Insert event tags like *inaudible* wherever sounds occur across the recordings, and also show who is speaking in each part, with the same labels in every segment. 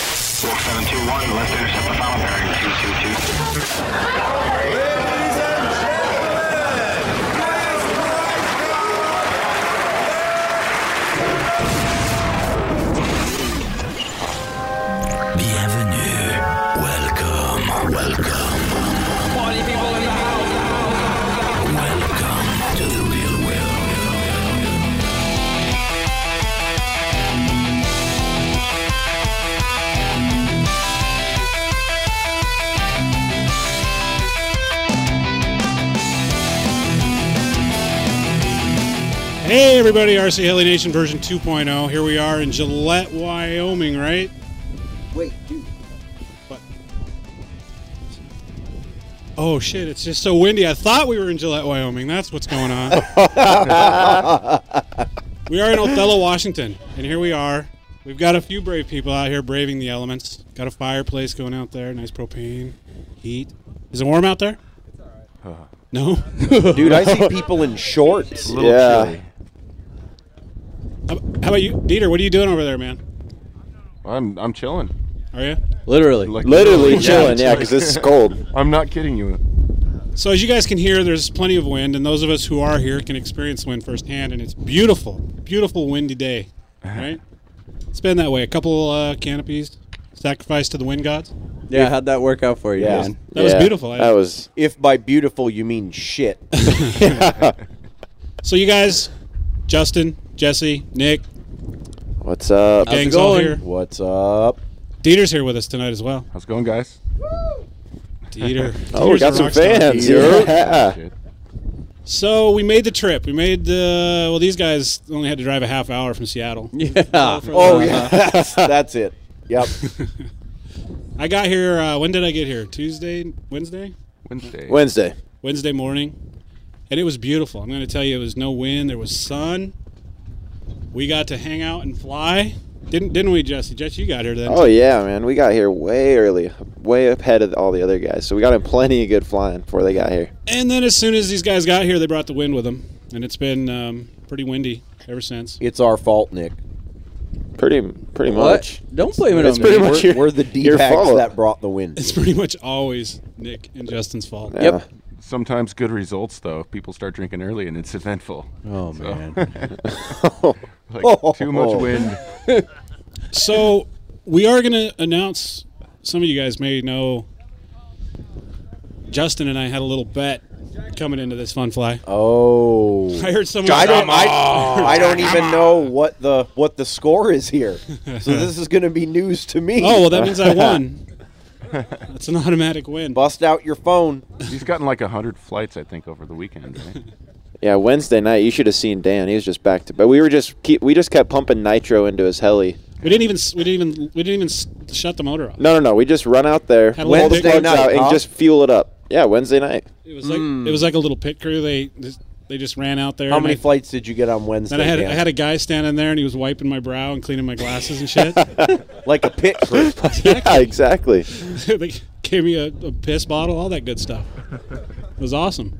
Speaker 1: 721, let's intercept the final bearing, 222.
Speaker 2: Bienvenue. Welcome. Welcome.
Speaker 3: Party people in the house.
Speaker 2: Welcome to the real world.
Speaker 4: Hey everybody, RC Hilly Nation version 2.0. Here we are in Gillette, Wyoming, right?
Speaker 5: Wait, dude.
Speaker 4: But Oh shit, it's just so windy. I thought we were in Gillette, Wyoming. That's what's going on. we are in Othello, Washington, and here we are. We've got a few brave people out here braving the elements. Got a fireplace going out there, nice propane, heat. Is it warm out there? It's all
Speaker 5: *laughs*
Speaker 4: right. No.
Speaker 6: *laughs* Dude, I see people in shorts.
Speaker 5: yeah.
Speaker 4: How how about you, Dieter? What are you doing over there, man?
Speaker 7: I'm I'm chilling.
Speaker 4: Are you?
Speaker 6: Literally.
Speaker 7: Like-
Speaker 5: Literally
Speaker 7: Yeah,
Speaker 5: chilling,
Speaker 7: it's
Speaker 5: yeah,
Speaker 7: like- *laughs*
Speaker 5: because it's cold.
Speaker 7: I'm not kidding you.
Speaker 4: So as you guys can hear, there's plenty of wind, and those of us who are here can experience wind firsthand, and it's beautiful, beautiful windy day.
Speaker 7: *laughs*
Speaker 4: Right? it's been that way. A couple uh, canopies, sacrifice to the wind gods.
Speaker 8: Yeah, how'd that work out for you?
Speaker 6: Yeah.
Speaker 8: man?
Speaker 4: That was
Speaker 5: Yeah,
Speaker 4: beautiful. I-
Speaker 5: That
Speaker 4: *laughs*
Speaker 5: was.
Speaker 6: If by beautiful you mean shit.
Speaker 4: *laughs*
Speaker 7: *laughs*
Speaker 4: So you guys, Justin, Jesse, Nick,
Speaker 5: What's up?
Speaker 4: gang's all here.
Speaker 6: What's up?
Speaker 4: Dieter's here with us tonight as well.
Speaker 7: How's it going, guys?
Speaker 6: *laughs*
Speaker 4: Dieter.
Speaker 5: Oh, we
Speaker 4: Dieter's
Speaker 5: got
Speaker 4: a
Speaker 5: some
Speaker 4: rock star.
Speaker 5: fans.
Speaker 6: Dieter.
Speaker 5: Yeah.
Speaker 7: Shit.
Speaker 4: So we made the trip. We made the well. These guys only had to drive a half hour from Seattle. uh,
Speaker 8: Yeah.
Speaker 6: Oh yeah, *laughs* that's, that's it. Yep.
Speaker 4: *laughs* I got here. Uh, when did I get here? Tuesday, Wednesday.
Speaker 7: Wednesday.
Speaker 5: Wednesday.
Speaker 4: Wednesday morning, and it was beautiful. I'm going to tell you, it was no wind. There was sun. We got to hang out and fly. Didn't didn't we, Jesse? Jesse, you got here then.
Speaker 5: Oh, yeah, man. We got here way early, way ahead of all the other guys. So we got in plenty of good flying before they got here.
Speaker 4: And then as soon as these guys got here, they brought the wind with them, and it's been um, pretty windy ever since.
Speaker 6: It's our fault, Nick.
Speaker 5: Pretty pretty
Speaker 8: What?
Speaker 5: much.
Speaker 8: Don't blame it
Speaker 5: It's
Speaker 8: on
Speaker 5: pretty
Speaker 8: me.
Speaker 5: much
Speaker 8: We're-
Speaker 5: your-
Speaker 6: We're the D
Speaker 5: your
Speaker 6: packs
Speaker 5: fault.
Speaker 6: that brought the wind.
Speaker 4: It's pretty much always Nick and Justin's fault.
Speaker 5: Yeah.
Speaker 8: Yep.
Speaker 7: Sometimes good results though. People start drinking early and it's eventful.
Speaker 8: Oh
Speaker 7: So,
Speaker 8: man.
Speaker 7: *laughs* like
Speaker 8: Oh.
Speaker 6: *laughs*
Speaker 7: too
Speaker 6: Oh.
Speaker 7: much wind.
Speaker 4: *laughs* So we are going to announce. Some of you guys may know. Justin and I had a little bet coming into this fun fly.
Speaker 7: *laughs*
Speaker 6: Oh.
Speaker 4: I heard someone.
Speaker 6: I don't. I, I don't even know what the what the score is
Speaker 4: *laughs*
Speaker 6: here. So this is going to be news to me.
Speaker 4: Oh well, that means I
Speaker 6: *laughs*
Speaker 4: won. That's an automatic win.
Speaker 6: Bust out your phone.
Speaker 7: He's gotten like hundred flights, I think, over the weekend. Right?
Speaker 4: *laughs*
Speaker 5: Yeah, Wednesday night, you should have seen Dan. He was just back to. But we were just keep we just kept pumping nitro into his heli.
Speaker 4: We didn't even we didn't even we didn't even s- shut the motor off.
Speaker 5: No, no, no. We just run out there,
Speaker 4: Had a
Speaker 5: pull the
Speaker 4: Wednesday
Speaker 5: plugs
Speaker 6: night,
Speaker 5: out, and
Speaker 6: huh?
Speaker 5: just fuel it up. Yeah, Wednesday night.
Speaker 4: It was like
Speaker 6: Mm.
Speaker 4: it was like a little pit crew. They just, they just ran out there.
Speaker 6: How
Speaker 4: and
Speaker 6: many
Speaker 4: I,
Speaker 6: flights did you get on Wednesday?
Speaker 4: Then I had
Speaker 6: Dan?
Speaker 4: I had a guy standing there and he was wiping my brow and cleaning my glasses and shit.
Speaker 6: *laughs* like a pit
Speaker 4: *laughs*
Speaker 6: crew.
Speaker 5: Yeah, exactly.
Speaker 4: they gave me a, a piss bottle, all that good stuff. It was awesome.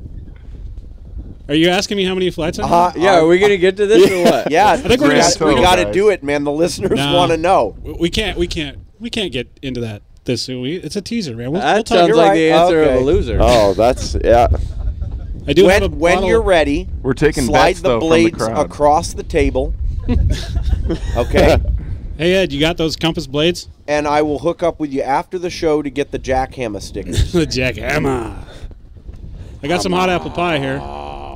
Speaker 4: Are you asking me how many flights I had?
Speaker 6: Uh,
Speaker 8: yeah, are we gonna get to this
Speaker 6: *laughs*
Speaker 8: or what?
Speaker 6: Yeah,
Speaker 4: think we're
Speaker 6: we
Speaker 4: gonna-
Speaker 6: got, we
Speaker 7: Grand
Speaker 6: got to
Speaker 7: total,
Speaker 6: do it, man. The listeners
Speaker 4: No.
Speaker 6: want to know.
Speaker 4: We- We can't we can't we can't get into that this soon. We, it's a teaser, man. We'll,
Speaker 8: That
Speaker 4: we'll talk.
Speaker 8: sounds
Speaker 6: you're
Speaker 8: like
Speaker 6: right.
Speaker 8: the answer of
Speaker 6: Okay.
Speaker 8: a loser.
Speaker 5: Oh, that's yeah.
Speaker 4: I do have a
Speaker 6: When when
Speaker 4: bottle-
Speaker 6: you're ready,
Speaker 7: We're taking
Speaker 6: slide
Speaker 7: bets,
Speaker 6: the
Speaker 7: though, from the
Speaker 6: blades
Speaker 7: crowd.
Speaker 6: across
Speaker 4: *laughs*
Speaker 6: the table. okay,
Speaker 4: Hey Ed, you got those compass blades?
Speaker 6: and I will hook up with you after the show to get the jackhammer stickers.
Speaker 4: *laughs* the jackhammer. I got some hot apple pie here,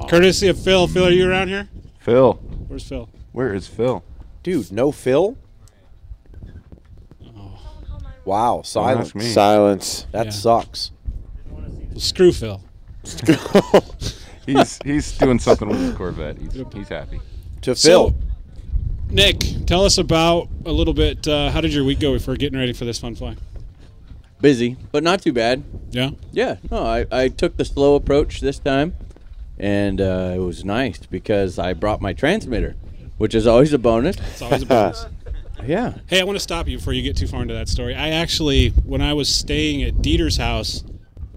Speaker 4: courtesy of Phil. Phil, are you around here?
Speaker 7: Phil,
Speaker 4: Where's Phil?
Speaker 7: where is Phil?
Speaker 6: Dude, no Phil. Wow, silence.
Speaker 7: ask me.
Speaker 5: Silence.
Speaker 6: *laughs*
Speaker 4: Oh.
Speaker 6: That
Speaker 4: Yeah. *laughs*
Speaker 6: sucks.
Speaker 4: Well, screw Phil.
Speaker 7: He's he's doing something
Speaker 4: *laughs*
Speaker 7: with his Corvette. He's, he's happy.
Speaker 6: To Phil,
Speaker 4: So, Nick, tell us about a little bit. Uh, how did your week go before getting ready for this fun fly?
Speaker 8: Busy, but not too bad.
Speaker 4: Yeah.
Speaker 8: Yeah, no, I, I took the slow approach this time, and uh, it was nice because I brought my transmitter, which is always a bonus.
Speaker 4: It's always a bonus.
Speaker 8: Yeah.
Speaker 4: hey, I want to stop you before you get too far into that story. I actually, when I was staying at Dieter's house,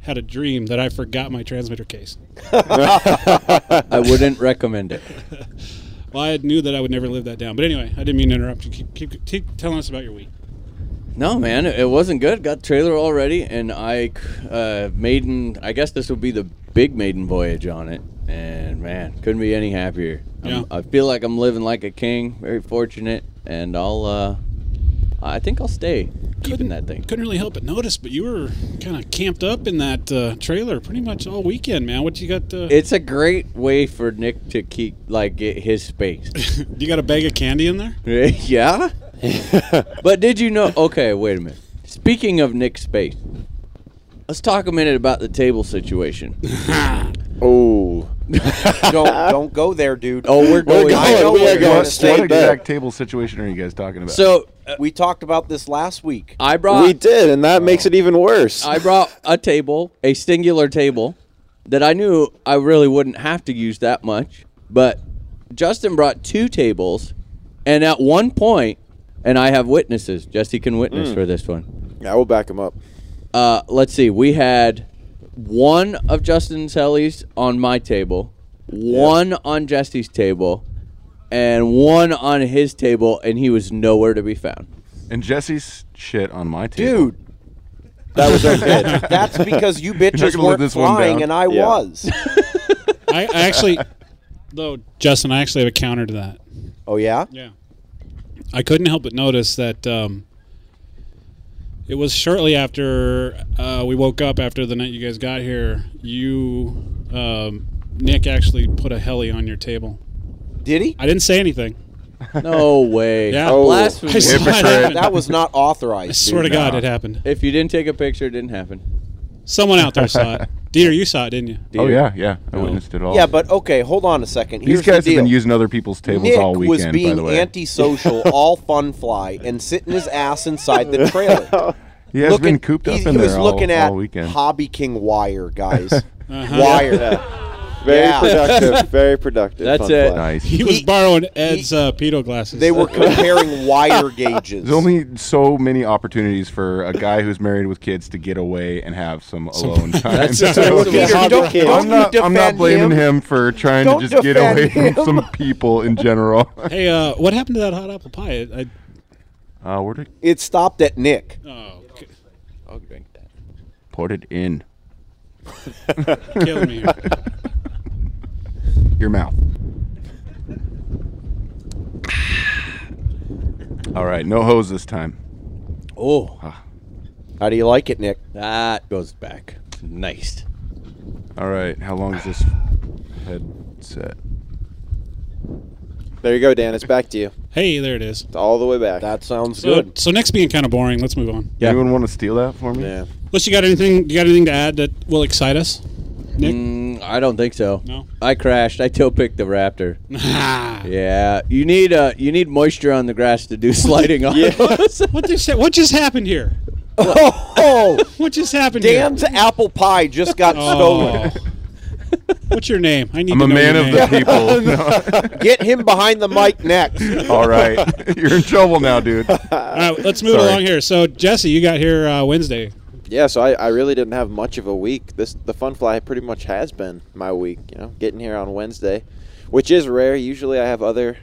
Speaker 4: had a dream that I forgot my transmitter
Speaker 8: *laughs*
Speaker 4: case.
Speaker 8: *laughs* I wouldn't recommend it.
Speaker 4: Well, I knew that I would never live that down. But anyway, I didn't mean to interrupt you. Keep, keep, keep telling us about your week.
Speaker 8: No, man, it it wasn't good. Got trailer already, and I uh, maiden. I guess this will be the big maiden voyage on it, and man, couldn't be any happier. I'm-
Speaker 4: Yeah.
Speaker 8: I feel like I'm living like a king. Very fortunate, and I'll. Uh, I think I'll stay keeping that thing.
Speaker 4: Couldn't really help but notice, but you were kind of camped up in that uh, trailer pretty much all weekend, man. What you got? Uh,
Speaker 8: It's a great way for Nick to keep like get his space.
Speaker 4: *laughs* you got a bag of candy in there? *laughs*
Speaker 8: *laughs* yeah. but did you know? Okay, wait a minute. Speaking of Nick Space, let's talk a minute about the
Speaker 4: *laughs*
Speaker 8: table situation.
Speaker 5: Oh,
Speaker 6: don't don't go there, dude.
Speaker 8: Oh, we're going.
Speaker 5: going.
Speaker 6: I know
Speaker 5: We are
Speaker 6: where you're
Speaker 5: going
Speaker 6: going.
Speaker 5: straight
Speaker 7: What
Speaker 5: Stay back.
Speaker 7: exact table situation are you guys talking about?
Speaker 8: So uh,
Speaker 6: We talked about this last week.
Speaker 8: I brought
Speaker 5: we did, and that makes it even worse.
Speaker 8: I brought a table, a singular table, that I knew I really wouldn't have to use that much. But Justin brought two tables, and at one point, and I have witnesses. Jesse can
Speaker 5: Hmm.
Speaker 8: witness for this one.
Speaker 5: I will back him up.
Speaker 8: uh, let's see. We had one of Justin's helis on my table, one on Jesse's table, and one on his table, and he was nowhere to be found.
Speaker 7: and Jesse's shit on my table.
Speaker 6: dude. That was okay.
Speaker 8: *laughs*
Speaker 7: *laughs*
Speaker 6: That's because you bitches
Speaker 7: gonna let
Speaker 6: weren't
Speaker 7: this one
Speaker 6: flying
Speaker 7: down.
Speaker 6: and I
Speaker 7: *laughs*
Speaker 5: Yeah.
Speaker 6: was.
Speaker 4: I, I actually, though, Justin, I actually have a counter to that.
Speaker 6: Oh yeah?
Speaker 4: Yeah. I couldn't help but notice that um, it was shortly after uh, we woke up after the night you guys got here. You, um, Nick, actually put a heli on your table.
Speaker 6: Did he?
Speaker 4: I didn't say anything. *laughs*
Speaker 8: No way.
Speaker 4: Yeah.
Speaker 5: Oh.
Speaker 8: Blasphemy.
Speaker 4: I saw it
Speaker 7: Hypocrite.
Speaker 4: happen.
Speaker 6: That was not
Speaker 4: I
Speaker 6: authorized.
Speaker 4: swear to
Speaker 6: dude.
Speaker 4: God, it happened.
Speaker 8: If you didn't take a picture, it didn't happen.
Speaker 4: Someone out there saw it. Uh, Dieter, you saw it, didn't you?
Speaker 7: *laughs* Oh yeah, yeah. I witnessed it all.
Speaker 6: Yeah, but okay, hold on a second.
Speaker 7: these
Speaker 6: Here's
Speaker 7: guys
Speaker 6: the
Speaker 7: have
Speaker 6: deal.
Speaker 7: been using other people's tables
Speaker 6: Nick
Speaker 7: all weekend.
Speaker 6: was being
Speaker 7: by the way, *laughs*
Speaker 6: antisocial, all fun fly, and sitting his ass inside the trailer.
Speaker 7: *laughs* he has
Speaker 6: looking,
Speaker 7: been cooped up
Speaker 6: he,
Speaker 7: in
Speaker 6: he
Speaker 7: there
Speaker 6: was
Speaker 7: all,
Speaker 6: looking at
Speaker 7: all weekend.
Speaker 6: Hobby King wire,
Speaker 7: *laughs*
Speaker 6: guys.
Speaker 4: Uh-huh.
Speaker 6: Wire.
Speaker 5: Very
Speaker 6: Yeah. *laughs*
Speaker 5: productive. Very productive.
Speaker 8: That's
Speaker 5: fun
Speaker 8: it.
Speaker 5: fly.
Speaker 7: Nice.
Speaker 4: He was
Speaker 6: He-
Speaker 4: borrowing Ed's uh, pedo glasses.
Speaker 6: They were comparing wire
Speaker 7: *laughs*
Speaker 6: gauges.
Speaker 7: There's only so many opportunities for a guy who's married with kids to get away and have some
Speaker 6: *laughs*
Speaker 7: alone time.
Speaker 8: That's-
Speaker 7: So-
Speaker 8: that's-
Speaker 6: Peter,
Speaker 5: Hobby
Speaker 6: don't,
Speaker 5: King.
Speaker 6: don't
Speaker 7: I'm not,
Speaker 6: you
Speaker 7: I'm
Speaker 6: defend
Speaker 7: not blaming him, for trying
Speaker 6: Don't
Speaker 7: to just get
Speaker 6: defend
Speaker 7: away
Speaker 6: *laughs* him.
Speaker 7: from some people in general.
Speaker 4: *laughs* hey, uh, what happened to that hot apple pie? I,
Speaker 7: *laughs* uh, where did
Speaker 6: *laughs* It stopped at Nick.
Speaker 4: I, oh, k-
Speaker 8: I'll drink that.
Speaker 7: put it *laughs* in
Speaker 4: killing me. here.
Speaker 7: your
Speaker 6: *laughs*
Speaker 7: mouth? All right, no hose this time.
Speaker 8: Oh,
Speaker 6: How do you
Speaker 4: *laughs*
Speaker 6: like it, Nick?
Speaker 8: that goes back. Nice.
Speaker 7: All right, how long
Speaker 4: *sighs*
Speaker 7: is this headset?
Speaker 5: There you go, Dan. It's back to you.
Speaker 4: Hey, there it is.
Speaker 5: It's all the way back.
Speaker 6: That sounds
Speaker 4: So,
Speaker 6: good.
Speaker 4: so next being kind of boring. Let's move on.
Speaker 8: Yeah.
Speaker 7: Anyone want to steal that for me?
Speaker 5: yeah.
Speaker 4: Unless you got anything, you got anything to add that will excite us? Nick?
Speaker 8: Mm, I don't think so.
Speaker 4: No?
Speaker 8: I crashed. I toe picked the
Speaker 4: *laughs*
Speaker 8: Raptor.
Speaker 4: Ah.
Speaker 8: Yeah, you need uh, you need moisture on the grass
Speaker 4: *laughs*
Speaker 8: to do sliding on.
Speaker 4: What they say? What just happened here?
Speaker 6: Oh, oh,
Speaker 4: What just happened?
Speaker 6: Dan's
Speaker 4: here?
Speaker 6: apple pie just got
Speaker 4: Oh.
Speaker 6: stolen.
Speaker 4: What's your name? I need.
Speaker 7: I'm
Speaker 4: to
Speaker 7: a
Speaker 4: know
Speaker 7: man
Speaker 4: your name.
Speaker 7: of the people.
Speaker 4: *laughs*
Speaker 7: No.
Speaker 6: *laughs* Get him behind the mic next.
Speaker 7: *laughs* All right, *laughs* you're in trouble now, dude.
Speaker 4: All right, let's move
Speaker 7: Sorry.
Speaker 4: along here. So Jesse, you got here uh, Wednesday.
Speaker 5: Yeah. So I, I really didn't have much of a week. This the fun fly pretty much has been my week. You know, getting here on Wednesday, which is rare. Usually I have other,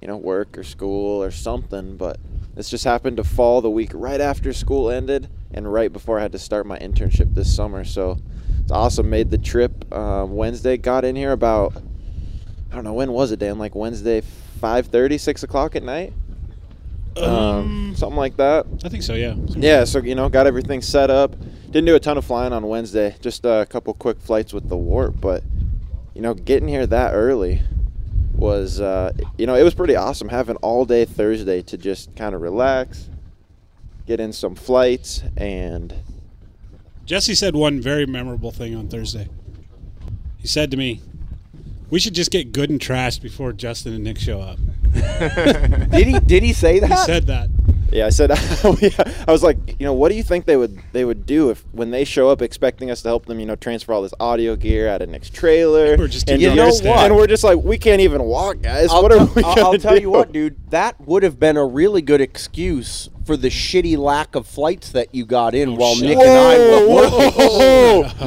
Speaker 5: you know, work or school or something. But this just happened to fall the week right after school ended and right before I had to start my internship this summer. So it's awesome. Made the trip um, Wednesday. Got in here about I don't know when was it, Dan? Like Wednesday, 5:30, 6 o'clock at night. Um, something like that.
Speaker 4: I think so. Yeah.
Speaker 5: Yeah, so you know, got everything set up. Didn't do a ton of flying on Wednesday, just uh, a couple quick flights with the warp. But you know, getting here that early was, uh, you know, it was pretty awesome having all day Thursday to just kind of relax, get in some flights, and
Speaker 4: Jesse said one very memorable thing on Thursday. He said to me, "We should just get good and trashed before Justin and Nick show up."
Speaker 6: *laughs* Did he? Did he say that?
Speaker 4: He said that.
Speaker 5: Yeah, I said, *laughs* I was like, you know, what do you think they would they would do if when they show up expecting us to help them, you know, transfer all this audio gear out of Nick's trailer?
Speaker 4: *laughs* We're just
Speaker 5: and
Speaker 4: You
Speaker 6: know
Speaker 5: understand.
Speaker 6: what?
Speaker 5: And we're just like, we can't even walk, guys.
Speaker 6: I'll
Speaker 5: what are
Speaker 6: tell-
Speaker 5: we?
Speaker 6: I'll-
Speaker 5: gonna
Speaker 6: I'll tell
Speaker 5: do?
Speaker 6: you what, dude. That would have been a really good excuse for the shitty lack of flights that you got in while Nick and I were working.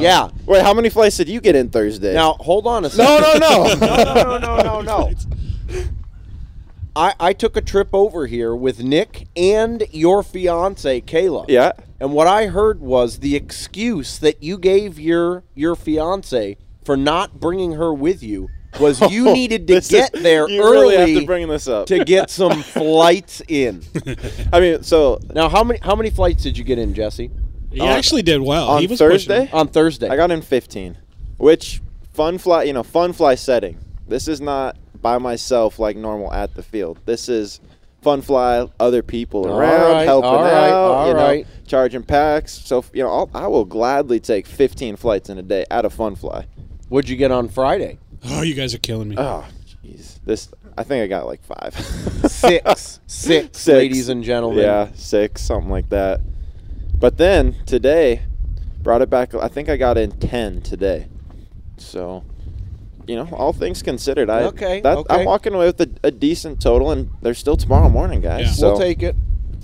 Speaker 5: *laughs*
Speaker 6: Yeah.
Speaker 5: Wait, how many flights did you get in Thursday?
Speaker 6: Now hold on
Speaker 5: no,
Speaker 6: a second.
Speaker 5: no, no.
Speaker 6: *laughs* no, no, no,
Speaker 5: *laughs*
Speaker 6: no, no. I, I took a trip over here with Nick and your fiance Kayla.
Speaker 5: Yeah.
Speaker 6: And what I heard was the excuse that you gave your your fiance for not bringing her with you
Speaker 5: *laughs*
Speaker 6: was you needed to
Speaker 5: Oh, This
Speaker 6: get
Speaker 5: is-
Speaker 6: there
Speaker 5: you
Speaker 6: early
Speaker 5: really have to bring this up.
Speaker 6: to
Speaker 5: *laughs*
Speaker 6: get some flights in.
Speaker 5: I mean, so
Speaker 6: Now, how many how many flights did you get in, Jesse?
Speaker 4: He actually did well.
Speaker 5: on
Speaker 4: he was
Speaker 5: Thursday,
Speaker 6: On Thursday.
Speaker 5: I got in 15, which fun fly, you know, fun fly setting. This is not by myself like normal at the field. This is fun fly, other people
Speaker 6: All
Speaker 5: around,
Speaker 6: right,
Speaker 5: helping
Speaker 6: all right,
Speaker 5: out,
Speaker 6: all
Speaker 5: you know,
Speaker 6: right.
Speaker 5: charging packs. So, you know, I'll, I will gladly take 15 flights in a day at a fun fly.
Speaker 6: What'd you get on Friday?
Speaker 4: pushing. Oh, you guys are killing me.
Speaker 5: Oh, jeez. This, I think I got like five. *laughs*
Speaker 6: Six. Six,
Speaker 5: Six.
Speaker 6: ladies and gentlemen.
Speaker 5: Yeah, six, something like that. But then today, brought it back. I think I got in ten today. So, you know, all things considered, I
Speaker 6: Okay,
Speaker 5: that,
Speaker 6: okay.
Speaker 5: I'm walking away with a, a decent total, and there's still tomorrow morning, guys.
Speaker 4: Yeah.
Speaker 5: So,
Speaker 6: We'll take it.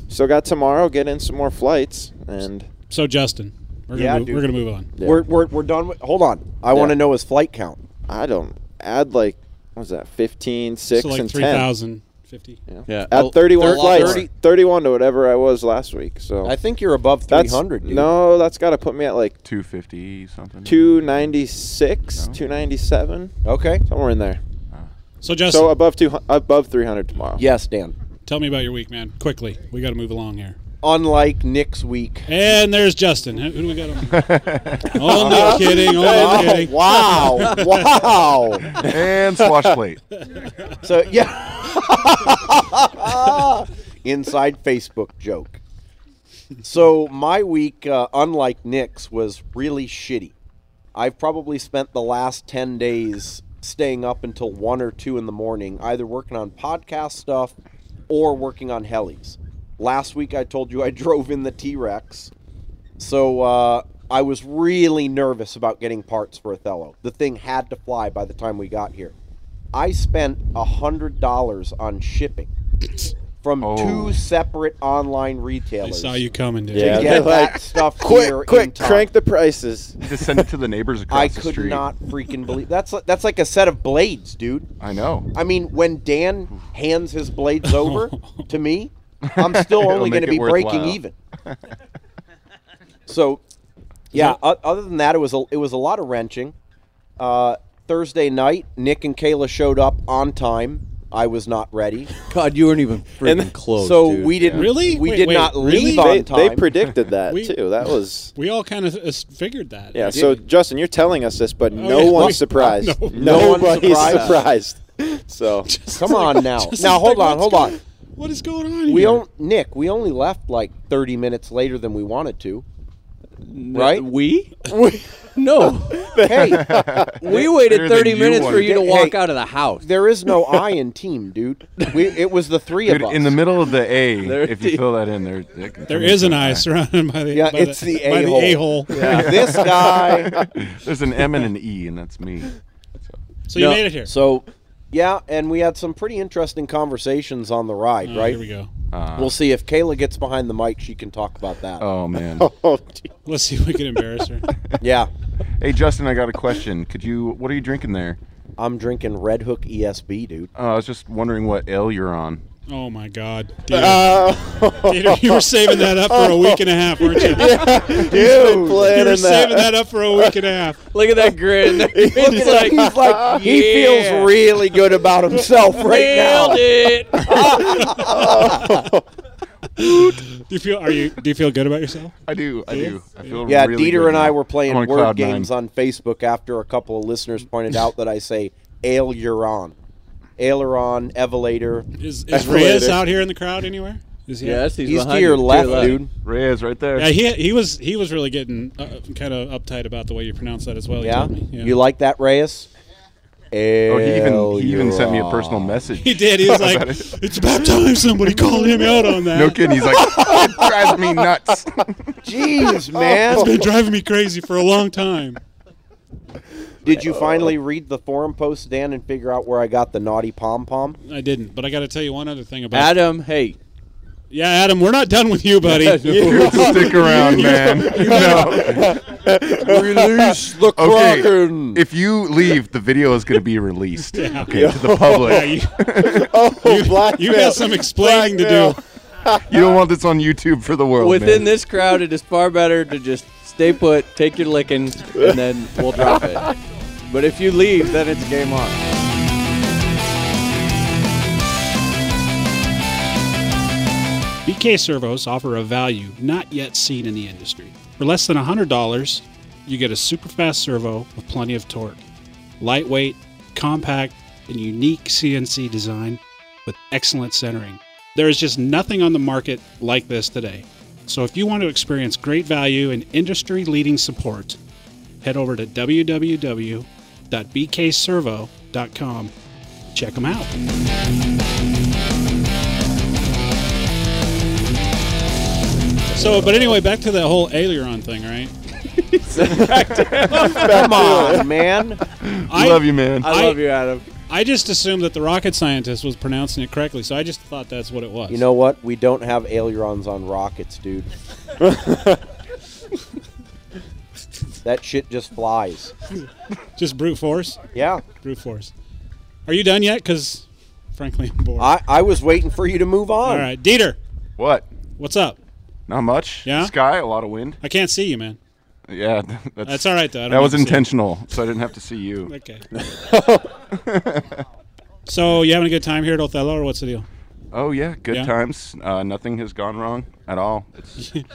Speaker 5: so got tomorrow. Get in some more flights, and
Speaker 4: So Justin, we're gonna
Speaker 6: Yeah,
Speaker 4: move,
Speaker 6: dude.
Speaker 4: we're gonna move on.
Speaker 5: yeah,
Speaker 6: We're, we're, we're done with. Hold on. I want to know his flight count.
Speaker 5: I don't add like what was that 15, 6,
Speaker 4: so like
Speaker 5: and
Speaker 4: three
Speaker 5: ten.
Speaker 4: thousand fifty.
Speaker 8: Yeah.
Speaker 5: At 31
Speaker 8: Thirty-
Speaker 5: flights,
Speaker 8: thirty-
Speaker 5: 31 to whatever I was last week. So
Speaker 6: I think you're above
Speaker 5: that's
Speaker 6: 300, dude.
Speaker 5: no, that's got to put me at like
Speaker 7: 250 something.
Speaker 5: 296,
Speaker 7: No.
Speaker 5: 297,
Speaker 6: Okay.
Speaker 5: somewhere in there.
Speaker 4: So Justin,
Speaker 5: So above two, above 300 tomorrow.
Speaker 6: Yes, Dan.
Speaker 4: tell me about your week, man. Quickly, we got to move along here.
Speaker 6: Unlike Nick's week.
Speaker 4: And there's Justin. Who who do we got?
Speaker 6: *laughs*
Speaker 4: on? oh, no kidding. Oh, no kidding.
Speaker 6: wow. wow.
Speaker 7: and swash plate.
Speaker 6: So, yeah. *laughs* Inside Facebook joke. So, my week, uh, unlike Nick's, was really shitty. I've probably spent the last 10 days staying up until 1 or 2 in the morning, either working on podcast stuff or working on helis. Last week, I told you I drove in the T Rex. So uh, I was really nervous about getting parts for Othello. The thing had to fly by the time we got here. I spent a hundred dollars on shipping from
Speaker 7: Oh.
Speaker 6: two separate online
Speaker 4: I
Speaker 6: retailers.
Speaker 4: saw you coming, dude.
Speaker 5: Yeah.
Speaker 6: to
Speaker 5: They're
Speaker 6: get
Speaker 5: like,
Speaker 6: that stuff
Speaker 5: *laughs* Quick,
Speaker 6: here in
Speaker 5: quick,
Speaker 6: time.
Speaker 5: crank the prices.
Speaker 7: Just send it *laughs* to the neighbors across
Speaker 6: I
Speaker 7: the
Speaker 6: could
Speaker 7: street.
Speaker 6: not freaking believe that's li- that's like a set of blades, dude.
Speaker 7: I know.
Speaker 6: I mean, when Dan hands his
Speaker 4: *laughs*
Speaker 6: blades over to me, I'm
Speaker 8: *laughs*
Speaker 6: still
Speaker 7: It'll
Speaker 6: only
Speaker 7: make
Speaker 6: going to
Speaker 7: it
Speaker 6: be breaking
Speaker 7: worthwhile.
Speaker 6: even. So, yeah. o- other than that, it was a, it was a lot of wrenching. Uh, Thursday night, Nick and Kayla showed up on time. I was not ready,
Speaker 8: *laughs* God, you weren't even freaking close.
Speaker 6: so
Speaker 8: dude.
Speaker 6: we didn't
Speaker 4: Really?
Speaker 6: we
Speaker 4: Wait,
Speaker 6: did
Speaker 4: wait,
Speaker 6: not
Speaker 4: really?
Speaker 6: leave
Speaker 5: They,
Speaker 6: on
Speaker 5: they
Speaker 6: time.
Speaker 5: predicted
Speaker 4: *laughs*
Speaker 5: that
Speaker 4: We-
Speaker 5: too. That
Speaker 6: *laughs*
Speaker 5: was
Speaker 4: We all kind of uh, s- figured that.
Speaker 5: yeah. So Justin, you're telling us this, but no
Speaker 4: Oh, yeah.
Speaker 5: one's surprised.
Speaker 4: *laughs*
Speaker 5: *laughs*
Speaker 4: No.
Speaker 6: No one's
Speaker 5: Nobody's
Speaker 6: surprised.
Speaker 5: surprised.
Speaker 4: *laughs*
Speaker 5: *laughs* So
Speaker 6: Come on now,
Speaker 4: Justin's
Speaker 6: now hold
Speaker 4: like,
Speaker 6: on,
Speaker 4: what's
Speaker 6: hold on.
Speaker 4: go- What is going on?
Speaker 6: We
Speaker 4: here?
Speaker 6: don't, Nick. We only left like 30 minutes later than we wanted to. Right?
Speaker 8: We? no.
Speaker 6: *laughs* Hey,
Speaker 8: we waited
Speaker 7: Better than
Speaker 8: 30
Speaker 7: you
Speaker 8: minutes for
Speaker 7: wanted.
Speaker 8: you to
Speaker 6: Hey.
Speaker 8: walk out of the house.
Speaker 6: there is no I in team, dude. We, it was the three
Speaker 7: Dude,
Speaker 6: of us.
Speaker 7: in the middle of the
Speaker 6: *laughs*
Speaker 7: A, if
Speaker 8: Thirty.
Speaker 7: you fill that in, there there can-
Speaker 4: There is an eye surrounded by the
Speaker 6: Yeah,
Speaker 4: by
Speaker 6: it's
Speaker 4: the,
Speaker 6: the
Speaker 4: by the
Speaker 6: a-hole.
Speaker 4: a-hole.
Speaker 6: this guy.
Speaker 7: *laughs* There's an M and an E, and that's me.
Speaker 4: So you made it here.
Speaker 6: So, yeah, and we had some pretty interesting conversations on the ride,
Speaker 4: Oh,
Speaker 6: right?
Speaker 4: Here we go.
Speaker 6: We'll see if Kayla gets behind the mic, she can talk about that.
Speaker 7: Ah. Oh man.
Speaker 6: *laughs*
Speaker 5: oh, gee.
Speaker 4: Let's see *laughs* if we can embarrass her.
Speaker 6: Yeah,
Speaker 7: *laughs* Hey Justin, I got a question. Could you? What are you drinking there?
Speaker 6: I'm drinking Red Hook ESB, dude.
Speaker 7: Oh, I was just wondering what L you're on.
Speaker 4: Oh my God, Dieter.
Speaker 6: Uh, *laughs*
Speaker 4: Dieter, *laughs* you were saving that up for a week and a half, weren't you?
Speaker 5: been
Speaker 4: you were
Speaker 5: planning
Speaker 4: saving
Speaker 5: that.
Speaker 4: that up for a week and a half.
Speaker 8: *laughs* Look at
Speaker 4: *laughs*
Speaker 8: that grin.
Speaker 6: He's
Speaker 8: It's like,
Speaker 6: like, *laughs* he's like he
Speaker 8: Yeah.
Speaker 6: feels really good about *laughs* himself right now.
Speaker 8: nailed it.
Speaker 6: *laughs*
Speaker 4: Do you feel? Are you? Do you feel good about yourself?
Speaker 7: I do. I do. I feel
Speaker 6: Yeah,
Speaker 7: really
Speaker 6: Dieter
Speaker 7: good
Speaker 6: and
Speaker 7: now.
Speaker 6: I were
Speaker 7: I'm
Speaker 6: playing
Speaker 7: on
Speaker 6: word
Speaker 7: cloud nine.
Speaker 6: games on Facebook after a couple of listeners pointed out that I say aileron, aileron, evelator.
Speaker 4: Is, is
Speaker 5: That's
Speaker 4: Reyes
Speaker 5: related.
Speaker 4: out here in the crowd anywhere? Is he?
Speaker 8: yes, he's,
Speaker 6: He's
Speaker 8: behind
Speaker 6: to
Speaker 8: you,
Speaker 6: your left, dude.
Speaker 7: Reyes right there.
Speaker 4: Yeah, he, he was he was really getting uh, kind of uptight about the way you pronounce that as well. he
Speaker 6: Yeah?
Speaker 4: told me. yeah.
Speaker 6: you like that, Reyes?
Speaker 7: oh, he even he even sent me a personal message.
Speaker 4: He did. He
Speaker 7: *laughs*
Speaker 4: was like, "It's about time somebody called him out on that."
Speaker 7: No kidding. He's like, *laughs* it drives me nuts.
Speaker 6: Jeez, man.
Speaker 4: It's been driving me crazy for a *laughs* long time.
Speaker 6: Did
Speaker 9: Uh,
Speaker 6: you finally read the forum post, Dan, and figure out where I got the naughty pom pom?
Speaker 4: I didn't, but I got to tell you one other thing about
Speaker 8: Adam, hey,
Speaker 4: Yeah, Adam, we're not done with you, buddy.
Speaker 7: You
Speaker 4: *laughs*
Speaker 7: Stick around, man. No.
Speaker 6: Release the
Speaker 7: *laughs* Okay.
Speaker 6: Kraken.
Speaker 7: If you leave, the video is going to
Speaker 4: *laughs*
Speaker 7: be released okay, to the public.
Speaker 4: Yeah, you,
Speaker 5: *laughs*
Speaker 6: oh, blackmail.
Speaker 4: you got some explaining to do.
Speaker 6: Blackmail.
Speaker 7: You don't want this on YouTube for the world.
Speaker 8: Within
Speaker 7: man.
Speaker 8: this crowd, it is far better to just stay put, take your licking, and then we'll
Speaker 4: *laughs*
Speaker 8: drop it. But if you leave, then it's game on.
Speaker 4: BK servos offer a value not yet seen in the industry. For less than $100, you get a super fast servo with plenty of torque. Lightweight, compact, and unique CNC design with excellent centering. There is just nothing on the market like this today. So if you want to experience great value and industry leading support, head over to www.bkservo.com. Check them out. So, but anyway, back to that whole aileron thing, right?
Speaker 7: *laughs*
Speaker 6: Come on, man.
Speaker 7: I love you, man.
Speaker 8: I, love you, Adam.
Speaker 4: I just assumed that the rocket scientist was pronouncing it correctly, so I just thought that's what it was.
Speaker 6: You know what? We don't have ailerons on rockets, dude. *laughs* that shit just flies.
Speaker 4: *laughs* just brute force,
Speaker 6: Yeah.
Speaker 4: brute force. Are you done yet? Because frankly, I'm bored.
Speaker 6: I, I was waiting for you to move on.
Speaker 4: All right, Dieter,
Speaker 7: what?
Speaker 4: what's up?
Speaker 7: Not much.
Speaker 4: Yeah?
Speaker 7: Sky, a lot of wind.
Speaker 4: I can't see you, man.
Speaker 7: Yeah, *laughs* that's,
Speaker 4: That's all right though. I don't
Speaker 7: That was
Speaker 4: mind seeing
Speaker 7: intentional, so I didn't have to see you.
Speaker 4: you. Okay. *laughs* so you having a good time here at Othello, or what's the deal?
Speaker 7: Oh yeah, good
Speaker 4: Yeah.
Speaker 7: times. Uh, nothing has gone wrong at all.
Speaker 4: *laughs*
Speaker 7: It's, *laughs*
Speaker 6: Yeah.
Speaker 7: *laughs*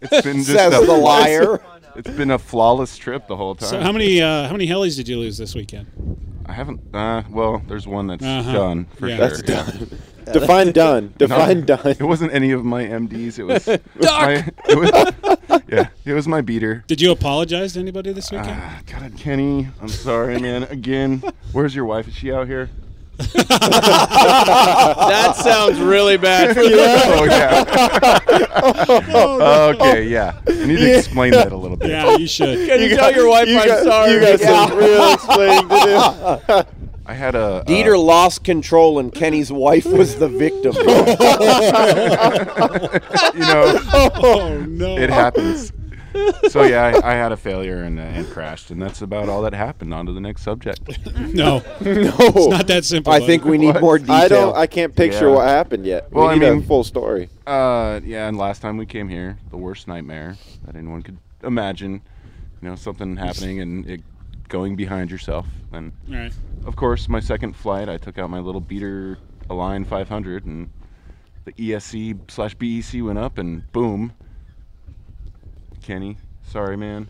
Speaker 7: it's been just
Speaker 6: Says
Speaker 7: a,
Speaker 6: the liar.
Speaker 7: It's been a flawless trip the whole time.
Speaker 4: So how many uh, how many helis did you lose this weekend?
Speaker 7: I haven't. Uh, well, there's one that's
Speaker 4: Uh-huh.
Speaker 7: done for
Speaker 4: Yeah.
Speaker 7: sure.
Speaker 4: That's
Speaker 7: yeah.
Speaker 5: *laughs* Define done. Define done.
Speaker 7: It wasn't any of my MDs. It
Speaker 5: *laughs*
Speaker 7: was, it was my. It was, yeah, it was my beater.
Speaker 4: Did you apologize to anybody this weekend?
Speaker 7: Ah, God, Kenny, I'm sorry, man. Again, where's your wife? Is she out here?
Speaker 8: That sounds really bad. For
Speaker 7: *laughs* Oh yeah. okay, yeah. I need to explain that a little bit.
Speaker 4: Oh, yeah, you should.
Speaker 8: Can you, tell your wife I'm sorry?
Speaker 5: You got some real
Speaker 7: *laughs*
Speaker 5: explaining to do.
Speaker 7: I
Speaker 6: *laughs*
Speaker 7: had a
Speaker 6: Dieter
Speaker 7: uh,
Speaker 6: lost control, and Kenny's wife was the victim.
Speaker 7: you know,
Speaker 4: Oh no.
Speaker 7: it happens. So yeah, I, I had a failure and, uh, and crashed, and that's about all that happened. On to the next subject.
Speaker 6: *laughs*
Speaker 4: No,
Speaker 5: No.
Speaker 4: not that simple.
Speaker 6: I
Speaker 4: bud.
Speaker 6: think we need
Speaker 7: What?
Speaker 6: more detail.
Speaker 5: I don't. I can't picture
Speaker 7: Yeah.
Speaker 5: what happened yet.
Speaker 7: Well, I
Speaker 5: we need
Speaker 7: mean-
Speaker 5: a full story.
Speaker 7: Uh, yeah, and last time we came here, the worst nightmare that anyone could imagine. You know, something happening and it going behind yourself. And
Speaker 4: All right.
Speaker 7: of course, my second flight, I took out my little beater Align 500, and the ESC slash BEC went up, and boom. Kenny, sorry, man.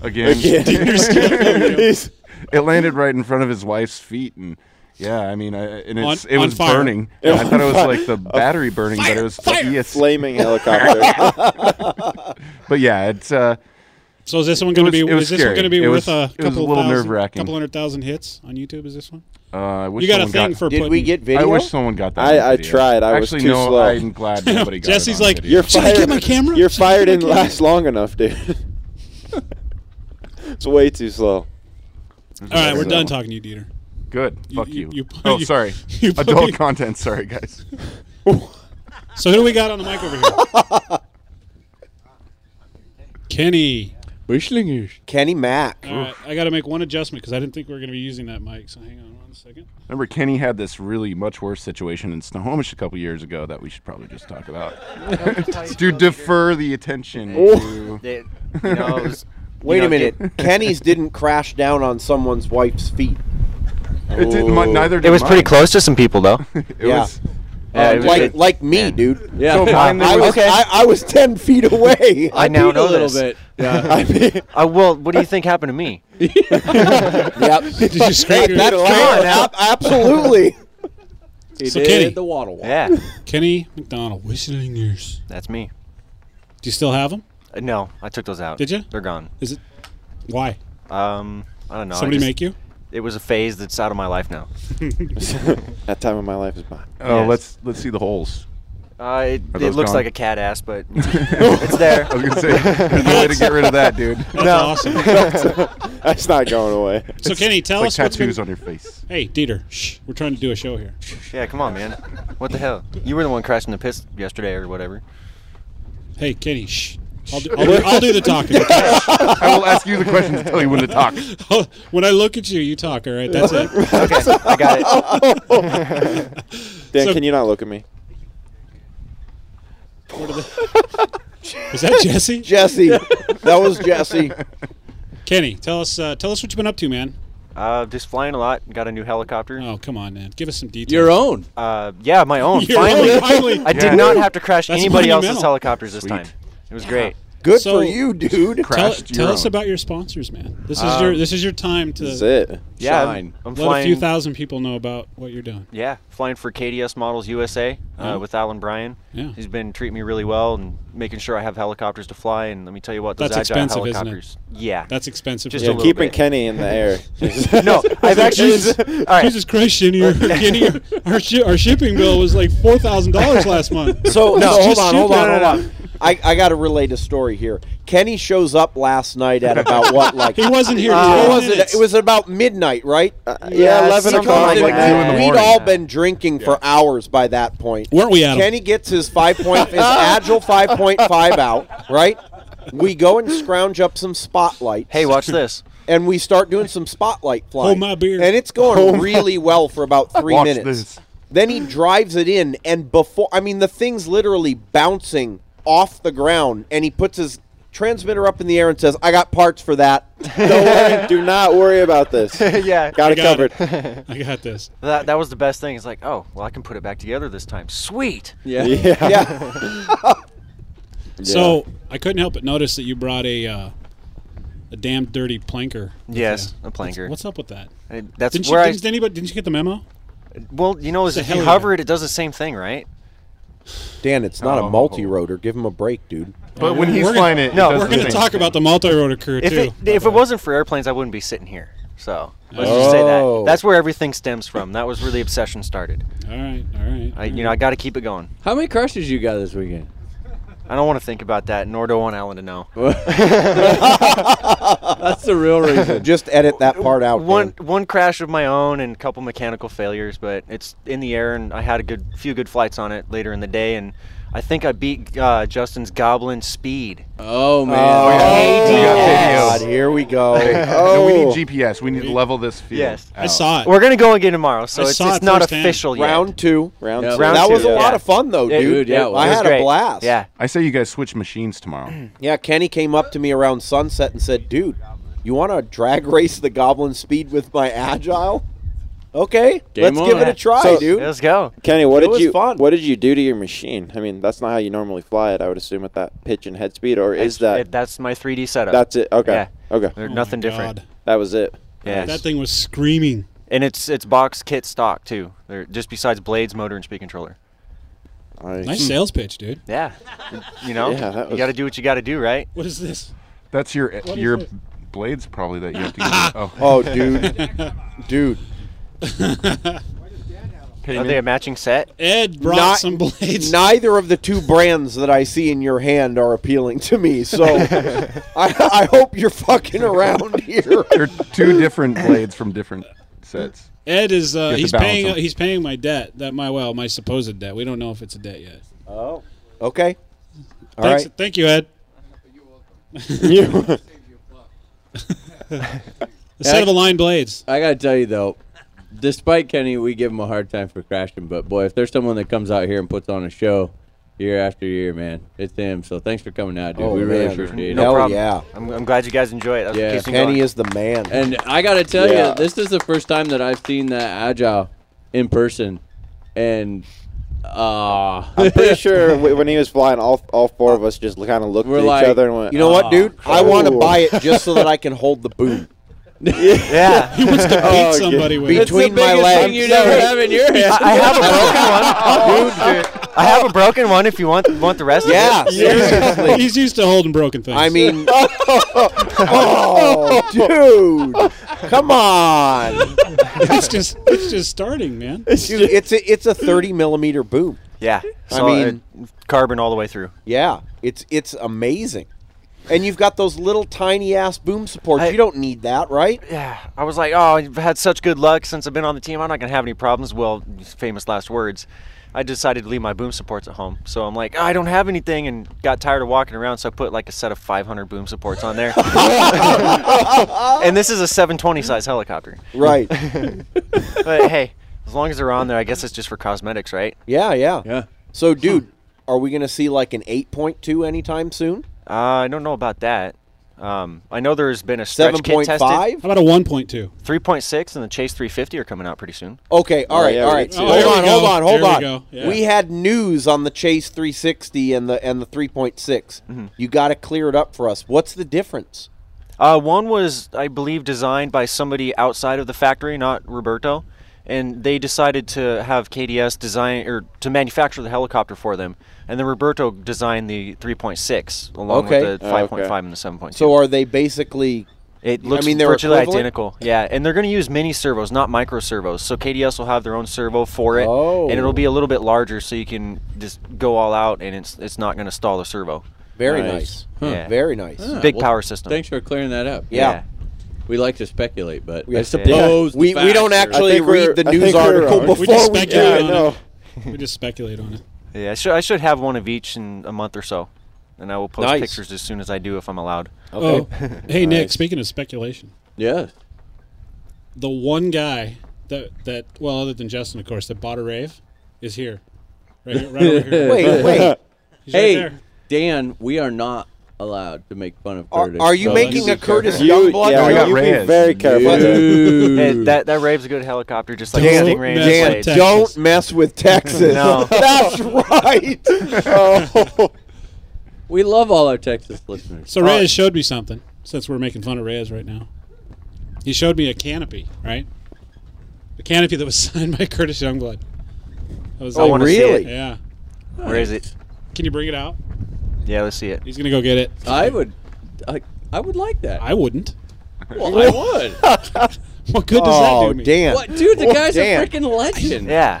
Speaker 7: Again,
Speaker 5: He's-
Speaker 7: *laughs* it landed right in front of his wife's feet, and yeah, I mean, I, and it's,
Speaker 4: On-
Speaker 7: it
Speaker 4: on
Speaker 7: was
Speaker 4: fire.
Speaker 7: burning. I thought it was like the battery burning, but it was the E ESC. *laughs*
Speaker 5: Flaming helicopter.
Speaker 7: But yeah, it's uh,
Speaker 4: So is this one going to
Speaker 7: was-
Speaker 4: be?
Speaker 7: it was
Speaker 4: Is this
Speaker 7: scary.
Speaker 4: one going to be
Speaker 7: It
Speaker 4: worth
Speaker 7: was-
Speaker 4: a
Speaker 7: it was a
Speaker 4: couple
Speaker 7: little
Speaker 4: thousand-
Speaker 7: nerve-wracking.
Speaker 4: Couple hundred thousand hits on YouTube. Is this one?
Speaker 7: uh I wish
Speaker 4: You got a
Speaker 7: someone
Speaker 4: thing for
Speaker 6: Did
Speaker 4: putting.
Speaker 6: we get video?
Speaker 7: I wish someone got that.
Speaker 5: I-
Speaker 7: on
Speaker 5: I
Speaker 7: video.
Speaker 5: tried. I was
Speaker 7: actually
Speaker 5: too
Speaker 7: no.
Speaker 5: slow.
Speaker 7: I'm glad nobody got.
Speaker 4: Jesse's
Speaker 7: it on
Speaker 4: like,
Speaker 7: video.
Speaker 5: You're
Speaker 4: Should I
Speaker 5: fired.
Speaker 4: get my camera?
Speaker 5: You're
Speaker 4: Should I
Speaker 5: fired
Speaker 4: get my
Speaker 5: didn't
Speaker 4: camera?
Speaker 5: last long enough, dude.
Speaker 4: *laughs*
Speaker 5: it's way too slow.
Speaker 4: All right, we're
Speaker 7: So-
Speaker 4: done talking to you, Dieter.
Speaker 7: Good.
Speaker 4: You-
Speaker 7: Fuck
Speaker 4: you-
Speaker 7: you.
Speaker 4: you-
Speaker 7: oh,
Speaker 4: you-
Speaker 7: sorry.
Speaker 4: *laughs* you-
Speaker 7: Adult content. Sorry, guys.
Speaker 4: *laughs* So who do we got on the mic over here?
Speaker 7: *laughs*
Speaker 4: Kenny.
Speaker 6: Kenny Mack.
Speaker 4: All right, I got to make one adjustment because I didn't think we were going to be using that mic. So hang on one second.
Speaker 7: Remember, Kenny had this really much worse situation in Snohomish a couple years ago that we should probably just
Speaker 4: *laughs*
Speaker 7: talk about. to defer the *laughs* attention.
Speaker 6: Oh. *laughs*
Speaker 7: to-
Speaker 9: They,
Speaker 7: *laughs*
Speaker 9: you know, it was,
Speaker 6: Wait
Speaker 9: you know,
Speaker 6: a minute. Kenny's didn't crash down on someone's wife's feet.
Speaker 7: It didn't. mi- Neither
Speaker 9: It,
Speaker 7: did
Speaker 9: was pretty
Speaker 7: mine.
Speaker 9: close to some people, though.
Speaker 7: *laughs* It
Speaker 6: Yeah.
Speaker 7: was.
Speaker 9: Yeah, it was
Speaker 6: Uh, like
Speaker 9: good.
Speaker 6: like me, dude.
Speaker 8: Yeah.
Speaker 7: So mine, there
Speaker 6: I was
Speaker 7: was,
Speaker 9: Okay.
Speaker 6: I, I was ten feet away.
Speaker 9: *laughs* I now
Speaker 8: Peed a
Speaker 9: know
Speaker 8: little
Speaker 9: this.
Speaker 8: bit. Yeah.
Speaker 6: I mean,
Speaker 9: I well, what do you think happened to me?
Speaker 6: yep.
Speaker 4: Did you scrape your
Speaker 6: That's fair. Ab-
Speaker 9: *laughs*
Speaker 6: absolutely.
Speaker 8: He
Speaker 4: So
Speaker 8: did
Speaker 4: Kenny.
Speaker 8: the waddle walk.
Speaker 9: Yeah,
Speaker 4: Kenny McDonald, whistling ears.
Speaker 9: that's me.
Speaker 4: Do you still have them?
Speaker 9: Uh, no, I took those out.
Speaker 4: Did ya?
Speaker 9: They're gone.
Speaker 4: Is it why?
Speaker 9: Um, I don't know. I
Speaker 4: Somebody
Speaker 9: just-
Speaker 4: make you?
Speaker 9: It was a phase that's out of my life now.
Speaker 5: That time of my life is mine.
Speaker 7: oh,
Speaker 9: Yes.
Speaker 7: let's let's see the holes.
Speaker 9: Uh, it
Speaker 7: Are
Speaker 9: it
Speaker 7: those
Speaker 9: looks
Speaker 7: gone?
Speaker 9: like a cat ass,
Speaker 7: *laughs*
Speaker 9: but it's there.
Speaker 7: I was gonna say, there's no way to get rid of that, dude.
Speaker 9: *laughs*
Speaker 4: That's awesome.
Speaker 5: That's not going away.
Speaker 4: So Kenny, tell
Speaker 7: Like
Speaker 4: us what's been.
Speaker 7: tattoos on your face.
Speaker 4: *laughs* Hey Dieter, shh, we're trying to do a
Speaker 7: *laughs*
Speaker 4: show here.
Speaker 9: Yeah, come on, man. What the hell? You were the one crashing the piss yesterday or whatever.
Speaker 4: Hey Kenny, shh. I'll do,
Speaker 9: *laughs*
Speaker 4: I'll do, I'll do the talking.
Speaker 7: *laughs* I will ask you the question to tell you when to talk.
Speaker 4: *laughs* when I look at you, you talk. All right, that's it.
Speaker 9: *laughs* Okay, I got it.
Speaker 7: *laughs*
Speaker 5: *laughs* Dan,
Speaker 4: So-
Speaker 5: can you not look at me?
Speaker 4: Is
Speaker 6: *laughs*
Speaker 4: that Jesse?
Speaker 6: Jesse. that was Jesse.
Speaker 4: Kenny, tell us uh, tell us what you've been up to, man.
Speaker 9: Uh, just flying a lot. Got a new helicopter.
Speaker 4: Oh come on, man, give us some details.
Speaker 8: Your own.
Speaker 9: Uh, yeah, my own.
Speaker 4: *laughs* Your own,
Speaker 9: finally,
Speaker 4: finally.
Speaker 9: I
Speaker 7: Yeah.
Speaker 9: did not have to crash
Speaker 4: That's
Speaker 9: anybody else's
Speaker 4: monumental.
Speaker 9: helicopters this
Speaker 7: Sweet.
Speaker 9: time. It was great.
Speaker 6: Good
Speaker 4: So-
Speaker 6: for you, dude.
Speaker 4: Tell,
Speaker 7: Crashed your
Speaker 4: tell us
Speaker 7: own.
Speaker 4: about your sponsors, man. This is your this is your time to
Speaker 5: This is it.
Speaker 9: Um, Yeah, I'm-
Speaker 8: Shine.
Speaker 9: I'm,
Speaker 4: let
Speaker 9: flying.
Speaker 4: a few thousand people know about what you're doing.
Speaker 9: yeah, flying for KDS Models USA uh,
Speaker 4: Oh.
Speaker 9: with Alan Bryan.
Speaker 4: Yeah.
Speaker 9: He's been treating me really well and making sure I have helicopters to fly. And let me tell you what, those
Speaker 4: That's
Speaker 9: agile
Speaker 4: expensive, isn't it?
Speaker 9: helicopters. Yeah.
Speaker 4: That's expensive.
Speaker 9: Just
Speaker 4: for
Speaker 9: a
Speaker 4: you.
Speaker 5: Yeah,
Speaker 9: little
Speaker 5: keeping
Speaker 9: bit.
Speaker 5: Kenny in the air.
Speaker 9: *laughs* no, I've actually.
Speaker 4: Jesus,
Speaker 9: all right.
Speaker 4: Jesus Christ, Shinny, our, Kenny, our, shi- our shipping bill was like four thousand dollars last month.
Speaker 6: *laughs* So,
Speaker 4: It's
Speaker 6: so hold
Speaker 4: just
Speaker 6: on,
Speaker 4: you-
Speaker 6: hold on,
Speaker 4: No,
Speaker 6: hold
Speaker 4: no,
Speaker 6: on. I, I got to relate a story here. Kenny shows up last night at about what, like
Speaker 4: He wasn't here.
Speaker 6: Uh,
Speaker 4: for
Speaker 6: it
Speaker 4: four
Speaker 6: wasn't.
Speaker 4: minutes.
Speaker 6: It was about midnight, right?
Speaker 5: Uh,
Speaker 6: Uh,
Speaker 5: yeah, 11
Speaker 6: something
Speaker 5: o'clock,
Speaker 6: like
Speaker 5: like
Speaker 6: that.
Speaker 5: two in the
Speaker 6: We'd
Speaker 7: morning.
Speaker 6: all been drinking for hours by that point.
Speaker 4: Weren't we, Adam?
Speaker 6: Kenny gets his five point, his agile five point five out, right? We go and scrounge up some spotlights.
Speaker 9: Hey, watch this.
Speaker 6: and we start doing some spotlight flying.
Speaker 4: my beer.
Speaker 6: And it's going really well for about three
Speaker 7: Watch
Speaker 6: minutes.
Speaker 7: this.
Speaker 6: Then he drives it in, and before I mean, the thing's literally bouncing off the ground, and he puts his transmitter up in the air and says, "I got parts for that."
Speaker 5: Don't worry. Do not worry about this.
Speaker 9: yeah.
Speaker 5: Got it
Speaker 4: got it.
Speaker 5: covered.
Speaker 4: *laughs* I got this.
Speaker 9: That, that was the best thing. It's like, oh, well, I can put it back together this time. Sweet.
Speaker 8: Yeah.
Speaker 5: Yeah.
Speaker 6: Yeah,
Speaker 4: So I couldn't help but notice that you brought a uh, a damn dirty planker. with
Speaker 9: Yes,
Speaker 4: you.
Speaker 9: a planker.
Speaker 4: What's, what's up with that?
Speaker 9: And that's
Speaker 4: Didn't you,
Speaker 9: where
Speaker 4: didn't, anybody, didn't you get the memo?
Speaker 9: I. *laughs* Well, you know, is
Speaker 4: a
Speaker 9: if you
Speaker 4: heli-
Speaker 9: hover it, it does the same thing, right?
Speaker 6: Dan, it's not a
Speaker 7: Oh.
Speaker 6: multi-rotor. Give him a break, dude.
Speaker 7: But when he's
Speaker 4: We're gonna-
Speaker 7: flying it,
Speaker 9: no,
Speaker 7: it does
Speaker 4: We're
Speaker 7: the
Speaker 4: going to
Speaker 7: same
Speaker 4: talk
Speaker 7: thing.
Speaker 4: about the multi-rotor crew
Speaker 9: If
Speaker 4: too.
Speaker 9: it if it wasn't for airplanes, I wouldn't be sitting here. So let's just say that.
Speaker 6: Oh.
Speaker 9: That's where everything stems from. That was where the obsession started.
Speaker 4: all right, all right.
Speaker 9: I, you know, I got to keep it going.
Speaker 8: How many crushes you got this weekend?
Speaker 9: I don't want to think about that, nor do I want Alan to
Speaker 8: *laughs*
Speaker 9: know.
Speaker 8: That's the real reason.
Speaker 6: Just edit that part out.
Speaker 9: One
Speaker 6: Dan.
Speaker 9: one crash of my own and a couple mechanical failures, but it's in the air, and I had a good few good flights on it later in the day, and I think I beat uh, Justin's Goblin speed.
Speaker 8: Oh man.
Speaker 7: We got
Speaker 6: Oh, God,
Speaker 7: videos.
Speaker 6: here we go.
Speaker 7: No, we
Speaker 5: Oh.
Speaker 7: need GPS. We need to level this field.
Speaker 9: Yes.
Speaker 4: I saw it.
Speaker 9: We're gonna go again tomorrow, so
Speaker 4: I
Speaker 9: it's,
Speaker 4: saw
Speaker 9: it's
Speaker 4: it
Speaker 9: not
Speaker 4: firsthand.
Speaker 9: official yet.
Speaker 6: Round two.
Speaker 5: Round
Speaker 8: Yeah.
Speaker 5: two.
Speaker 9: Round
Speaker 6: that
Speaker 9: two.
Speaker 6: was a lot
Speaker 9: Yeah.
Speaker 6: of fun, though,
Speaker 9: Yeah,
Speaker 6: dude.
Speaker 8: dude, yeah, it
Speaker 6: I
Speaker 8: was.
Speaker 6: had
Speaker 9: It was
Speaker 6: a
Speaker 9: great.
Speaker 6: blast.
Speaker 9: Yeah.
Speaker 7: I say you guys switch machines
Speaker 9: *clears throat*
Speaker 7: tomorrow.
Speaker 6: Yeah, Kenny came up to me around sunset and said, "Dude, you want to drag race the Goblin speed with my agile?" Okay,
Speaker 8: Game
Speaker 6: let's give
Speaker 8: on.
Speaker 6: it a try,
Speaker 5: So-
Speaker 6: dude.
Speaker 9: Let's go.
Speaker 5: Kenny, what
Speaker 6: It
Speaker 5: did
Speaker 6: was
Speaker 5: you
Speaker 6: fun.
Speaker 5: what did you do to your machine? I mean, that's not how you normally fly it. I would assume at that pitch and head speed, or is that
Speaker 9: It- that's my 3D setup.
Speaker 5: that's it? Okay,
Speaker 9: Yeah.
Speaker 5: okay,
Speaker 9: There's
Speaker 4: Oh my
Speaker 9: nothing different.
Speaker 4: God.
Speaker 5: that was it.
Speaker 9: Yeah.
Speaker 4: That thing was screaming.
Speaker 9: and it's it's box kit stock too. They're just besides blades, motor, and speed controller.
Speaker 5: Nice.
Speaker 4: Nice sales pitch, dude.
Speaker 9: Hmm. Yeah. You know,
Speaker 5: Yeah, that
Speaker 9: you
Speaker 5: was-
Speaker 9: got to do what you got to do, right?
Speaker 4: What is this?
Speaker 7: That's your
Speaker 4: is
Speaker 7: your
Speaker 4: this?
Speaker 7: blades probably that you have
Speaker 4: *laughs*
Speaker 7: to. Get. Oh,
Speaker 6: *laughs*
Speaker 7: *laughs*
Speaker 6: Oh, dude, dude,
Speaker 9: Are they a matching set?
Speaker 4: *laughs* Ed brought
Speaker 6: Not-
Speaker 4: some blades.
Speaker 6: neither of the two brands that I see in your hand are appealing to me. So I, I hope you're fucking around here.
Speaker 7: they're two different blades from different sets.
Speaker 4: Ed is uh,
Speaker 7: have to
Speaker 4: he's
Speaker 7: balance
Speaker 4: paying
Speaker 7: them.
Speaker 4: he's paying my debt. That my well my supposed debt. We don't know if it's a debt yet.
Speaker 6: Oh, okay, all
Speaker 4: Thanks,
Speaker 6: right.
Speaker 4: Thank you, Ed.
Speaker 5: *laughs* You-
Speaker 4: A set of aligned blades.
Speaker 8: I gotta tell you though, despite Kenny, we give him a hard time for crashing. But boy, if there's someone that comes out here and puts on a show year after year, man, it's him. So thanks for coming out, dude.
Speaker 6: Oh,
Speaker 8: we really
Speaker 6: man.
Speaker 8: appreciate
Speaker 6: No
Speaker 8: it.
Speaker 6: problem. yeah.
Speaker 9: I'm, I'm glad you guys enjoy it. That's
Speaker 8: Yeah.
Speaker 9: what keeps me
Speaker 6: Kenny
Speaker 9: going.
Speaker 6: is the man.
Speaker 8: And I gotta tell
Speaker 5: Yeah.
Speaker 8: you, this is the first time that I've seen that agile in person, and ah,
Speaker 6: *laughs*
Speaker 9: *laughs*
Speaker 5: I'm pretty sure w- when he was flying, all all four of us just kind of looked
Speaker 8: We're
Speaker 5: at
Speaker 8: like,
Speaker 5: each other and went,
Speaker 6: you know what,
Speaker 5: "Ah."
Speaker 6: dude? I want to
Speaker 5: Ooh.
Speaker 6: buy it just so that I can hold the boom. *laughs*
Speaker 9: yeah.
Speaker 4: He wants to beat
Speaker 5: Oh, okay.
Speaker 4: somebody with.
Speaker 6: Beat
Speaker 4: it.
Speaker 8: it's the
Speaker 6: Between my
Speaker 8: biggest thing
Speaker 6: legs.
Speaker 8: you never
Speaker 6: Sorry.
Speaker 8: have in your hand.
Speaker 9: I have a broken one. I have a broken one. If you want want the rest,
Speaker 4: *laughs*
Speaker 6: Yeah,
Speaker 9: of it.
Speaker 6: seriously.
Speaker 4: He's used to holding broken things.
Speaker 6: I mean,
Speaker 4: *laughs*
Speaker 6: oh, dude, come on!
Speaker 4: it's just it's just starting, man.
Speaker 6: Dude, it's a, it's a thirty millimeter boom.
Speaker 9: Yeah.
Speaker 6: I
Speaker 9: So, uh,
Speaker 6: mean-
Speaker 9: carbon all the way through.
Speaker 6: Yeah, it's it's amazing. And you've got those little tiny ass boom supports.
Speaker 9: I-
Speaker 6: you don't need that, right?
Speaker 9: Yeah. I was like, oh, I've had such good luck since I've been on the team. I'm not gonna have any problems. Well, famous last words. I decided to leave my boom supports at home, so I'm like, "Oh, I don't have anything, and got tired of walking around, so I put like a set of 500 boom supports on
Speaker 6: *laughs*
Speaker 9: there. and this is a 720 size helicopter.
Speaker 6: Right.
Speaker 9: *laughs* But hey, as long as they're on there, I guess it's just for cosmetics, right?
Speaker 6: yeah, yeah.
Speaker 8: Yeah.
Speaker 6: So, dude, are we gonna see like an eight point two anytime soon?
Speaker 9: Uh, I don't know about that. Um, I know there's been a stretch
Speaker 6: Seven
Speaker 9: kit
Speaker 6: point
Speaker 9: tested.
Speaker 6: five?
Speaker 4: How about a 1.2?
Speaker 9: 3.6 and the Chase 350 are coming out pretty soon.
Speaker 6: Okay, all right,
Speaker 5: yeah,
Speaker 6: all
Speaker 5: we
Speaker 6: right.
Speaker 5: did
Speaker 4: see that.
Speaker 6: hold,
Speaker 4: Oh, there
Speaker 6: on,
Speaker 4: we
Speaker 6: hold
Speaker 4: go.
Speaker 6: on, hold
Speaker 4: There we
Speaker 6: on,
Speaker 4: go, yeah.
Speaker 6: We had news on the Chase 360 and the and the 3.6.
Speaker 9: Mm-hmm.
Speaker 6: You got to clear it up for us. What's the difference?
Speaker 9: Uh, one was, I believe, designed by somebody outside of the factory, not Roberto, and they decided to have KDS design or to manufacture the helicopter for them, and then Roberto designed the 3.6 along
Speaker 6: Okay.
Speaker 9: with the
Speaker 5: Oh, okay.
Speaker 9: 5.5 and the 7.2.
Speaker 6: So, are they basically?
Speaker 9: It looks
Speaker 6: mean, they're
Speaker 9: virtually
Speaker 6: equivalent?
Speaker 9: identical. Yeah, and they're going to use mini servos, not micro servos. So KDS will have their own servo for it,
Speaker 6: Oh.
Speaker 9: and it'll be a little bit larger, so you can just go all out, and it's it's not going to stall the servo.
Speaker 6: Very
Speaker 5: Nice.
Speaker 6: nice.
Speaker 9: Yeah.
Speaker 6: Very nice.
Speaker 9: Big
Speaker 8: Well,
Speaker 9: power system.
Speaker 8: Thanks for clearing that up.
Speaker 6: Yeah.
Speaker 8: We like to speculate, but I
Speaker 6: Yes, yeah.
Speaker 8: suppose the
Speaker 6: We, we
Speaker 8: facts
Speaker 6: don't
Speaker 8: are-
Speaker 5: I
Speaker 6: actually
Speaker 5: think we're-
Speaker 6: read the
Speaker 5: I
Speaker 6: news
Speaker 5: think we're
Speaker 6: article
Speaker 5: wrong.
Speaker 6: before
Speaker 4: uh, We just
Speaker 6: we, do
Speaker 4: speculate on
Speaker 6: it.
Speaker 5: I know.
Speaker 4: We just speculate on it.
Speaker 9: Yeah, I should I should have one of each in a month or so, and I will post
Speaker 6: Nice.
Speaker 9: pictures as soon as I do if I'm allowed.
Speaker 5: *laughs*
Speaker 4: Oh, hey Nick. Speaking of speculation,
Speaker 8: Yes.
Speaker 4: the one guy that that well, other than Justin, of course, that bought a rave, is here. Right, here, right over
Speaker 5: *laughs*
Speaker 4: here.
Speaker 6: *laughs* Wait, wait.
Speaker 4: He's right
Speaker 8: Hey,
Speaker 6: *laughs*
Speaker 4: there.
Speaker 8: Dan, we are not allowed to make fun of
Speaker 6: Are,
Speaker 8: Curtis.
Speaker 6: are you
Speaker 8: so
Speaker 6: making a
Speaker 8: let's be
Speaker 6: Curtis
Speaker 5: You,
Speaker 6: Youngblood?
Speaker 5: yeah,
Speaker 7: I got
Speaker 5: you be
Speaker 7: Reyes.
Speaker 5: very careful.
Speaker 8: careful.
Speaker 9: Hey, that that rave's a good helicopter, just like
Speaker 6: Dan,
Speaker 9: the Stingray.
Speaker 4: Dan,
Speaker 9: is
Speaker 4: Dan,
Speaker 9: laid.
Speaker 4: Texas.
Speaker 6: Don't
Speaker 4: *laughs*
Speaker 6: mess with Texas.
Speaker 9: No.
Speaker 6: *laughs* That's right. Oh.
Speaker 8: we love all our Texas listeners.
Speaker 4: So Reyes showed me something since we're making fun of Reyes right now. He showed me a canopy, right? A canopy that was *laughs* signed by Curtis Youngblood. I was
Speaker 9: I
Speaker 4: like,
Speaker 9: wanna see
Speaker 6: really?
Speaker 9: it.
Speaker 4: yeah.
Speaker 9: Where is it?
Speaker 4: Can you bring it out?
Speaker 9: Yeah, let's see it.
Speaker 4: He's gonna go get it.
Speaker 8: I would, I, I would like that.
Speaker 4: I wouldn't.
Speaker 8: well, I would.
Speaker 4: *laughs*
Speaker 8: Oh,
Speaker 4: What good does that
Speaker 6: Oh,
Speaker 4: do me?
Speaker 6: Dan.
Speaker 8: What, dude? The
Speaker 6: Well,
Speaker 8: guy's
Speaker 6: Dan.
Speaker 8: a freaking legend.
Speaker 9: Yeah,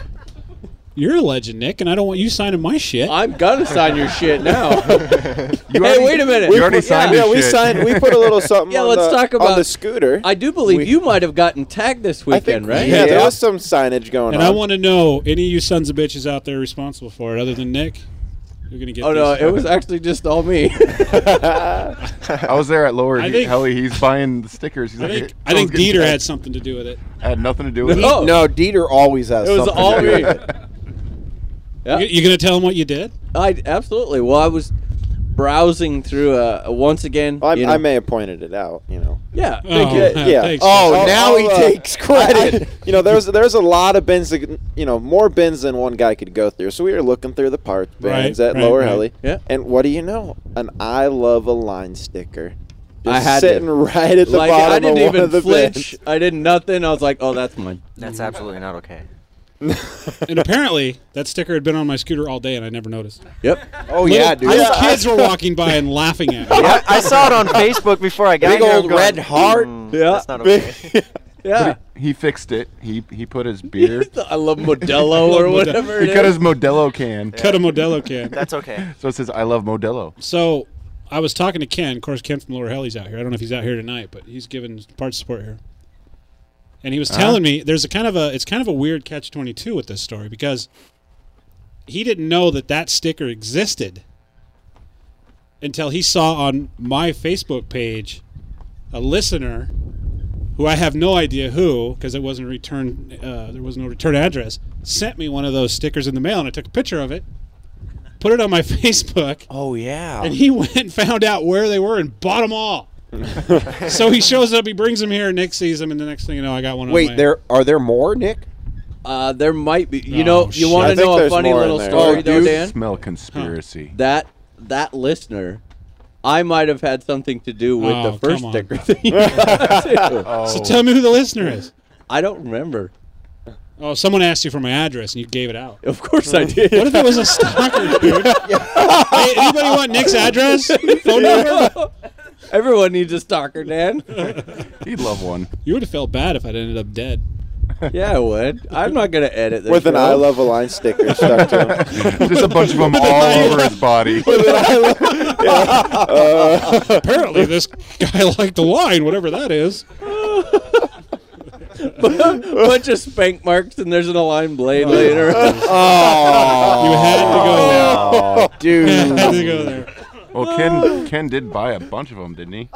Speaker 4: You're a legend, Nick, and I don't want you signing my shit.
Speaker 8: I'm gonna sign your shit now. hey,
Speaker 7: already-
Speaker 8: wait a minute.
Speaker 7: you already signed
Speaker 8: yeah.
Speaker 7: it.
Speaker 5: Yeah, we
Speaker 7: Shit.
Speaker 5: signed. We put a little
Speaker 8: *laughs*
Speaker 5: something.
Speaker 8: Yeah,
Speaker 5: on
Speaker 8: let's
Speaker 5: the-
Speaker 8: talk about-
Speaker 5: on the scooter.
Speaker 8: I do believe you might have gotten tagged this
Speaker 5: I
Speaker 8: weekend,
Speaker 5: think,
Speaker 8: right?
Speaker 5: Yeah, there
Speaker 6: Yeah.
Speaker 5: was some signage
Speaker 8: Oh,
Speaker 5: going
Speaker 4: and
Speaker 5: on.
Speaker 4: I want to know any of you sons of bitches out there responsible for it, other than Nick. You're gonna get.
Speaker 8: Oh no,
Speaker 4: this.
Speaker 8: it was actually just all me.
Speaker 7: *laughs* I was there at Lower
Speaker 4: I
Speaker 7: he-
Speaker 4: think-
Speaker 7: Helly. He's buying the stickers. He's
Speaker 4: I
Speaker 7: like,
Speaker 4: think,
Speaker 7: *laughs* "Hey,
Speaker 4: I think Dieter
Speaker 7: someone's getting
Speaker 4: had
Speaker 7: tagged."
Speaker 4: something to do with it.
Speaker 7: I had nothing to do with
Speaker 8: No.
Speaker 7: it.
Speaker 6: No, Dieter always has
Speaker 8: It was
Speaker 6: something.
Speaker 7: *laughs*
Speaker 8: all
Speaker 6: to
Speaker 8: me.
Speaker 6: do.
Speaker 4: *laughs*
Speaker 8: Yeah.
Speaker 4: You, you gonna tell him what you did?
Speaker 8: I absolutely. Well, I was browsing through uh, once again.
Speaker 5: I,
Speaker 8: you know-
Speaker 5: I may have pointed it out. You know.
Speaker 8: Yeah.
Speaker 4: Oh,
Speaker 8: thank
Speaker 4: *laughs*
Speaker 8: you.
Speaker 5: yeah, yeah.
Speaker 4: thanks.
Speaker 6: Oh,
Speaker 5: I'll-
Speaker 6: now he
Speaker 5: I'll, uh,
Speaker 6: takes credit.
Speaker 5: you know, there's there's a lot of bins, that, you know, more bins than one guy could go through. So we were looking through the parts
Speaker 4: Right,
Speaker 5: bins at
Speaker 4: right,
Speaker 5: Lower
Speaker 4: right.
Speaker 5: Helly.
Speaker 8: Yeah.
Speaker 5: And what do you know? An I love a line sticker. Just
Speaker 8: I had
Speaker 5: sitting
Speaker 8: to.
Speaker 5: right at the
Speaker 8: like
Speaker 5: bottom
Speaker 8: I didn't
Speaker 5: of one
Speaker 8: even
Speaker 5: of the
Speaker 8: flinch.
Speaker 5: bins.
Speaker 8: I did nothing. I was like, oh, that's mine.
Speaker 9: that's absolutely not okay.
Speaker 4: And apparently, that sticker had been on my scooter all day, and I never noticed.
Speaker 8: Yep.
Speaker 6: oh yeah, dude.
Speaker 4: Little kids were walking by and laughing at me.
Speaker 9: I, I saw it on Facebook before I got
Speaker 6: Big
Speaker 9: here. I'm
Speaker 6: old
Speaker 9: going,
Speaker 6: red heart.
Speaker 9: "Mm,
Speaker 8: Yeah,
Speaker 4: Uh,
Speaker 9: that's
Speaker 4: *laughs*
Speaker 9: not okay.
Speaker 8: Yeah.
Speaker 7: He fixed it. He he
Speaker 4: *laughs*
Speaker 7: put his beer.
Speaker 8: I love
Speaker 7: *laughs*
Speaker 8: Modelo or
Speaker 4: Modelo.
Speaker 8: whatever.
Speaker 7: he
Speaker 8: it
Speaker 7: cut
Speaker 8: is.
Speaker 7: his Modelo can.
Speaker 4: Cut a Modelo
Speaker 9: *laughs*
Speaker 4: can.
Speaker 9: That's okay.
Speaker 7: So it says, "I
Speaker 4: *laughs*
Speaker 7: love Modelo."
Speaker 4: So I was talking to Ken. Of course, Ken from Lower Helly's out here. I don't know if he's out here tonight, but he's giving parts support here. And he was telling me there's a kind of a it's kind of a weird catch twenty two with this story because he didn't know that that sticker existed until he saw on my Facebook page a listener who I have no idea who because it wasn't a return uh, there was no return address sent me one of those stickers in the mail and I took a picture of it put it on my *laughs* Facebook
Speaker 6: Oh yeah.
Speaker 4: and he went and found out where they were and bought them all. so he shows up, he brings them here, Nick sees them, and the next thing you know, I got one. on my,
Speaker 6: Wait, there are there more, Nick?
Speaker 8: Uh, there might be. You
Speaker 4: Oh,
Speaker 8: know, you
Speaker 4: shit.
Speaker 8: want
Speaker 5: I
Speaker 8: to
Speaker 5: think
Speaker 8: know a
Speaker 5: there's
Speaker 8: funny
Speaker 5: more in
Speaker 8: little
Speaker 5: there.
Speaker 8: story,
Speaker 5: Oh,
Speaker 8: though,
Speaker 6: dude.
Speaker 8: Dan?
Speaker 7: Smell conspiracy.
Speaker 8: That that listener, I might have had something to do with
Speaker 4: Oh,
Speaker 8: the first
Speaker 4: come on.
Speaker 8: sticker thing. you got, too. *laughs*
Speaker 4: So tell me who the listener is.
Speaker 8: I don't remember.
Speaker 4: Oh, someone asked you for my address and you gave it out.
Speaker 8: Of course I did.
Speaker 4: What if it was a stalker, dude? hey, anybody want Nick's address? Phone number?
Speaker 8: *laughs* Everyone needs a stalker, Dan.
Speaker 7: He'd love one.
Speaker 4: You would have felt bad if I'd ended up dead.
Speaker 8: Yeah, I would. I'm not gonna edit this.
Speaker 5: With an
Speaker 8: show.
Speaker 5: I love Align sticker stuck
Speaker 8: *laughs*
Speaker 5: *laughs* to him.
Speaker 7: Just a bunch of them all over his body.
Speaker 4: *laughs* Apparently, this guy liked the line, whatever that is.
Speaker 8: *laughs* bunch of spank marks, and there's an aligned blade later.
Speaker 4: You had to go there. *laughs*
Speaker 7: *laughs*
Speaker 6: Oh,
Speaker 4: You had
Speaker 6: dude.
Speaker 4: to go there.
Speaker 7: Well, Ken Ken did buy a bunch of them, didn't he?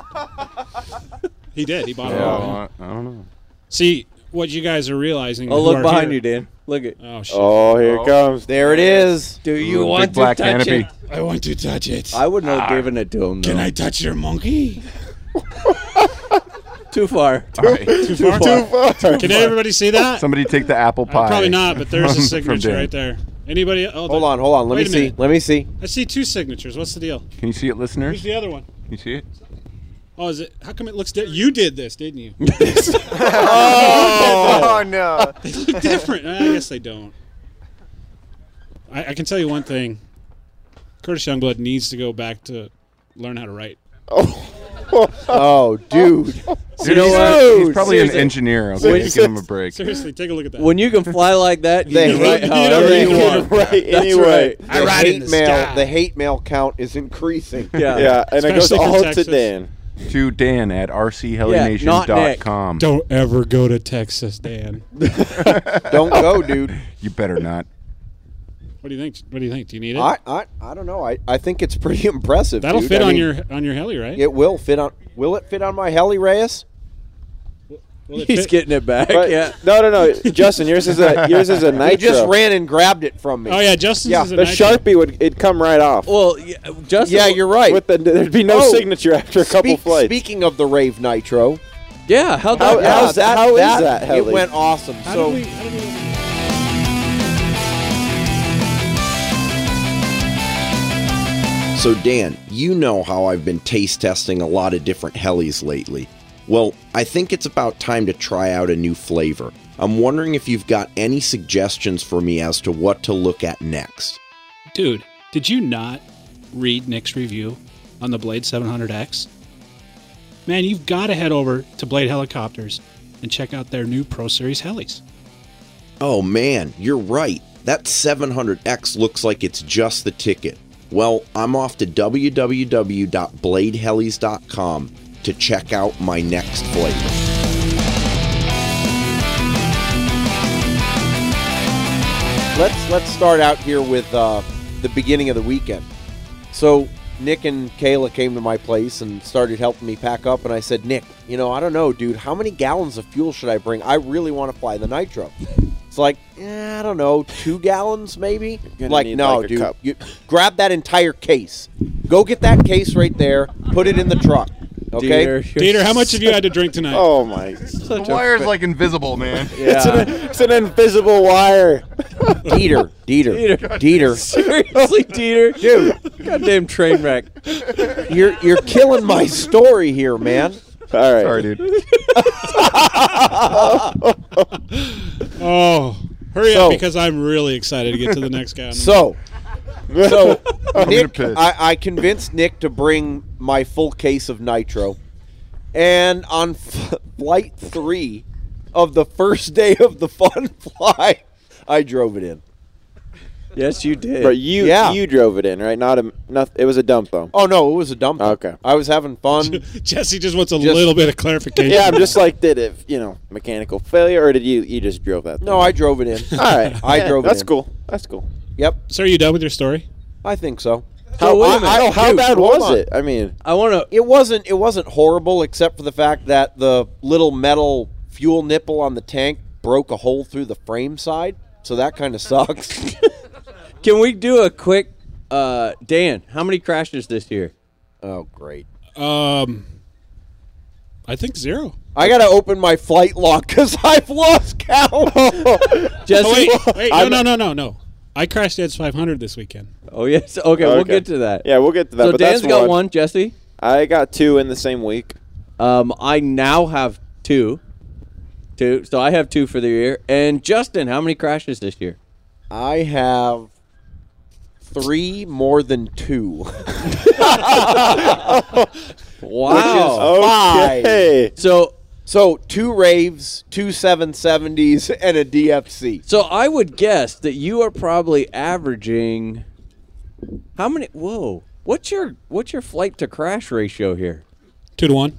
Speaker 4: He did. He bought it
Speaker 7: Yeah,
Speaker 4: all.
Speaker 7: I I don't know.
Speaker 4: See what you guys are realizing.
Speaker 8: oh,
Speaker 4: who
Speaker 8: look
Speaker 4: are
Speaker 8: behind
Speaker 4: here-
Speaker 8: you, Dan. Look at.
Speaker 4: Oh shit!
Speaker 5: Oh, here it comes.
Speaker 6: There it is.
Speaker 8: Do you
Speaker 7: Ooh,
Speaker 8: want
Speaker 7: big
Speaker 8: to
Speaker 7: black
Speaker 8: touch
Speaker 7: canopy. Ah.
Speaker 8: it?
Speaker 4: I want to touch it.
Speaker 8: I wouldn't
Speaker 6: Ah,
Speaker 8: have given it to him. Though.
Speaker 4: Can I touch your
Speaker 6: *laughs*
Speaker 4: monkey?
Speaker 8: Too far.
Speaker 7: *laughs* All right.
Speaker 4: Too far.
Speaker 5: Too far.
Speaker 4: Can everybody see that? Uh,
Speaker 7: Somebody take the apple pie.
Speaker 4: Probably not, but there's a
Speaker 7: *laughs* from-
Speaker 4: signature
Speaker 7: from Dan.
Speaker 4: right there. Anybody? Oh,
Speaker 6: Hold
Speaker 4: there-
Speaker 6: on, hold on. Let
Speaker 4: Wait
Speaker 6: me
Speaker 4: a
Speaker 6: see.
Speaker 4: minute.
Speaker 6: Let me see.
Speaker 4: I see two signatures. What's the deal?
Speaker 7: Can you see it,
Speaker 4: Who's
Speaker 7: listeners?
Speaker 4: the other one?
Speaker 7: Can you see it?
Speaker 4: Oh, is it? How come it looks? Di- you did this, didn't you? *laughs*
Speaker 9: Oh no.
Speaker 4: they
Speaker 9: *laughs*
Speaker 4: look different. I guess they don't. I, I can tell you one thing. Curtis Youngblood needs to go back to learn how to write.
Speaker 6: Oh, dude.
Speaker 8: You know
Speaker 7: He's-
Speaker 8: what?
Speaker 7: He's probably
Speaker 8: Seriously.
Speaker 7: an engineer. Okay,
Speaker 5: Wait.
Speaker 7: give him a break.
Speaker 4: Seriously, take a look at that.
Speaker 8: When you can fly like that, you
Speaker 6: They
Speaker 8: can
Speaker 6: hate-
Speaker 8: write
Speaker 6: you
Speaker 8: however
Speaker 4: don't
Speaker 8: you
Speaker 4: hate
Speaker 8: want.
Speaker 4: him.
Speaker 5: right.
Speaker 8: That's
Speaker 5: anyway.
Speaker 8: right.
Speaker 6: The hate mail. The hate mail count
Speaker 7: *laughs*
Speaker 6: is increasing.
Speaker 8: Yeah.
Speaker 5: Yeah, and it goes
Speaker 4: Especially from
Speaker 5: all to
Speaker 4: Texas.
Speaker 5: Dan.
Speaker 7: To Dan at rchellynation.com.
Speaker 4: Don't ever go to Texas, Dan. what
Speaker 6: Don't
Speaker 7: *laughs*
Speaker 6: go, dude.
Speaker 7: You better not.
Speaker 4: do you think? What do you think? Do you need it?
Speaker 6: I, I, I don't know. I, I think it's pretty *laughs* impressive.
Speaker 4: That'll
Speaker 6: dude.
Speaker 4: fit on
Speaker 6: I mean,
Speaker 4: your on your heli, right?
Speaker 6: It will fit on. Will it fit on my heli, Reyes?
Speaker 4: Will it
Speaker 8: He's
Speaker 4: fit?
Speaker 8: getting it back.
Speaker 5: But
Speaker 8: yeah.
Speaker 5: no, no, no. Justin, yours is a yours
Speaker 6: *laughs*
Speaker 8: *laughs*
Speaker 5: is a nitro.
Speaker 6: He just ran and grabbed it from me.
Speaker 4: Oh yeah, Justin's
Speaker 6: Yeah,
Speaker 4: is a
Speaker 5: The
Speaker 4: nitro.
Speaker 5: sharpie would it'd come right off.
Speaker 8: Well, yeah, Justin.
Speaker 6: Yeah, you're right.
Speaker 5: With the, there'd be no
Speaker 6: Oh.
Speaker 5: signature after a couple
Speaker 6: Speak-
Speaker 5: flights.
Speaker 6: Speaking of the rave nitro,
Speaker 8: Yeah. How
Speaker 5: How-
Speaker 8: that?
Speaker 5: how's that- how is that,
Speaker 6: It
Speaker 5: Heli?
Speaker 6: went awesome.
Speaker 4: How
Speaker 6: so
Speaker 4: did we- how did we-
Speaker 10: So, Dan, you know how I've been taste testing a lot of different helis lately. Well, I think it's about time to try out a new flavor. I'm wondering if you've got any suggestions for me as to what to look at next.
Speaker 4: Dude, did you not read Nick's review on the Blade 700X? Man, you've got to head over to Blade Helicopters and check out their new Pro Series helis.
Speaker 10: Oh man, you're right. That 700X looks like it's just the ticket. Well, I'm off to www.bladehelis.com to check out my next flavor.
Speaker 6: let's let's start out here with uh, the beginning of the weekend. So Nick and Kayla came to my place and started helping me pack up, and I said, Nick, you know, I don't know, dude, how many gallons of fuel should I bring? I really want to fly the nitro. It's like eh, I don't know, two gallons maybe.
Speaker 5: gonna
Speaker 6: Like
Speaker 5: need,
Speaker 6: no,
Speaker 5: like, a
Speaker 6: dude,
Speaker 5: cup.
Speaker 6: you grab that entire case, go get that case right there, put it in the truck. Okay,
Speaker 8: Dieter, you're
Speaker 4: Peter, how much have you had to drink tonight?
Speaker 5: oh my!
Speaker 8: such
Speaker 7: The
Speaker 8: a
Speaker 7: wire's like invisible, man.
Speaker 5: It's, an, it's an invisible wire.
Speaker 6: Dieter, Dieter,
Speaker 8: Dieter.
Speaker 6: Dieter,
Speaker 8: Seriously,
Speaker 6: *laughs*
Speaker 8: Dieter? Dude. Goddamn train wreck.
Speaker 6: you're you're killing my story here, man.
Speaker 5: All right.
Speaker 7: Sorry, dude.
Speaker 6: *laughs*
Speaker 4: Oh, hurry
Speaker 6: So-
Speaker 4: up because I'm really excited to get to
Speaker 6: *laughs*
Speaker 4: the next guy. on the-
Speaker 6: So,
Speaker 5: *laughs*
Speaker 6: so Nick,
Speaker 7: piss.
Speaker 6: I, I convinced Nick to bring my full case of nitro, and on f- flight three of the first day of the fun *laughs* fly, I drove it in.
Speaker 8: Yes, you did.
Speaker 5: But you
Speaker 6: Yeah.
Speaker 5: you drove it in, right? Not a not, It was a dump though.
Speaker 6: Oh no, it was a dump. truck.
Speaker 5: Okay.
Speaker 6: I was having fun.
Speaker 4: *laughs* Jesse just wants a little bit of clarification.
Speaker 5: Yeah, I'm just like, did it? You know, mechanical failure, or did you you just drove that? Thing?
Speaker 6: No, I *laughs* drove it in.
Speaker 5: All right.
Speaker 6: I drove it
Speaker 5: That's
Speaker 6: in.
Speaker 5: cool. That's cool.
Speaker 6: Yep,
Speaker 4: So, are you done with your story?
Speaker 6: I think so.
Speaker 8: So wait a
Speaker 5: I-
Speaker 8: minute.
Speaker 5: I- how
Speaker 6: Dude,
Speaker 5: bad
Speaker 6: hold
Speaker 5: was
Speaker 6: on.
Speaker 5: it? I
Speaker 6: *laughs*
Speaker 5: mean,
Speaker 8: I want to.
Speaker 6: It wasn't. It wasn't horrible, except for the fact that the little metal fuel nipple on the tank broke a hole through the frame side. So that kind of sucks.
Speaker 8: *laughs* Can we do a quick. Uh, Dan, how many crashes this year?
Speaker 6: oh, great.
Speaker 4: Um, I think zero.
Speaker 6: I gotta open my flight log because *laughs* I've lost count.
Speaker 5: *laughs*
Speaker 8: Jesse?
Speaker 4: Oh, wait, wait, no, no, no, no, no. I crashed Ed's 500 this weekend.
Speaker 8: Oh, yes. Okay, we'll
Speaker 5: Okay.
Speaker 8: get to that.
Speaker 5: yeah, we'll get to that.
Speaker 8: So
Speaker 5: but
Speaker 8: Dan's
Speaker 5: that's
Speaker 8: got one. Jesse?
Speaker 5: I got two in the same week.
Speaker 8: Um, I now have two. Two. So I have two for the year. And Justin, how many crashes this year?
Speaker 6: I have three more than two.
Speaker 8: Wow.
Speaker 6: Five.
Speaker 5: Okay.
Speaker 8: So
Speaker 6: So two raves, two 770s, and a DFC.
Speaker 8: So I would guess that *laughs* you are probably averaging how many? Whoa! What's your what's your flight to crash ratio here?
Speaker 4: Two to one.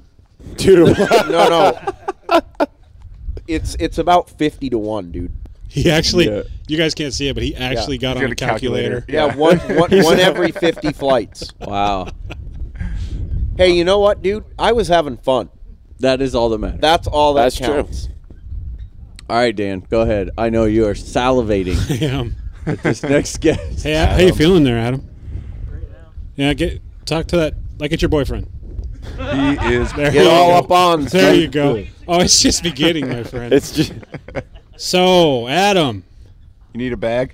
Speaker 6: Two to one. no, no. It's it's about fifty to one, dude.
Speaker 4: He actually, you guys can't see it, but he actually got
Speaker 7: He's
Speaker 4: on
Speaker 7: got
Speaker 4: a
Speaker 7: a calculator.
Speaker 4: calculator.
Speaker 6: Yeah, one, one, one every fifty flights.
Speaker 8: Wow,
Speaker 6: Hey, you know what, dude? I was having fun.
Speaker 8: that is all that matters.
Speaker 6: That's all that
Speaker 5: That's true.
Speaker 6: counts.
Speaker 8: all right, Dan, go ahead. I know you
Speaker 4: *laughs*
Speaker 8: are salivating
Speaker 4: Damn.
Speaker 8: at this next Um,
Speaker 4: *laughs*
Speaker 8: guess.
Speaker 4: Hey, how you feeling there, Adam? Yeah, get talk to that. Like it's your boyfriend.
Speaker 7: He is
Speaker 4: There
Speaker 6: Get
Speaker 4: you
Speaker 6: all
Speaker 4: go.
Speaker 6: up on.
Speaker 4: There
Speaker 6: son.
Speaker 4: you go. Oh, it's just beginning, my friend.
Speaker 5: It's just
Speaker 4: *laughs* so, Adam,
Speaker 7: You need a bag?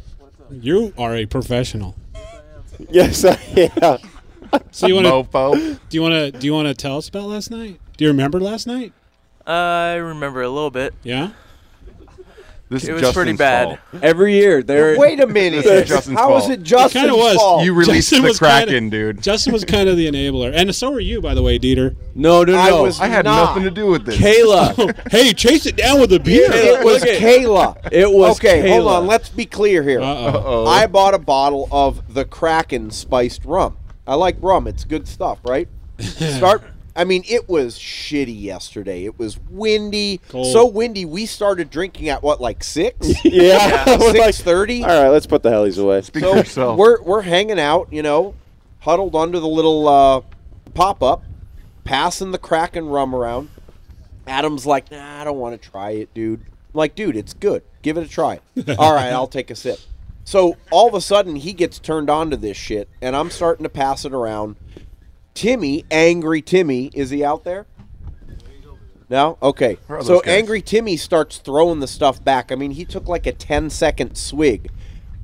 Speaker 4: you are a professional.
Speaker 5: yes, I am.
Speaker 4: So you want to
Speaker 7: Mofo.
Speaker 4: do you want to do you want to tell us about last night? Do you remember last night?
Speaker 3: I remember a little bit.
Speaker 4: Yeah.
Speaker 7: This
Speaker 3: It
Speaker 7: is
Speaker 3: was
Speaker 7: Justin's
Speaker 3: pretty bad.
Speaker 7: fault.
Speaker 8: Every year there.
Speaker 6: Wait a minute.
Speaker 7: *laughs* This is Justin's
Speaker 6: How
Speaker 7: fault.
Speaker 6: is it Justin's
Speaker 4: kinda was.
Speaker 6: fault?
Speaker 7: You released
Speaker 4: Justin
Speaker 7: the
Speaker 4: was kinda-
Speaker 7: Kraken, dude.
Speaker 4: Justin was kind of the enabler, and so were you, by the way, Dieter.
Speaker 8: No, no, no.
Speaker 6: I was-
Speaker 7: I had
Speaker 6: Nah.
Speaker 7: nothing to do with this. *laughs*
Speaker 8: Kayla.
Speaker 4: hey, chase it down with a beer.
Speaker 6: it was
Speaker 8: Look at-
Speaker 6: Kayla.
Speaker 8: It was
Speaker 6: okay, hold
Speaker 8: Kayla.
Speaker 6: on. Let's be clear here.
Speaker 4: Uh oh.
Speaker 7: Uh-oh.
Speaker 6: I bought a bottle of the Kraken spiced rum. I like rum; it's good stuff, right? Start. I mean, it was shitty yesterday. It was windy,
Speaker 4: Cold.
Speaker 6: so windy. We started drinking at what, like six,
Speaker 5: Yeah. I was like,
Speaker 6: *laughs* six thirty.
Speaker 5: all right, let's put the helis away.
Speaker 7: Speak for
Speaker 6: So
Speaker 7: yourself.
Speaker 6: we're we're hanging out, you know, huddled under the little uh, pop up, passing the Kraken rum around. Adam's like, nah, I don't want to try it, dude. I'm like, dude, it's good. Give it
Speaker 7: *laughs*
Speaker 6: a try. All right, I'll take a sip. So all of a sudden, he gets turned on to this shit, and I'm starting to pass it around. Timmy, angry Timmy, is he out there? No? Okay.
Speaker 7: Where are
Speaker 6: So
Speaker 7: those guys?
Speaker 6: angry Timmy starts throwing the stuff back. I mean, he took like a 10 second swig.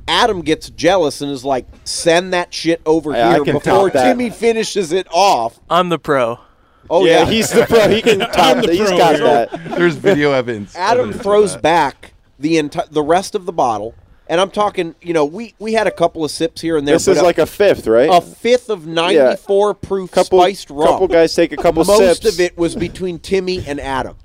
Speaker 6: Adam gets jealous and is like, send that shit over
Speaker 5: Yeah, I
Speaker 6: here
Speaker 5: can
Speaker 6: before
Speaker 5: top that. *laughs*
Speaker 6: Timmy finishes it off.
Speaker 3: I'm the pro.
Speaker 6: Oh,
Speaker 5: yeah,
Speaker 6: yeah.
Speaker 5: he's the pro. He
Speaker 6: *laughs*
Speaker 5: can top.
Speaker 4: I'm
Speaker 5: that.
Speaker 4: the
Speaker 5: He's
Speaker 4: pro
Speaker 5: got
Speaker 4: here.
Speaker 5: that.
Speaker 7: There's video evidence.
Speaker 6: Adam
Speaker 7: evidence of
Speaker 6: throws
Speaker 7: that.
Speaker 6: back the entire the rest of the bottle. And I'm talking, you know, we, we had a couple of sips here and there.
Speaker 5: This is
Speaker 6: but uh,
Speaker 5: like a fifth, right?
Speaker 6: a fifth of 94 proof
Speaker 5: couple,
Speaker 6: spiced rum.
Speaker 5: couple guys take a couple
Speaker 6: most
Speaker 5: sips.
Speaker 6: of it was between Timmy and Adam.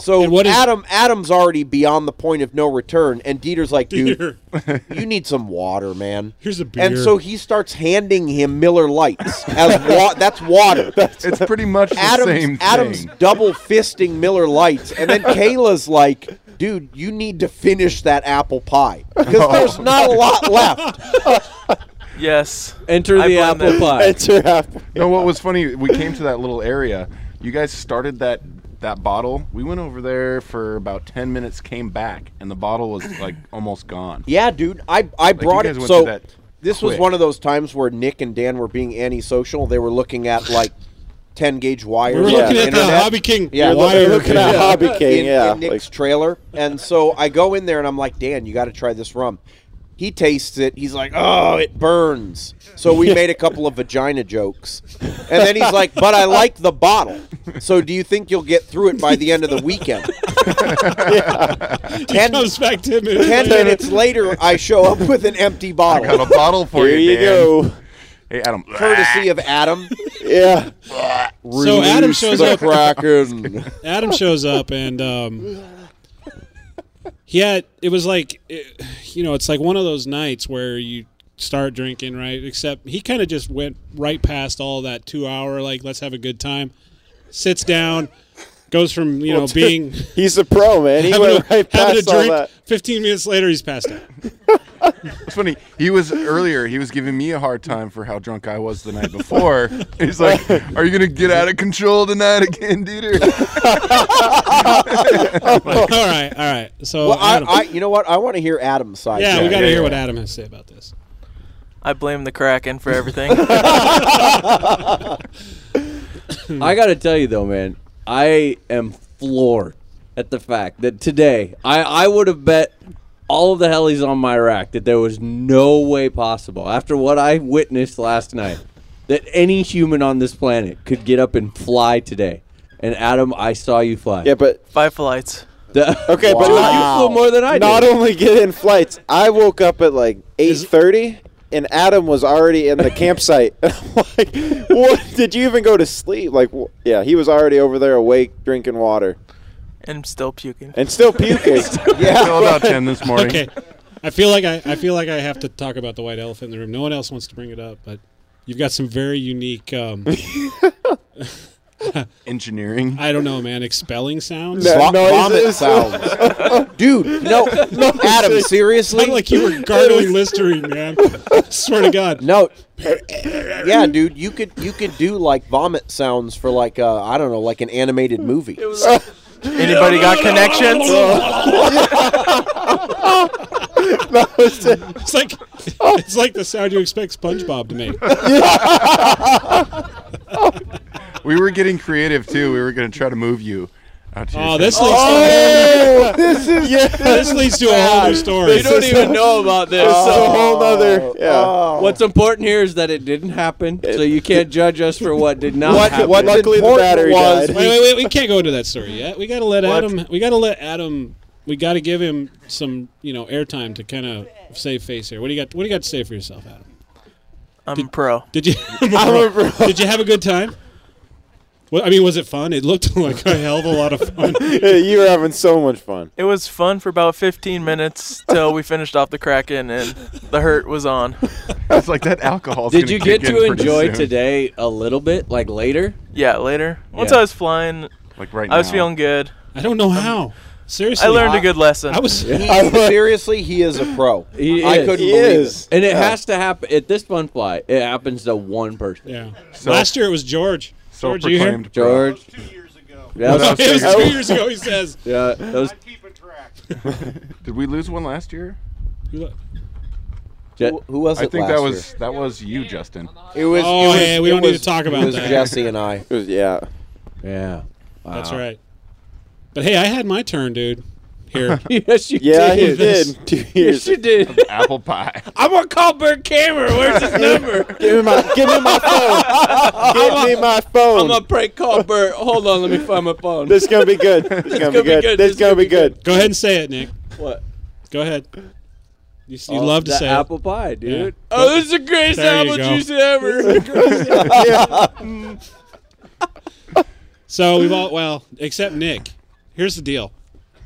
Speaker 6: So
Speaker 4: And what is-
Speaker 6: Adam Adam's already beyond the point of no return, and Dieter's like, dude,
Speaker 4: Here.
Speaker 6: *laughs* you need some water, man.
Speaker 4: Here's a
Speaker 6: And
Speaker 4: beer.
Speaker 6: so he starts handing him Miller Lights as
Speaker 5: *laughs*
Speaker 6: wa- that's water.
Speaker 7: It's pretty much the same
Speaker 6: Adam's
Speaker 7: thing.
Speaker 6: Adam's double fisting Miller Lights, and
Speaker 5: *laughs*
Speaker 6: then Kayla's like, dude, you need to finish that apple pie because
Speaker 5: *laughs*
Speaker 6: there's not a lot left.
Speaker 3: Yes.
Speaker 8: Enter
Speaker 3: I
Speaker 8: the
Speaker 3: blame
Speaker 8: apple
Speaker 3: them.
Speaker 8: pie.
Speaker 5: It's your half-
Speaker 7: *laughs* No, what was funny? We came to that little area. You guys started that that bottle. We went over there for about ten minutes, came back, and the bottle was
Speaker 5: *laughs*
Speaker 7: like almost gone.
Speaker 6: Yeah, dude. I I brought
Speaker 7: guys
Speaker 6: it.
Speaker 7: went
Speaker 6: So
Speaker 7: through that
Speaker 6: this was
Speaker 7: quick.
Speaker 6: one of those times where Nick and Dan were being antisocial. They were looking at like ten gauge wires.
Speaker 4: We were
Speaker 6: on
Speaker 4: looking
Speaker 6: the
Speaker 4: at the
Speaker 6: internet
Speaker 4: Hobby King
Speaker 6: Yeah,
Speaker 4: wire.
Speaker 5: You're looking at
Speaker 4: thing.
Speaker 5: Hobby King,
Speaker 6: in,
Speaker 5: yeah.
Speaker 6: in Nick's
Speaker 5: like-
Speaker 6: trailer, and so I go in there and I'm like, Dan, you got to try this rum. He tastes it. He's like, "Oh, it burns." So we made a couple of vagina jokes, and then he's like, "But I like the bottle." So do you think you'll get through it by the end of the weekend? Ten,
Speaker 4: Comes back ten minutes.
Speaker 6: ten
Speaker 4: later.
Speaker 6: minutes later, I show up with an empty bottle.
Speaker 7: Got a bottle for
Speaker 5: Here
Speaker 7: you,
Speaker 5: you
Speaker 7: Dan.
Speaker 5: go.
Speaker 7: Hey, Adam.
Speaker 6: courtesy
Speaker 4: *laughs*
Speaker 6: of Adam.
Speaker 5: *laughs* Yeah.
Speaker 4: So Adam shows up.
Speaker 6: Kraken.
Speaker 4: *laughs* Adam shows up and um, he had it was like it, you know it's like one of those nights where you start drinking right except he kind of just went right past all that two hour like let's have a good time sits down goes from you know
Speaker 5: *laughs*
Speaker 4: being
Speaker 5: He's a pro, man. He
Speaker 4: *laughs* having,
Speaker 5: went
Speaker 4: a,
Speaker 5: right
Speaker 4: having a
Speaker 5: past all
Speaker 4: drink
Speaker 5: that.
Speaker 4: 15 minutes later he's passed out
Speaker 7: It's funny. He was earlier. He was giving me a hard time for how drunk I was the night before. *laughs* He's like, "Are you gonna get out of control tonight again,
Speaker 4: *laughs*
Speaker 7: Dieter?"
Speaker 4: all right all right so
Speaker 6: Well, I,
Speaker 4: Adam-
Speaker 6: I, you know what? I want to hear Adam's side.
Speaker 4: yeah, we
Speaker 7: yeah,
Speaker 4: got to
Speaker 7: yeah,
Speaker 4: hear
Speaker 7: yeah.
Speaker 4: what Adam has to say about this
Speaker 3: *laughs* I blame the Kraken for
Speaker 5: *laughs*
Speaker 3: everything.
Speaker 8: I gotta tell you though, man, I am floored at the fact that today I, I would have bet all of the helis on my rack that there was no way possible after what I witnessed last night that any human on this planet could get up and fly today. And Adam, I saw you fly.
Speaker 5: Yeah, but
Speaker 3: Five flights.
Speaker 8: *laughs* The-
Speaker 5: okay, but
Speaker 8: Dude,
Speaker 5: not,
Speaker 8: you flew more than I did.
Speaker 5: not only get in flights. I woke up at like eight thirty and Adam was already in the campsite. *laughs* And I'm like, what? Did you even go to sleep? Like, wh- yeah, he was already over there awake, drinking water,
Speaker 3: and still puking.
Speaker 5: and still puking.
Speaker 7: Filled out 10 this morning.
Speaker 4: Okay. I feel like I, I feel like I have to talk about the white elephant in the room. No one else wants to bring it up, but you've got some very unique um,
Speaker 7: Engineering.
Speaker 4: I don't know, man, expelling sounds.
Speaker 5: That
Speaker 6: Vo- vomit
Speaker 5: noises.
Speaker 6: sounds. Dude, no, no, Adam, seriously?
Speaker 4: Sounded like you were
Speaker 11: *laughs*
Speaker 4: gargling listerine, man. Swear to God.
Speaker 6: *laughs* No. Yeah, dude, you could you could do like vomit sounds for like uh I don't know, like an animated movie.
Speaker 7: *laughs*
Speaker 3: Anybody got connections?
Speaker 4: *laughs* It's like it's like the sound you expect SpongeBob to make.
Speaker 7: We were getting creative too. We were going to try to move you out to your
Speaker 4: Oh, this
Speaker 7: side.
Speaker 4: leads,
Speaker 5: Oh, *laughs* this
Speaker 4: *laughs*
Speaker 5: is
Speaker 4: this leads to a whole new story.
Speaker 8: They don't even know about this.
Speaker 5: a whole other. Yeah.
Speaker 8: so what's important here is that it didn't happen, so you can't judge us for what did not happen.
Speaker 5: what luckily the battery
Speaker 6: was-
Speaker 5: died.
Speaker 4: wait, wait, wait. We can't go into that story
Speaker 8: Mm-hmm.
Speaker 4: yet. We gotta let Adam. We gotta let Adam. We gotta give him some, you know, airtime to kind of save face here. What do you got? What do you got to say for yourself, Adam?
Speaker 3: I'm pro.
Speaker 4: Did you? *laughs* did you have a good time? Well, I mean, was it fun? It looked *laughs* like a hell of a lot of
Speaker 3: *laughs*
Speaker 4: fun.
Speaker 5: *laughs* Yeah, you were having so much fun.
Speaker 3: It was fun for about 15 minutes till we finished off the Kraken and the hurt was on.
Speaker 7: *laughs* It's like that alcohol.
Speaker 8: Did you get to enjoy today a little bit, like later?
Speaker 3: Yeah, later. Once
Speaker 8: Yeah.
Speaker 3: I was flying,
Speaker 7: Like right now.
Speaker 3: I was feeling good.
Speaker 4: I don't know how.
Speaker 3: *laughs*
Speaker 4: Seriously,
Speaker 3: I learned a good lesson.
Speaker 4: *laughs* I was.
Speaker 6: He- seriously, he is a pro.
Speaker 8: He
Speaker 6: I
Speaker 8: is.
Speaker 6: couldn't
Speaker 5: He
Speaker 6: believe
Speaker 5: is.
Speaker 6: it.
Speaker 8: And it has to happen at this fun fly. It happens to one person.
Speaker 4: Yeah. Last year it was George. George, you here?
Speaker 7: Self-proclaimed pro.
Speaker 8: George. Yeah,
Speaker 7: Well,
Speaker 8: that's-
Speaker 7: that
Speaker 4: *laughs* It was
Speaker 7: Oh.
Speaker 4: two years ago. He says.
Speaker 8: yeah, that was-
Speaker 7: *laughs* Did we lose one last year?
Speaker 8: Je-
Speaker 6: Who- Who was it
Speaker 7: I think
Speaker 6: last
Speaker 7: that was
Speaker 6: year?
Speaker 7: that was you, Justin.
Speaker 6: It was.
Speaker 4: Oh,
Speaker 6: it was-
Speaker 4: hey, we
Speaker 6: it
Speaker 4: don't need
Speaker 6: was-
Speaker 4: to talk
Speaker 6: It
Speaker 4: about
Speaker 6: was
Speaker 4: that. *laughs*
Speaker 6: Jesse and I.
Speaker 5: It was, yeah.
Speaker 8: yeah.
Speaker 4: That's right. But hey, I had my turn, dude. Here.
Speaker 8: Yes, you
Speaker 5: Yeah,
Speaker 8: did.
Speaker 5: he did. Two
Speaker 8: Yes,
Speaker 5: years.
Speaker 8: you did. *laughs*
Speaker 7: Apple pie.
Speaker 8: I'm gonna call Bert Cameron. Where's his number?
Speaker 5: Give me my, give me my phone.
Speaker 4: *laughs*
Speaker 5: Give me my phone.
Speaker 8: I'm gonna prank call Bert. Hold on, let me find my phone.
Speaker 5: this is gonna
Speaker 8: *laughs*
Speaker 5: be good. This is gonna be good. This is gonna be good.
Speaker 4: Go ahead and say it, Nick.
Speaker 8: what?
Speaker 4: Go ahead. You, s- you
Speaker 8: Oh,
Speaker 4: love to
Speaker 8: that
Speaker 4: say
Speaker 8: apple pie, dude.
Speaker 4: Yeah.
Speaker 8: Oh, this is the greatest
Speaker 4: There you
Speaker 8: apple
Speaker 4: go.
Speaker 8: juice ever. *laughs*
Speaker 4: it. So we've all well, except Nick. Here's the deal.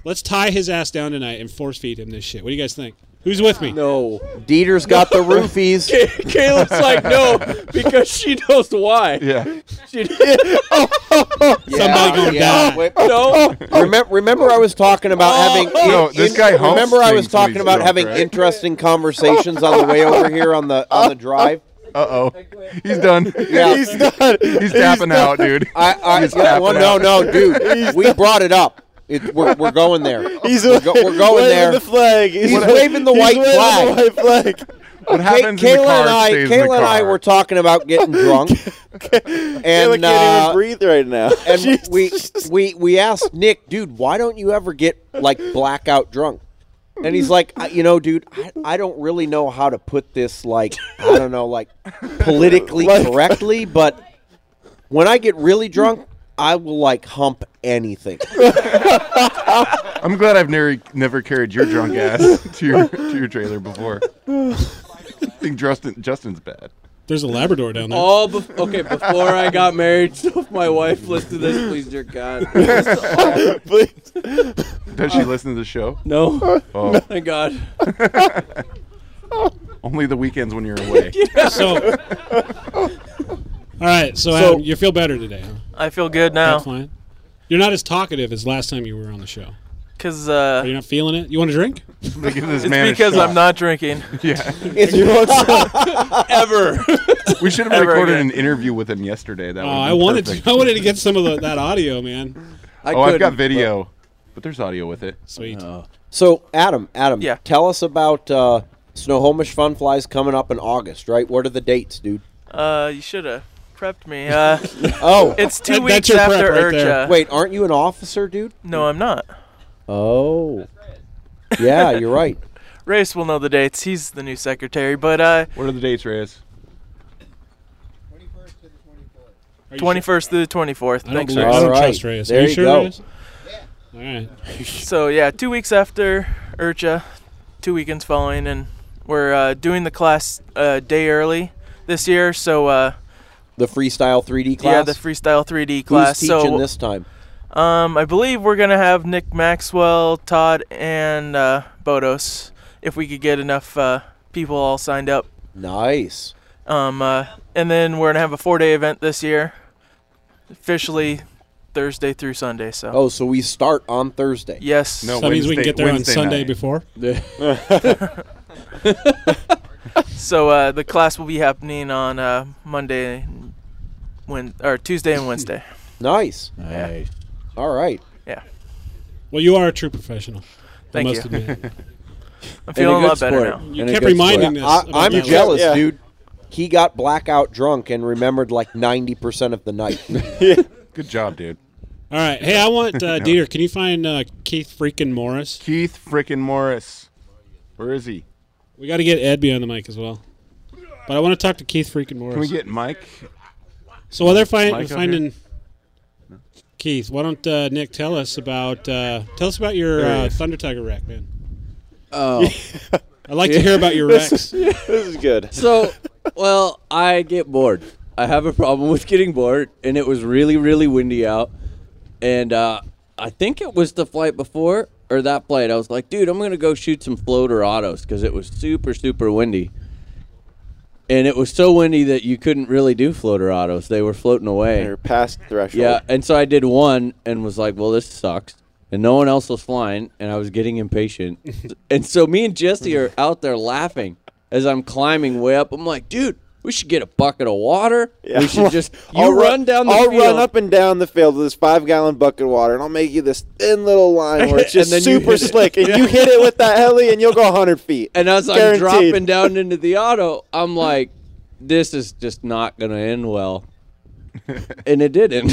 Speaker 4: Let's tie his ass down tonight and force feed him this shit. What do you guys think? Who's with me?
Speaker 8: no.
Speaker 6: Dieter's got the roofies.
Speaker 8: Caleb's like no because *laughs* she knows why.
Speaker 7: Yeah.
Speaker 8: She,
Speaker 6: *laughs*
Speaker 4: *laughs* Somebody gonna die.
Speaker 6: Wait,
Speaker 8: no,
Speaker 6: remember, remember, I was talking about having.
Speaker 7: Oh. No, this guy humps
Speaker 6: Remember, I was
Speaker 7: things when
Speaker 6: talking
Speaker 7: he's
Speaker 6: about
Speaker 7: drunk,
Speaker 6: having
Speaker 7: right?
Speaker 6: interesting conversations on the way over here on the on the drive.
Speaker 7: Uh oh. He's done.
Speaker 6: Yeah.
Speaker 5: He's done.
Speaker 7: He's tapping out, dude.
Speaker 6: I, I,
Speaker 7: He's
Speaker 6: yeah,
Speaker 7: tapping
Speaker 6: well, no,
Speaker 7: out.
Speaker 6: no, dude. we brought it up. It, we're, we're going there.
Speaker 5: He's
Speaker 6: we're, go- we're going
Speaker 5: waving
Speaker 6: there.
Speaker 5: the flag. He's,
Speaker 6: He's waving the white
Speaker 5: waving
Speaker 6: flag.
Speaker 5: The white flag.
Speaker 7: What
Speaker 6: Kay-
Speaker 7: happens in the
Speaker 6: Kayla
Speaker 7: car
Speaker 6: and I,
Speaker 7: stays in the
Speaker 6: Kayla and I
Speaker 7: car.
Speaker 6: were talking about getting drunk,
Speaker 7: *laughs*
Speaker 5: Kayla
Speaker 6: and
Speaker 5: can't even
Speaker 6: uh,
Speaker 5: breathe right now.
Speaker 7: *laughs*
Speaker 6: and
Speaker 5: She's-
Speaker 6: we we we asked Nick, dude, why don't you ever get like blackout drunk? And he's like, I, you know, dude, I, I don't really know how to put this like I don't know like politically correctly, but when I get really drunk, I will like hump anything.
Speaker 7: I'm glad I've never never carried your drunk ass to your to your trailer before. I think Justin Justin's bad.
Speaker 4: There's a Labrador down there.
Speaker 8: all bef- okay. Before I got married, *laughs* so if my wife listened to this, please, dear
Speaker 7: *laughs*
Speaker 8: God,
Speaker 5: please.
Speaker 7: Does she listen to
Speaker 4: *laughs*
Speaker 7: the show?
Speaker 8: no, *laughs*
Speaker 7: Oh,
Speaker 8: thank
Speaker 7: *laughs*
Speaker 8: God.
Speaker 7: only the weekends when you're
Speaker 4: *laughs*
Speaker 7: away.
Speaker 4: So All right, so, Adam, you feel better today, huh?
Speaker 3: I feel good
Speaker 4: That's
Speaker 3: now
Speaker 4: fine. You're not as talkative as last time you were on the show.
Speaker 3: because
Speaker 4: Are
Speaker 3: uh,
Speaker 4: you not feeling it? You want a drink?
Speaker 7: They give this man a
Speaker 3: it's because
Speaker 7: shot.
Speaker 3: I'm not drinking.
Speaker 7: *laughs* Yeah,
Speaker 3: *laughs*
Speaker 6: It's
Speaker 4: *laughs*
Speaker 8: Ever.
Speaker 7: *laughs* we should have
Speaker 3: Ever
Speaker 7: recorded
Speaker 3: again.
Speaker 7: an interview with him yesterday. That
Speaker 4: Oh,
Speaker 7: would've
Speaker 4: I
Speaker 7: been
Speaker 4: wanted
Speaker 7: perfect.
Speaker 4: to, *laughs* I wanted to get some of the, that audio, man.
Speaker 8: I
Speaker 7: Oh, I've got
Speaker 8: couldn't,
Speaker 7: video, but there's audio with it.
Speaker 4: Sweet.
Speaker 6: Oh. So, Adam, Adam,
Speaker 3: Yeah.
Speaker 6: tell us about uh, Snohomish Fun Flies coming up in August, right? What are the dates, dude?
Speaker 3: Uh, you should have prepped me.
Speaker 8: *laughs*
Speaker 3: Uh,
Speaker 6: *laughs* Oh,
Speaker 3: *laughs* it's two
Speaker 4: That- that's
Speaker 3: weeks
Speaker 4: your prep
Speaker 3: after
Speaker 4: right there.
Speaker 3: Urcha.
Speaker 6: wait,
Speaker 8: oh,
Speaker 6: aren't you an officer, dude?
Speaker 3: No, I'm not.
Speaker 6: Oh, yeah, you're right.
Speaker 3: *laughs* Race will know the dates. He's the new secretary. But uh,
Speaker 7: What are the dates, Reyes?
Speaker 4: Are you
Speaker 3: 21st through the 24th.
Speaker 4: I don't,
Speaker 3: Thanks,
Speaker 4: believe,
Speaker 3: Reyes.
Speaker 4: I don't
Speaker 6: All
Speaker 4: trust
Speaker 6: right.
Speaker 4: Reyes.
Speaker 6: There
Speaker 4: Are you,
Speaker 6: you
Speaker 4: sure,
Speaker 6: go.
Speaker 4: Reyes? All right.
Speaker 3: So yeah, two weeks after Urcha, two weekends following, and We're uh, doing the class uh, day early this year, so uh,
Speaker 6: The freestyle 3D class.
Speaker 3: yeah, the freestyle 3D class.
Speaker 6: Who's
Speaker 3: so
Speaker 6: teaching this time?
Speaker 3: Um, I believe we're gonna have Nick Maxwell, Todd, and uh, Bodos if we could get enough uh, people all signed up.
Speaker 6: Nice.
Speaker 3: Um, uh, and then we're gonna have a four-day event this year, officially Thursday through Sunday. So
Speaker 6: Oh, so we start on Thursday.
Speaker 3: yes,
Speaker 7: No.
Speaker 4: that means we can
Speaker 7: Wednesday-
Speaker 4: get there on
Speaker 7: Wednesday
Speaker 4: Sunday
Speaker 7: night.
Speaker 4: before.
Speaker 3: *laughs*
Speaker 6: *laughs*
Speaker 3: So uh, the class will be happening on uh, Monday, when or Tuesday and Wednesday.
Speaker 6: Nice.
Speaker 8: Nice.
Speaker 6: All right.
Speaker 3: Yeah,
Speaker 4: Well, you are a true professional. I
Speaker 3: Thank
Speaker 4: must
Speaker 3: you.
Speaker 4: admit it.
Speaker 3: *laughs* I'm feeling a lot better now.
Speaker 4: You kept reminding us.
Speaker 6: I,
Speaker 4: about
Speaker 6: I'm
Speaker 4: that.
Speaker 6: jealous,
Speaker 5: Yeah.
Speaker 6: dude. He got blackout drunk and remembered like 90% of
Speaker 4: *laughs*
Speaker 6: the night.
Speaker 7: Good job, dude.
Speaker 4: All right. Hey, I want
Speaker 7: *laughs*
Speaker 4: uh, Dieter. Can you find uh, Keith freaking Morris?
Speaker 7: Keith frickin' Morris. Where is he?
Speaker 4: We got to get Ed behind the mic as well. But I want to talk to Keith freaking Morris.
Speaker 7: Can we
Speaker 4: *laughs*
Speaker 7: get Mike?
Speaker 4: so while they're fin-
Speaker 7: Mike up
Speaker 4: finding Keith, why don't uh, Nick tell us about uh, tell us about your
Speaker 7: There he
Speaker 4: uh,
Speaker 7: is.
Speaker 4: Thunder Tiger wreck, man?
Speaker 8: Oh.
Speaker 4: *laughs* I'd like to hear about
Speaker 8: *laughs*
Speaker 4: your wrecks.
Speaker 5: *laughs* This is good.
Speaker 8: So, well, I get bored. I have a problem with getting bored, and it was really, really windy out. And uh, I think it was the flight before or that flight. I was like, dude, I'm gonna go shoot some floater autos because it was super, super windy. And it was so windy that you couldn't really do floater autos. They were floating away.
Speaker 5: You're past threshold.
Speaker 8: Yeah, and so I did one and was like, "Well, this sucks." And no one else was flying, and I was getting
Speaker 5: *laughs*
Speaker 8: impatient. and so me and Jesse are out there laughing as I'm climbing way up. I'm like, "Dude, we should get a bucket of water. We *laughs*
Speaker 5: *laughs*
Speaker 8: should just you
Speaker 5: I'll ru-
Speaker 8: run down the
Speaker 5: I'll
Speaker 8: field.
Speaker 5: run up and down the field with this five gallon bucket of water, and I'll make you this thin little line where
Speaker 8: *laughs*
Speaker 5: it's
Speaker 8: And
Speaker 5: just
Speaker 8: then you
Speaker 5: super
Speaker 8: hit it. *laughs*
Speaker 5: slick, and you hit it with that heli, and you'll go 100 feet.
Speaker 8: And as I'm
Speaker 5: Guaranteed.
Speaker 8: dropping
Speaker 5: *laughs*
Speaker 8: down into the auto, I'm like, "This is just not gonna end
Speaker 5: *laughs*
Speaker 8: well." and it didn't.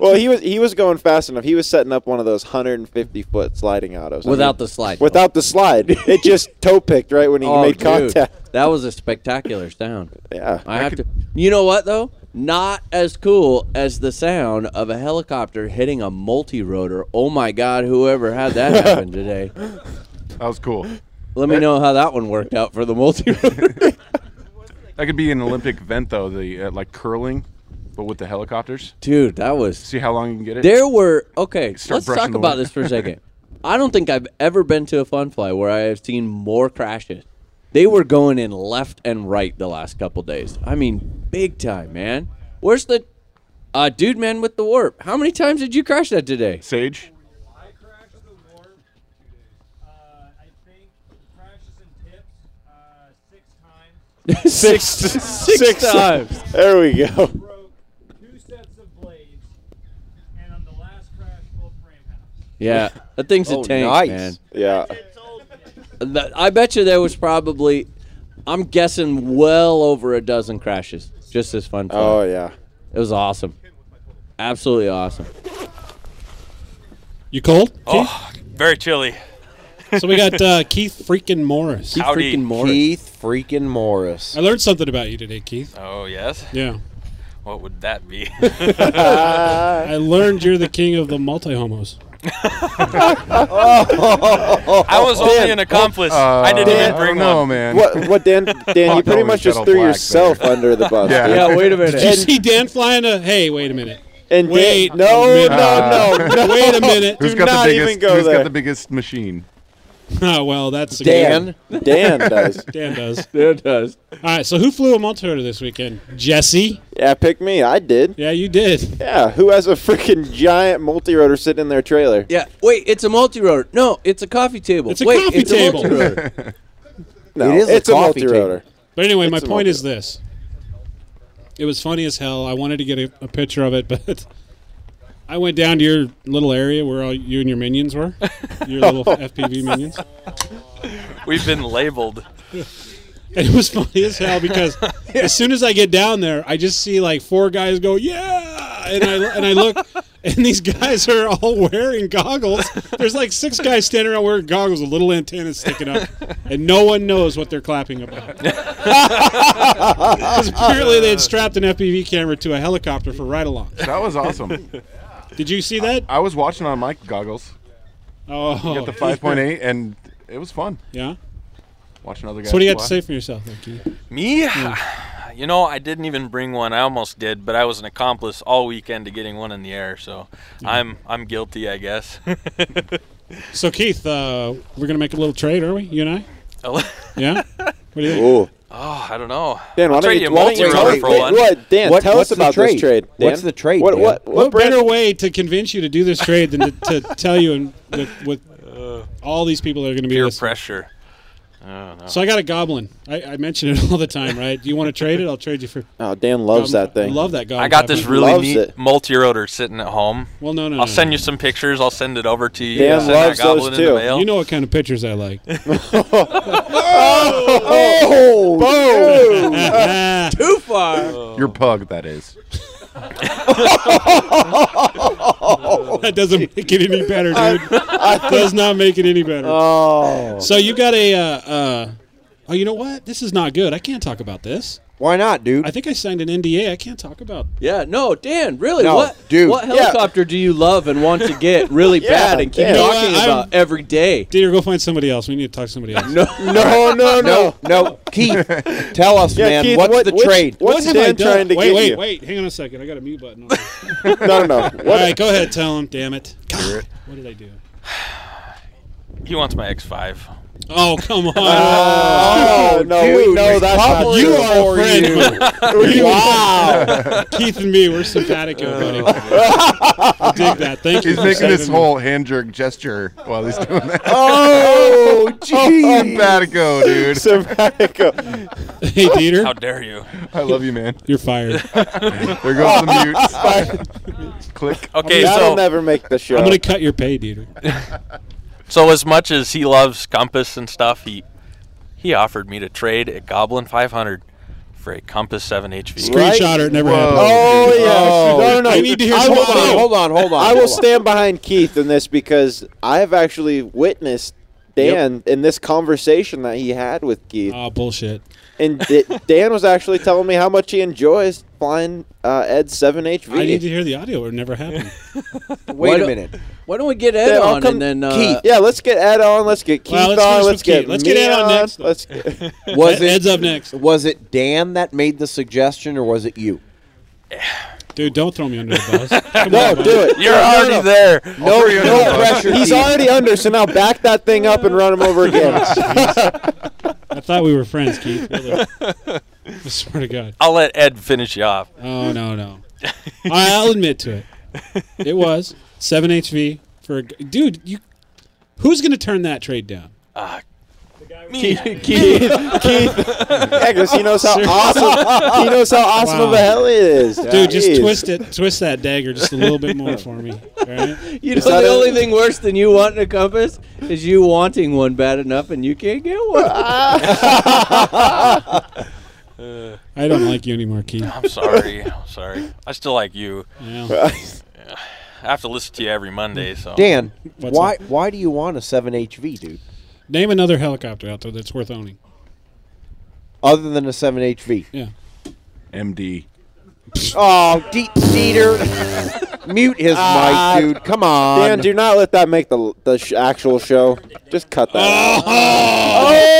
Speaker 5: well, he was he was going fast enough. He was setting up one of those 150 foot sliding autos
Speaker 8: *laughs*
Speaker 5: I
Speaker 8: Without
Speaker 5: mean,
Speaker 8: the slide, though.
Speaker 5: Without the
Speaker 8: *laughs*
Speaker 5: slide, it just toe picked right when he
Speaker 8: Oh,
Speaker 5: made
Speaker 8: dude,
Speaker 5: contact.
Speaker 8: That was a spectacular sound.
Speaker 5: *laughs* Yeah.
Speaker 8: I have to. You know what though? Not as cool as the sound of a helicopter hitting a multi-rotor. Oh my God! Whoever had
Speaker 5: *laughs*
Speaker 8: that happen today?
Speaker 7: That was cool.
Speaker 8: Let me know how that one worked out for the multi-rotor.
Speaker 7: That could be an Olympic event though, the uh, like curling, but with the helicopters.
Speaker 8: *laughs* Dude, that was.
Speaker 7: See how long you can get it.
Speaker 8: There were okay.
Speaker 7: Start
Speaker 8: Let's
Speaker 7: brushing
Speaker 8: talk
Speaker 7: the
Speaker 8: about
Speaker 7: wind.
Speaker 8: this
Speaker 7: *laughs*
Speaker 8: for a second. I don't think I've ever been to a fun fly where I have seen more crashes. They were going in left and right the last couple days. I mean, big time, man. Where's the uh, dude man with the warp? How many times did you crash that today?
Speaker 7: Sage.
Speaker 12: I crashed the warp. Uh, I think crashes and tips uh, six times.
Speaker 8: six,
Speaker 5: *laughs*
Speaker 8: *laughs* six times.
Speaker 5: There we go.
Speaker 12: Broke two sets of blades, and on the last crash, full frame house.
Speaker 8: Yeah,
Speaker 6: *laughs*
Speaker 8: that thing's a
Speaker 6: Oh,
Speaker 8: tank,
Speaker 6: nice.
Speaker 8: man.
Speaker 5: Yeah.
Speaker 8: Th- I bet you there was probably, I'm guessing, well over a dozen crashes. Just this fun. fly.
Speaker 5: Oh yeah.
Speaker 8: It was awesome. Absolutely awesome.
Speaker 4: You cold?
Speaker 8: Oh,
Speaker 4: Keith?
Speaker 13: Very chilly.
Speaker 4: So we got uh, Keith freaking Morris.
Speaker 13: Howdy.
Speaker 8: Freaking Morris.
Speaker 6: Keith freaking Morris.
Speaker 4: I learned something about you today, Keith.
Speaker 13: Oh yes.
Speaker 4: Yeah.
Speaker 13: What would that *laughs* be?
Speaker 5: *laughs*
Speaker 4: I learned you're the king of the multi
Speaker 7: *laughs*
Speaker 4: homos.
Speaker 13: Oh. I was only an accomplice. I didn't
Speaker 7: I
Speaker 13: even
Speaker 7: don't
Speaker 13: bring
Speaker 7: know,
Speaker 13: one.
Speaker 7: man. Oh,
Speaker 5: What
Speaker 7: *laughs*
Speaker 5: what Dan Dan? you
Speaker 7: Fuck,
Speaker 5: pretty
Speaker 7: holy
Speaker 5: much
Speaker 7: shit,
Speaker 5: just
Speaker 7: all
Speaker 5: threw
Speaker 7: black
Speaker 5: yourself
Speaker 7: there. *laughs*
Speaker 5: under the bus.
Speaker 7: Yeah.
Speaker 5: dude.
Speaker 8: Yeah,
Speaker 5: *laughs*
Speaker 8: wait a
Speaker 4: Did you
Speaker 8: minute.
Speaker 4: see Dan flying a? Hey, wait a minute.
Speaker 5: And Dan,
Speaker 4: Wait
Speaker 5: no,
Speaker 4: a minute.
Speaker 5: no, no, no.
Speaker 4: Wait
Speaker 7: *laughs*
Speaker 4: a minute.
Speaker 5: Who's
Speaker 7: Oh, Ah. Who's
Speaker 5: Do
Speaker 7: got
Speaker 5: not
Speaker 7: the biggest?
Speaker 5: even go
Speaker 7: who's
Speaker 5: there.
Speaker 7: got the
Speaker 4: *laughs*
Speaker 7: biggest machine?
Speaker 4: Oh, well, that's a
Speaker 6: Dan.
Speaker 4: *laughs*
Speaker 5: Dan does.
Speaker 4: good- Dan does.
Speaker 8: It does.
Speaker 4: All right, so who flew a multi-rotor this weekend? Jesse.
Speaker 5: Yeah, pick me. I did.
Speaker 4: Yeah, you did.
Speaker 5: Yeah, who has a freaking giant multi-rotor sitting in their trailer?
Speaker 8: Yeah. Wait, it's a multi-rotor. No, it's a coffee table.
Speaker 4: It's a
Speaker 8: Wait,
Speaker 4: coffee
Speaker 8: it's
Speaker 4: table.
Speaker 8: A multi-rotor.
Speaker 12: *laughs*
Speaker 5: No,
Speaker 6: It is a
Speaker 5: it's a,
Speaker 6: coffee
Speaker 5: multi-rotor.
Speaker 4: But anyway, my
Speaker 5: It's a
Speaker 4: point is this. It was funny as hell. I wanted to get a, a picture of it, *laughs* but I went down to your little area where all you and your minions were, your
Speaker 5: *laughs*
Speaker 4: little FPV minions.
Speaker 13: We've been labeled.
Speaker 4: And it was funny as hell because as soon as I get down there, I just see like four guys go, yeah, and I and I look, and these guys are all wearing goggles. There's like six guys standing around wearing goggles with little antennas sticking up, and no one knows what they're clapping about. *laughs* Because apparently they had strapped an FPV camera to a helicopter for ride along.
Speaker 7: That was awesome.
Speaker 4: Did you see that?
Speaker 7: I was watching on my goggles
Speaker 4: Oh,
Speaker 7: at the 5.8, and it was fun.
Speaker 4: yeah.
Speaker 7: Watching other guys.
Speaker 4: So what do you got to say
Speaker 7: fly.
Speaker 4: for yourself, there, Keith?
Speaker 13: Me?
Speaker 4: Hmm.
Speaker 13: You know, I didn't even bring one. I almost did, but I was an accomplice all weekend to getting one in the air, so I'm I'm guilty, I guess. *laughs*
Speaker 4: So Keith, uh, we're gonna make a little trade, are we? You and I?
Speaker 13: oh,
Speaker 4: Yeah. What do you think?
Speaker 13: I don't know.
Speaker 5: Dan, why
Speaker 13: I'll
Speaker 5: don't
Speaker 13: trade
Speaker 5: you-
Speaker 13: you a
Speaker 5: why don't you
Speaker 13: multi-rotor
Speaker 5: wait,
Speaker 13: for
Speaker 5: wait,
Speaker 13: one.
Speaker 5: what? Dan, tell us about this trade, Dan.
Speaker 6: What's the trade?
Speaker 5: What-
Speaker 6: Dan?
Speaker 5: what-
Speaker 4: What better way to convince you to do this trade than to, to tell you and with, with all these people that are going to be
Speaker 13: Peer
Speaker 4: listening?
Speaker 13: pressure. I don't know.
Speaker 4: So I got a goblin. I, I mention it *laughs* all the time, right? Do you want to trade it? I'll trade you for.
Speaker 5: Oh, Dan loves
Speaker 4: Goblin-
Speaker 5: that thing.
Speaker 4: I love that goblin.
Speaker 13: I got this
Speaker 4: He
Speaker 13: really
Speaker 5: loves
Speaker 13: neat
Speaker 5: it.
Speaker 13: multi-rotor sitting at home.
Speaker 4: Well, no, no,
Speaker 13: I'll
Speaker 4: no,
Speaker 13: send
Speaker 4: no.
Speaker 13: you some pictures. I'll send it over to you.
Speaker 5: Dan
Speaker 13: Send that
Speaker 5: loves those
Speaker 13: goblin in the
Speaker 5: too.
Speaker 13: mail.
Speaker 4: You know what kind of pictures I
Speaker 5: *laughs*
Speaker 4: like. *laughs* Oh!
Speaker 6: Oh,
Speaker 4: *laughs*
Speaker 5: Boom! *laughs*
Speaker 8: Too far.
Speaker 7: Your pug, that is.
Speaker 4: *laughs* that doesn't make it any better, dude. Does not make it any better.
Speaker 6: oh.
Speaker 4: So you got a. Uh, uh, oh, you know what? This is not good. I can't talk about this.
Speaker 6: Why not, dude?
Speaker 4: I think I signed an NDA. I can't talk about.
Speaker 8: Yeah, no, Dan, really,
Speaker 6: No,
Speaker 8: what
Speaker 6: dude.
Speaker 8: what helicopter do you love and want to get really bad and keep
Speaker 5: yeah.
Speaker 8: talking
Speaker 4: No, I-
Speaker 8: about every day?
Speaker 4: Dear, go find somebody else. We need to talk to somebody else.
Speaker 8: No,
Speaker 5: No, no, no.
Speaker 6: no,
Speaker 5: *laughs*
Speaker 6: Keith, tell us,
Speaker 5: Yeah,
Speaker 6: man.
Speaker 5: Keith,
Speaker 6: what's
Speaker 5: what-
Speaker 6: the
Speaker 5: which-
Speaker 6: trade?
Speaker 5: what- What's
Speaker 4: have
Speaker 5: Dan
Speaker 4: I done?
Speaker 5: trying to
Speaker 4: wait,
Speaker 5: get
Speaker 4: wait,
Speaker 5: you?
Speaker 4: wait. Hang on a second. I got a mute button. on.
Speaker 5: *laughs* no, no, no.
Speaker 4: All
Speaker 5: What?
Speaker 4: right, go ahead. Tell him. Damn it. God, what did I do?
Speaker 13: He wants my X5.
Speaker 4: *laughs* Oh, come on.
Speaker 5: *laughs* Oh, no, we
Speaker 6: dude,
Speaker 5: know that's not
Speaker 4: you
Speaker 5: true.
Speaker 4: are a friend. *laughs* You-
Speaker 5: Wow.
Speaker 4: Keith and me, we're simpatico,
Speaker 5: *laughs*
Speaker 4: buddy. Dig that. Thank you.
Speaker 7: He's
Speaker 4: for
Speaker 7: making this
Speaker 4: saving me.
Speaker 7: whole hand jerk gesture while he's doing that. *laughs*
Speaker 6: Oh, gee.
Speaker 7: Simpatico, dude.
Speaker 5: Simpatico.
Speaker 4: *laughs* Hey,
Speaker 13: How
Speaker 4: Dieter,
Speaker 13: dare you?
Speaker 7: I love you, man.
Speaker 4: you're fired.
Speaker 7: *laughs* There goes the mutes. Click.
Speaker 13: Okay,
Speaker 5: That'll
Speaker 13: so
Speaker 5: never make the show.
Speaker 4: I'm going to cut your pay, Dieter.
Speaker 13: *laughs* so as much as he loves compass and stuff, he he offered me to trade a Goblin 500 for a Compass 7 HV.
Speaker 5: Right?
Speaker 4: Screenshot or it never
Speaker 7: Whoa.
Speaker 4: happened.
Speaker 5: Oh
Speaker 4: *laughs*
Speaker 5: yeah. No, no, no.
Speaker 4: I need to hear
Speaker 5: I
Speaker 4: some
Speaker 5: will-
Speaker 4: more.
Speaker 5: no.
Speaker 6: Hold on, hold on.
Speaker 5: I will
Speaker 6: hold on.
Speaker 5: stand behind Keith in this because I have actually witnessed Dan in this conversation that he had with Keith,
Speaker 4: Oh, bullshit. *laughs*
Speaker 5: and D- Dan was actually telling me how much he enjoys flying uh, Ed's seven
Speaker 4: I need to
Speaker 5: HV.
Speaker 4: hear the audio or it never
Speaker 8: *laughs*
Speaker 4: happened.
Speaker 8: Why
Speaker 6: Wait a
Speaker 8: don't-
Speaker 6: minute.
Speaker 8: Why don't we get Ed
Speaker 5: I'll
Speaker 8: on
Speaker 5: come-
Speaker 8: and then uh,
Speaker 5: Keith, yeah, let's get Ed on. Let's get Keith
Speaker 4: Well, let's finish
Speaker 5: on.
Speaker 4: with
Speaker 5: Let's get
Speaker 4: Keith. Let's get
Speaker 5: me
Speaker 4: Ed on next, though. *laughs*
Speaker 5: Let's get,
Speaker 6: *laughs*
Speaker 4: Ed-
Speaker 6: Was it
Speaker 4: Ed's up next.
Speaker 6: Was it Dan that made the suggestion, or was it you?
Speaker 4: *sighs* Dude, don't throw me under the
Speaker 5: *laughs*
Speaker 4: bus. Come
Speaker 5: no,
Speaker 4: on, buddy.
Speaker 5: do it.
Speaker 13: You're already there.
Speaker 7: No,
Speaker 5: No pressure. He's already under, so now back that thing up and run him over *laughs* again.
Speaker 4: I thought we were friends,
Speaker 8: *laughs*
Speaker 4: Keith. Really. I swear to God.
Speaker 13: I'll let Ed finish you off.
Speaker 4: Oh no no. I'll admit to it. It was seven HV for a g- dude. You who's going to turn that trade down?
Speaker 8: Ah, *laughs*
Speaker 5: Yeah, because he knows how awesome he knows how awesome
Speaker 4: Wow.
Speaker 5: of a hell it is.
Speaker 4: Dude, just
Speaker 5: Jeez.
Speaker 4: twist it, twist that dagger just a little bit
Speaker 5: *laughs*
Speaker 4: more for me. All right?
Speaker 8: You
Speaker 5: Is
Speaker 8: know,
Speaker 5: that
Speaker 8: the
Speaker 5: it?
Speaker 8: only thing worse than you wanting a compass is you wanting one bad enough and you can't get one.
Speaker 4: I don't like you anymore, Keith.
Speaker 13: *laughs* I'm
Speaker 4: *laughs*
Speaker 13: sorry. I'm sorry. I still like you.
Speaker 4: Yeah.
Speaker 6: *laughs*
Speaker 13: I have to listen to you every Monday, so.
Speaker 6: Dan,
Speaker 4: What's
Speaker 6: why why do you want a seven HV, dude?
Speaker 4: Name another helicopter out there that's worth owning.
Speaker 6: Other than a seven HV.
Speaker 4: Yeah.
Speaker 7: MD.
Speaker 6: Oh, deep Peter, *laughs* mute his
Speaker 5: Ah,
Speaker 6: mic, dude. Come on.
Speaker 5: Dan, do not let that make the the sh- actual show. Just cut that. out.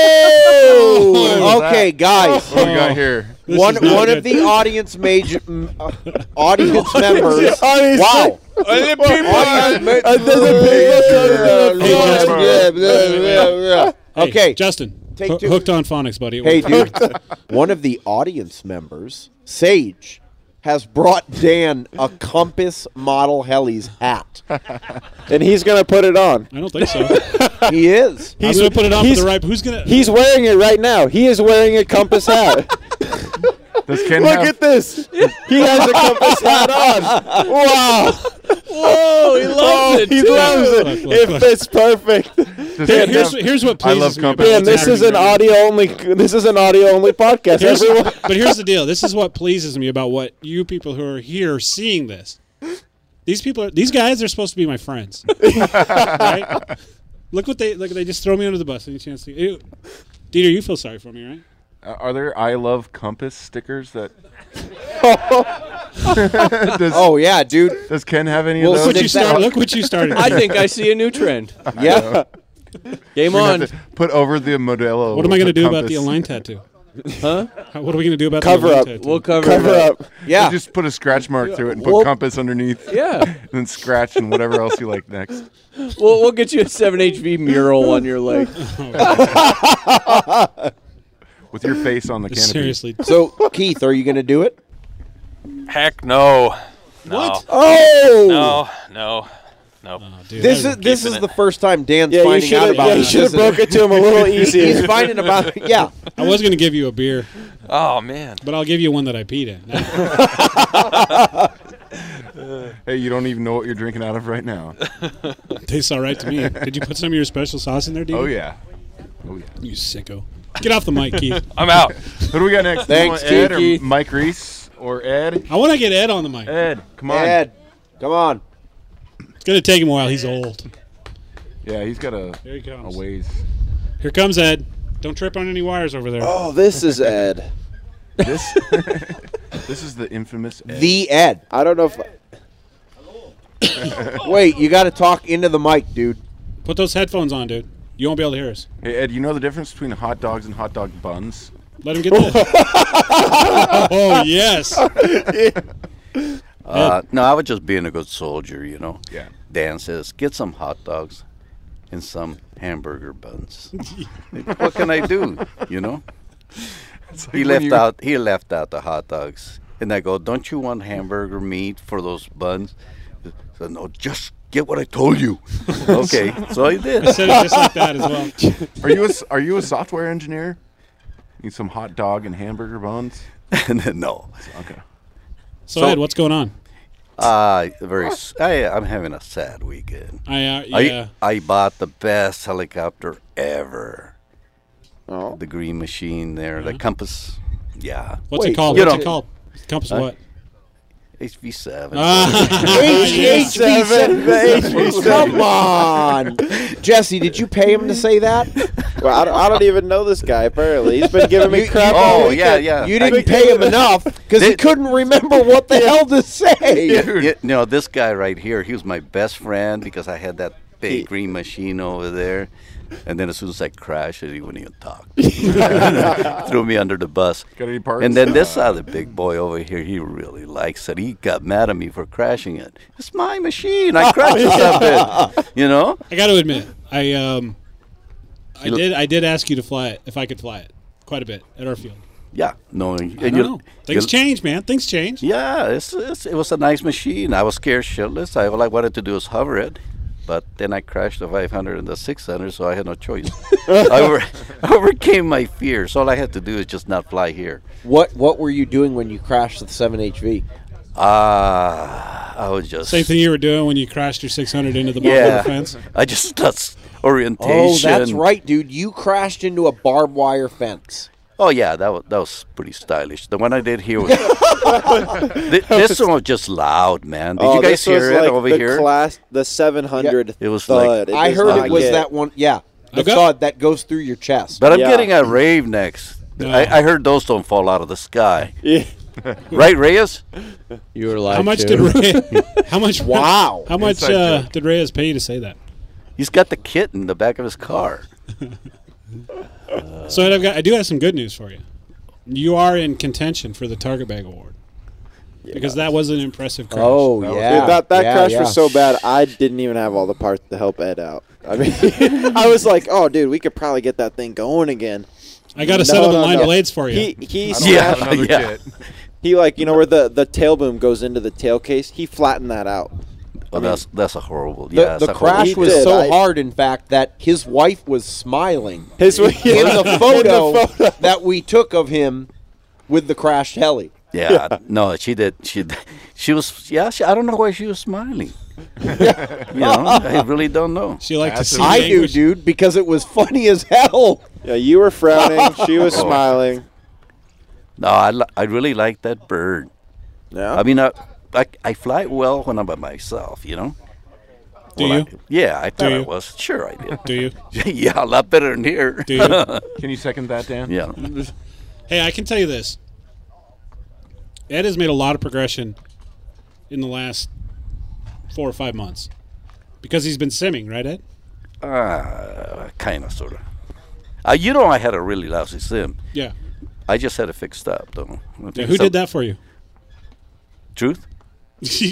Speaker 4: *laughs*
Speaker 6: oh, okay, guys.
Speaker 7: What do we got
Speaker 6: *laughs*
Speaker 7: here?
Speaker 4: This
Speaker 6: one
Speaker 4: is not
Speaker 6: one
Speaker 4: good.
Speaker 6: of the audience major m- uh,
Speaker 4: *laughs*
Speaker 6: audience members.
Speaker 5: Audience-
Speaker 6: wow.
Speaker 5: Audience-
Speaker 6: Audience
Speaker 5: Uh, there's a big-
Speaker 4: Hey, Justin.
Speaker 6: Yeah, blah, blah, blah.
Speaker 4: Hey,
Speaker 6: Okay.
Speaker 4: Justin.
Speaker 6: Take
Speaker 4: Ho-
Speaker 6: two.
Speaker 4: hooked on phonics, buddy. It
Speaker 6: Hey,
Speaker 4: worked.
Speaker 6: *laughs* dude.
Speaker 4: *laughs*
Speaker 6: One of the audience members, Sage, has brought Dan a Compass model Heli's hat.
Speaker 5: *laughs*
Speaker 4: *laughs*
Speaker 5: And he's gonna put it on.
Speaker 4: I don't think so.
Speaker 6: *laughs* He is.
Speaker 4: I'm gonna put it on for
Speaker 5: he's-
Speaker 4: the right. Who's gonna?
Speaker 5: He's wearing it right now. He is wearing a compass hat.
Speaker 7: Does Ken
Speaker 5: Look
Speaker 7: have,
Speaker 5: at this. He has a compass hat on. Wow.
Speaker 8: Whoa, he loves it.
Speaker 5: He
Speaker 8: too.
Speaker 5: loves
Speaker 4: Look,
Speaker 5: it.
Speaker 4: look,
Speaker 5: It
Speaker 4: look.
Speaker 5: fits perfect.
Speaker 7: does
Speaker 4: Here-
Speaker 7: Ken
Speaker 4: here's,
Speaker 7: have-
Speaker 4: here's what
Speaker 7: I
Speaker 4: pleases
Speaker 7: love
Speaker 4: me about
Speaker 7: compass.
Speaker 5: Dan,
Speaker 4: what's
Speaker 5: this is
Speaker 4: happening
Speaker 5: an
Speaker 4: right now.
Speaker 5: audio only. This is an audio only podcast.
Speaker 4: Here's- *laughs*
Speaker 5: Everyone.
Speaker 4: but here's the deal. This is what pleases me about what you people who are here seeing this. These people are these guys are supposed to be my
Speaker 6: *laughs*
Speaker 4: friends. right? Look what they look they just throw me under the bus any chance to ew. Dieter, you feel sorry for me, right?
Speaker 7: Uh, Are there I love compass stickers that? *laughs* does,
Speaker 6: Oh yeah, dude.
Speaker 7: does Ken have any
Speaker 6: Well,
Speaker 7: of
Speaker 4: Look
Speaker 7: those?
Speaker 4: what you
Speaker 6: Nick, that-
Speaker 4: start look what you started.
Speaker 8: I
Speaker 7: *laughs*
Speaker 4: doing.
Speaker 8: think I see a new trend.
Speaker 6: Yeah.
Speaker 8: Game
Speaker 7: We're gonna have
Speaker 8: on.
Speaker 7: to Put over the Modelo.
Speaker 4: What am I
Speaker 7: going to
Speaker 4: do about the Align tattoo?
Speaker 8: Huh?
Speaker 4: What are we going to do about
Speaker 8: Cover
Speaker 4: the Align
Speaker 8: up.
Speaker 4: tattoo?
Speaker 8: We'll cover Cover it up. up. *laughs* Yeah.
Speaker 7: We'll just put a scratch mark through it and put
Speaker 8: Well-
Speaker 7: compass underneath.
Speaker 8: Yeah.
Speaker 7: *laughs* and then scratch and whatever else you like next.
Speaker 8: We'll, we'll get you a
Speaker 7: *laughs*
Speaker 8: 7HV mural on your leg.
Speaker 7: With your face on the canopy.
Speaker 4: Seriously.
Speaker 6: *laughs* So, Keith, are you going to do *laughs* it?
Speaker 13: Heck no. no.
Speaker 6: What? Oh!
Speaker 13: No, no, no.
Speaker 4: Oh,
Speaker 6: this is this is the first time Dan's
Speaker 5: Yeah, you
Speaker 6: finding out
Speaker 5: should've-
Speaker 6: about
Speaker 5: yeah, you
Speaker 6: this,
Speaker 5: should've
Speaker 6: isn't
Speaker 5: broke it to him a
Speaker 4: *laughs*
Speaker 5: little easier.
Speaker 6: He's finding about yeah.
Speaker 4: I was *laughs* going to give you a beer,
Speaker 13: Oh man.
Speaker 4: but I'll give you one that I peed in.
Speaker 6: *laughs*
Speaker 4: *laughs*
Speaker 7: Hey, you don't even know what you're drinking out of right now.
Speaker 4: *laughs* Tastes all right to me. Did you put some of your special sauce in there, dude?
Speaker 7: Oh yeah. Oh yeah.
Speaker 4: You sicko. Get off the mic,
Speaker 7: *laughs*
Speaker 4: Keith.
Speaker 13: I'm out.
Speaker 7: Who do we got next?
Speaker 4: Thanks,
Speaker 7: You want Ed
Speaker 4: Keith.
Speaker 7: or Mike Reese or Ed?
Speaker 4: I want to get Ed on the mic.
Speaker 7: Ed, come on.
Speaker 6: Ed, come on.
Speaker 4: It's going to take him a while. He's old.
Speaker 7: Yeah, he's got a,
Speaker 4: he comes.
Speaker 7: a ways.
Speaker 4: Here comes Ed. Don't trip on any wires over there.
Speaker 5: Oh, this is Ed.
Speaker 7: This this is the infamous Ed.
Speaker 6: The Ed.
Speaker 5: I don't know
Speaker 4: *laughs*
Speaker 5: if
Speaker 6: *laughs* Wait, you got to talk into the mic, dude.
Speaker 4: Put those headphones on, dude. You won't be able to hear us.
Speaker 7: Hey Ed, you know the difference between hot dogs and hot dog buns?
Speaker 4: Let him get
Speaker 7: *laughs*
Speaker 4: that. *laughs* oh, yes.
Speaker 14: Uh, no, I was just being a good soldier, you know.
Speaker 7: Yeah.
Speaker 14: Dan says, get some hot dogs and some hamburger
Speaker 4: *laughs*
Speaker 14: buns. what can I do? You know. he
Speaker 7: when
Speaker 14: left
Speaker 7: you-
Speaker 14: out. He left out the hot dogs, and I go, don't you want hamburger meat for those buns? He said, no, just get what I told
Speaker 4: *laughs*
Speaker 14: you. okay, so I did.
Speaker 4: I said it just like that as well.
Speaker 14: *laughs*
Speaker 7: Are you a, s- are you a software engineer? Need some hot dog and hamburger
Speaker 4: *laughs*
Speaker 7: buns?
Speaker 14: *laughs* no.
Speaker 7: Okay.
Speaker 4: So,
Speaker 14: So-
Speaker 4: Ed, what's
Speaker 14: *laughs*
Speaker 4: going on?
Speaker 14: Uh, very. s- I, I'm having a sad weekend.
Speaker 4: I, uh, yeah.
Speaker 14: I bought the best helicopter ever. The green machine there, the compass. Yeah.
Speaker 4: What's it
Speaker 14: Wait,
Speaker 4: called?
Speaker 14: you
Speaker 4: What's
Speaker 14: know-
Speaker 4: it called? Compass
Speaker 14: Huh?
Speaker 4: what?
Speaker 14: HV7.
Speaker 4: Ah.
Speaker 14: *laughs*
Speaker 4: Yes.
Speaker 6: Come on, Jesse. Did you pay him to say that?
Speaker 5: Well, I don't, I don't even know this guy. Apparently, he's been giving me
Speaker 6: You-
Speaker 5: crap.
Speaker 6: you-
Speaker 5: all
Speaker 14: oh, yeah,
Speaker 5: weekend.
Speaker 14: yeah.
Speaker 6: You
Speaker 14: I-
Speaker 6: didn't pay him enough because he couldn't remember what the hell to say.
Speaker 14: You, you know, this guy right here, he was my best friend because I had that big green machine over there. And then as soon as I crashed it, he wouldn't even talk. *laughs* Threw me under the bus.
Speaker 7: Got any parts?
Speaker 14: And then this other big boy over here, he really likes it. He got mad at me for crashing it. It's my machine. I crashed something. You know?
Speaker 4: I got to admit, I um, I
Speaker 14: You look-
Speaker 4: did I did ask you to fly it if I could fly it quite a bit at our field.
Speaker 14: Yeah. Knowing.
Speaker 4: I don't know. Things change, man. Things change.
Speaker 14: Yeah, it's, it's, it was a nice machine. I was scared shitless. I, all I wanted to do is hover it, but then I crashed the 500 and the 600, so I had no
Speaker 6: *laughs*
Speaker 14: choice. I over, overcame my fears. All I had to do is just not fly here.
Speaker 6: What What were you doing when you crashed the 7HV?
Speaker 14: Ah, I was just
Speaker 4: Same thing you were doing when you crashed your 600 into the barbed
Speaker 14: yeah.
Speaker 4: wire fence.
Speaker 14: I just that's orientation.
Speaker 6: Oh, that's right, dude. You crashed into a barbed wire fence.
Speaker 14: Oh yeah, that was that was pretty stylish. The one I did
Speaker 5: *laughs*
Speaker 14: here was Thi- this one was just loud, man. Did
Speaker 5: Oh,
Speaker 14: you guys
Speaker 5: this was
Speaker 14: hear it
Speaker 5: like
Speaker 14: over
Speaker 5: the
Speaker 14: here?
Speaker 5: Class, the 700.
Speaker 14: It was
Speaker 5: thud.
Speaker 14: like-
Speaker 5: It
Speaker 6: I
Speaker 5: does
Speaker 6: heard
Speaker 5: not
Speaker 6: it was
Speaker 5: get-
Speaker 6: that one. Yeah, the
Speaker 4: Okay.
Speaker 6: thud that goes through your chest.
Speaker 14: But I'm
Speaker 5: Yeah.
Speaker 14: getting a rave next. I, I heard those don't fall out of the sky.
Speaker 5: *laughs* Yeah.
Speaker 14: right, Reyes?
Speaker 8: You were like,
Speaker 4: How much did
Speaker 8: dude.
Speaker 4: Ray, *laughs* How much?
Speaker 6: Wow.
Speaker 4: How much
Speaker 7: Inside
Speaker 4: uh,
Speaker 7: joke.
Speaker 4: did Reyes pay you to say that?
Speaker 14: He's got the kit in the back of his car.
Speaker 4: So I've got I do have some good news for you. You are in contention for the Target Bag Award because that was an impressive crash.
Speaker 6: Oh
Speaker 7: That was-
Speaker 6: yeah,
Speaker 5: Dude, that that
Speaker 6: yeah,
Speaker 5: crash
Speaker 6: yeah.
Speaker 5: was so bad. I didn't even have all the parts to help Ed out. I mean, *laughs* I was like, "Oh, dude, we could probably get that thing going again."
Speaker 4: I got
Speaker 5: *laughs* No,
Speaker 4: a set of
Speaker 5: no,
Speaker 4: aligned
Speaker 5: no.
Speaker 4: blades for you.
Speaker 5: He he
Speaker 7: I don't
Speaker 5: smashed-
Speaker 7: have another
Speaker 14: yeah.
Speaker 7: kit.
Speaker 5: he like you know where the the tail boom goes into the tail case. He flattened that out.
Speaker 14: Oh, that's that's a horrible.
Speaker 6: The,
Speaker 14: yeah, it's
Speaker 6: the
Speaker 14: a horrible-
Speaker 6: crash
Speaker 5: He
Speaker 6: was
Speaker 5: did,
Speaker 6: so
Speaker 5: I-
Speaker 6: hard, in fact, that his wife was smiling
Speaker 5: His *laughs* yeah.
Speaker 6: in the photo that we took of him with the crashed heli.
Speaker 14: Yeah, no, she did. She she was. Yeah, she, I don't know why she was
Speaker 5: *laughs*
Speaker 14: smiling. you know, I really don't know.
Speaker 4: She liked to see. the
Speaker 6: I knew,
Speaker 4: anguish.
Speaker 6: dude, because it was funny as hell.
Speaker 5: Yeah, you were
Speaker 6: *laughs*
Speaker 5: frowning. She was
Speaker 14: Oh,
Speaker 5: smiling.
Speaker 14: No, I, li- I really like that bird.
Speaker 5: Yeah.
Speaker 14: I mean, I, I I fly well when I'm by myself. You know.
Speaker 4: Do
Speaker 14: Well, I-
Speaker 4: you?
Speaker 14: yeah, I thought I
Speaker 4: you?
Speaker 14: was. Sure, I did.
Speaker 4: Do you?
Speaker 14: *laughs* yeah, a lot better than here. *laughs*
Speaker 4: Do *laughs* you?
Speaker 7: *laughs* Can you second that, Dan?
Speaker 14: yeah.
Speaker 4: hey, I can tell you this. Ed has made a lot of progression in the last four or five months because he's been simming, right, Ed?
Speaker 14: Uh, kind of, sort of. Uh, you know, I had a really lousy sim.
Speaker 4: Yeah.
Speaker 14: I just had it fixed up, though.
Speaker 4: Yeah, who did that for you? *laughs*
Speaker 14: Truth?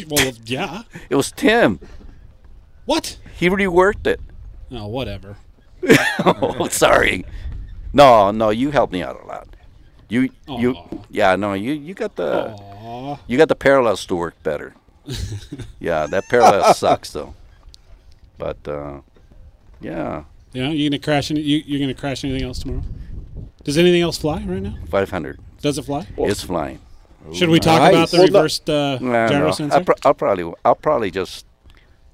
Speaker 4: well, yeah.
Speaker 14: It was Tim.
Speaker 4: What?
Speaker 14: He reworked it.
Speaker 4: No, whatever.
Speaker 14: *laughs* oh, sorry. No, no, you helped me out a lot. You, you, yeah, no, you, you got the, you got the parallels to work
Speaker 4: *laughs*
Speaker 14: better. yeah, that parallel sucks though. But uh, yeah,
Speaker 4: Yeah. You gonna crash? Any, you you gonna crash anything else tomorrow? Does anything else fly right now?
Speaker 14: five hundred.
Speaker 4: Does it fly?
Speaker 14: it's flying.
Speaker 4: Should we talk about the Well, no- reversed, uh, gyro sensor?
Speaker 14: I'll, pro- I'll probably, I'll probably just.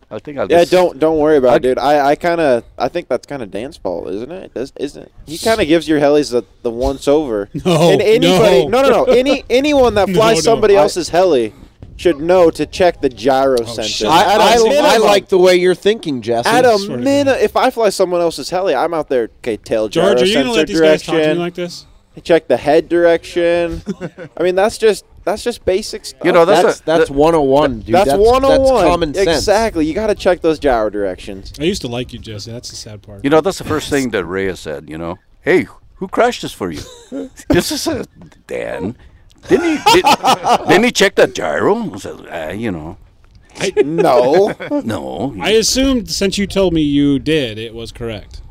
Speaker 14: I think I'll.
Speaker 5: Yeah,
Speaker 14: just,
Speaker 5: don't don't worry about it, dude. I, I kind of I think that's kind of Dan's fault, isn't it? Does, isn't it? He kind of gives your helis the, the once over.
Speaker 4: *laughs* No,
Speaker 5: and anybody,
Speaker 4: no. *laughs*
Speaker 5: no, no, no. Any anyone that
Speaker 4: No,
Speaker 5: flies
Speaker 4: no.
Speaker 5: somebody
Speaker 4: I- Oh,
Speaker 5: else's heli should know to check the gyro sensor. At a
Speaker 6: I, I, I
Speaker 5: minimum-
Speaker 6: like the way you're thinking, Jesse.
Speaker 5: At a minute, if I fly someone else's heli, I'm out there. Okay, tail gyro
Speaker 4: George, are you
Speaker 5: sensor
Speaker 4: gonna let these guys
Speaker 5: direction.
Speaker 4: talk to me like this?
Speaker 5: check the head
Speaker 4: *laughs*
Speaker 5: direction. I mean, that's just that's just basic stuff.
Speaker 6: You know, that's That's- a- that's that-
Speaker 5: 101,
Speaker 6: dude.
Speaker 5: That's,
Speaker 6: That's- that's
Speaker 5: 101.
Speaker 6: common sense.
Speaker 5: Exactly. You got to check those gyro directions.
Speaker 4: I used to like you, Jesse. That's the sad part.
Speaker 14: You know, that's the first thing that Rhea said. You know, hey, who crashed this
Speaker 5: *laughs*
Speaker 14: for you? this is a Dan. Didn't he? Did, didn't he check that gyro? I said, "Ah, you know,
Speaker 5: no,
Speaker 14: *laughs* no.
Speaker 4: I assumed since you told me you did, it was correct.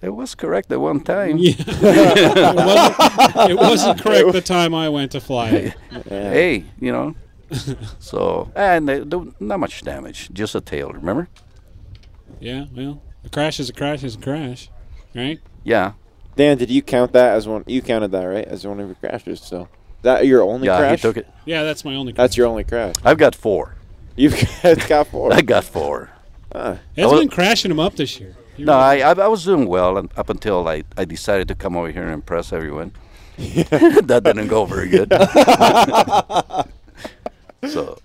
Speaker 14: It was *laughs* correct at one time. *laughs*
Speaker 4: Yeah. *laughs* it, wasn't, it wasn't correct the time I went to fly it.
Speaker 14: *laughs* Hey, you
Speaker 4: *laughs*
Speaker 14: know. so and they do not much damage, just a tail. Remember?
Speaker 4: Yeah, well, a crash is a crash is a crash, right?
Speaker 14: Yeah.
Speaker 5: Dan, did you count that as one? You counted that right as one of your crashes. So that your only
Speaker 14: Yeah, he
Speaker 5: crash?
Speaker 14: took it.
Speaker 4: Yeah, that's my only.
Speaker 5: That's your only crash.
Speaker 14: I've got four.
Speaker 5: You've got, got
Speaker 14: *laughs*
Speaker 5: four.
Speaker 14: I got four.
Speaker 5: Huh.
Speaker 4: It's
Speaker 14: I was-
Speaker 4: been crashing them up this year. You
Speaker 14: no,
Speaker 4: really-
Speaker 14: I, I I was doing well and up until I, I decided to come over here and impress everyone. *laughs* that didn't go very good. so,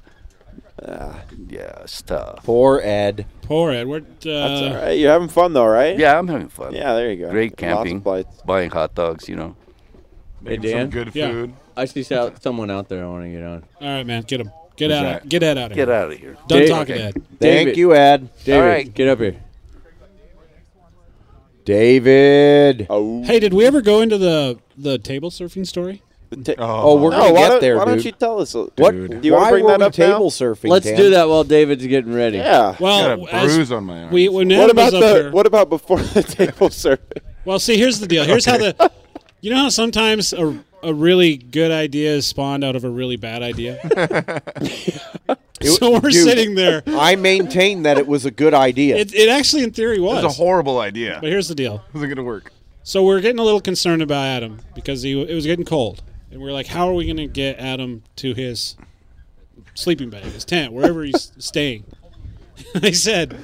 Speaker 14: yeah, it's tough.
Speaker 6: Poor Ed.
Speaker 4: Poor Edward. Uh,
Speaker 5: That's all right. You're having fun though, right?
Speaker 14: Yeah, I'm having fun.
Speaker 5: Yeah, there you go.
Speaker 14: Great
Speaker 5: Lots of
Speaker 14: camping,
Speaker 5: flights.
Speaker 14: buying hot dogs, you know.
Speaker 8: Hey,
Speaker 14: Making some
Speaker 8: Dan.
Speaker 14: good Yeah. food.
Speaker 8: I see sou- someone out there I want to get on.
Speaker 4: All right, man, get him. Get
Speaker 8: Who's
Speaker 4: out.
Speaker 8: that?
Speaker 4: Of, get Ed out of here.
Speaker 8: Get out of here.
Speaker 4: Done
Speaker 8: Dave-
Speaker 4: talking,
Speaker 8: okay.
Speaker 4: Ed.
Speaker 8: David.
Speaker 6: Thank you, Ed.
Speaker 8: David,
Speaker 6: All right.
Speaker 8: get up here.
Speaker 6: David.
Speaker 5: Oh.
Speaker 4: Hey, did we ever go into the the table surfing story?
Speaker 6: Oh, we're gonna
Speaker 5: why
Speaker 6: get
Speaker 5: don't-
Speaker 6: there,
Speaker 5: Why
Speaker 6: dude.
Speaker 5: don't you tell us? What? Do
Speaker 6: Dude.
Speaker 5: you want
Speaker 6: Why
Speaker 5: to bring
Speaker 6: were
Speaker 5: that
Speaker 6: we
Speaker 5: up now?
Speaker 6: table surfing,
Speaker 8: Let's
Speaker 6: Dan?
Speaker 8: do that while David's getting ready.
Speaker 5: Yeah.
Speaker 4: Well, Got a as- bruise on my arm. we- when Ed
Speaker 5: what
Speaker 4: was
Speaker 5: about
Speaker 4: up
Speaker 5: the
Speaker 4: here-
Speaker 5: what about
Speaker 4: *laughs*
Speaker 5: before the table surfing?
Speaker 4: Well, see, here's the deal. Here's how the. *laughs* You know how sometimes a, a really good idea is spawned out of a really bad idea? *laughs* *laughs* so we're
Speaker 6: Dude,
Speaker 4: sitting there.
Speaker 6: *laughs* I maintain that it was a good idea.
Speaker 4: It, it actually, in theory, was.
Speaker 7: was a horrible idea.
Speaker 4: But here's the deal.
Speaker 7: How's it gonna work?
Speaker 4: So we're getting a little concerned about Adam because he it was getting cold, and we're like, how are we going to get Adam to his sleeping bag, his tent, wherever he's *laughs* staying? I
Speaker 8: *laughs*
Speaker 4: said.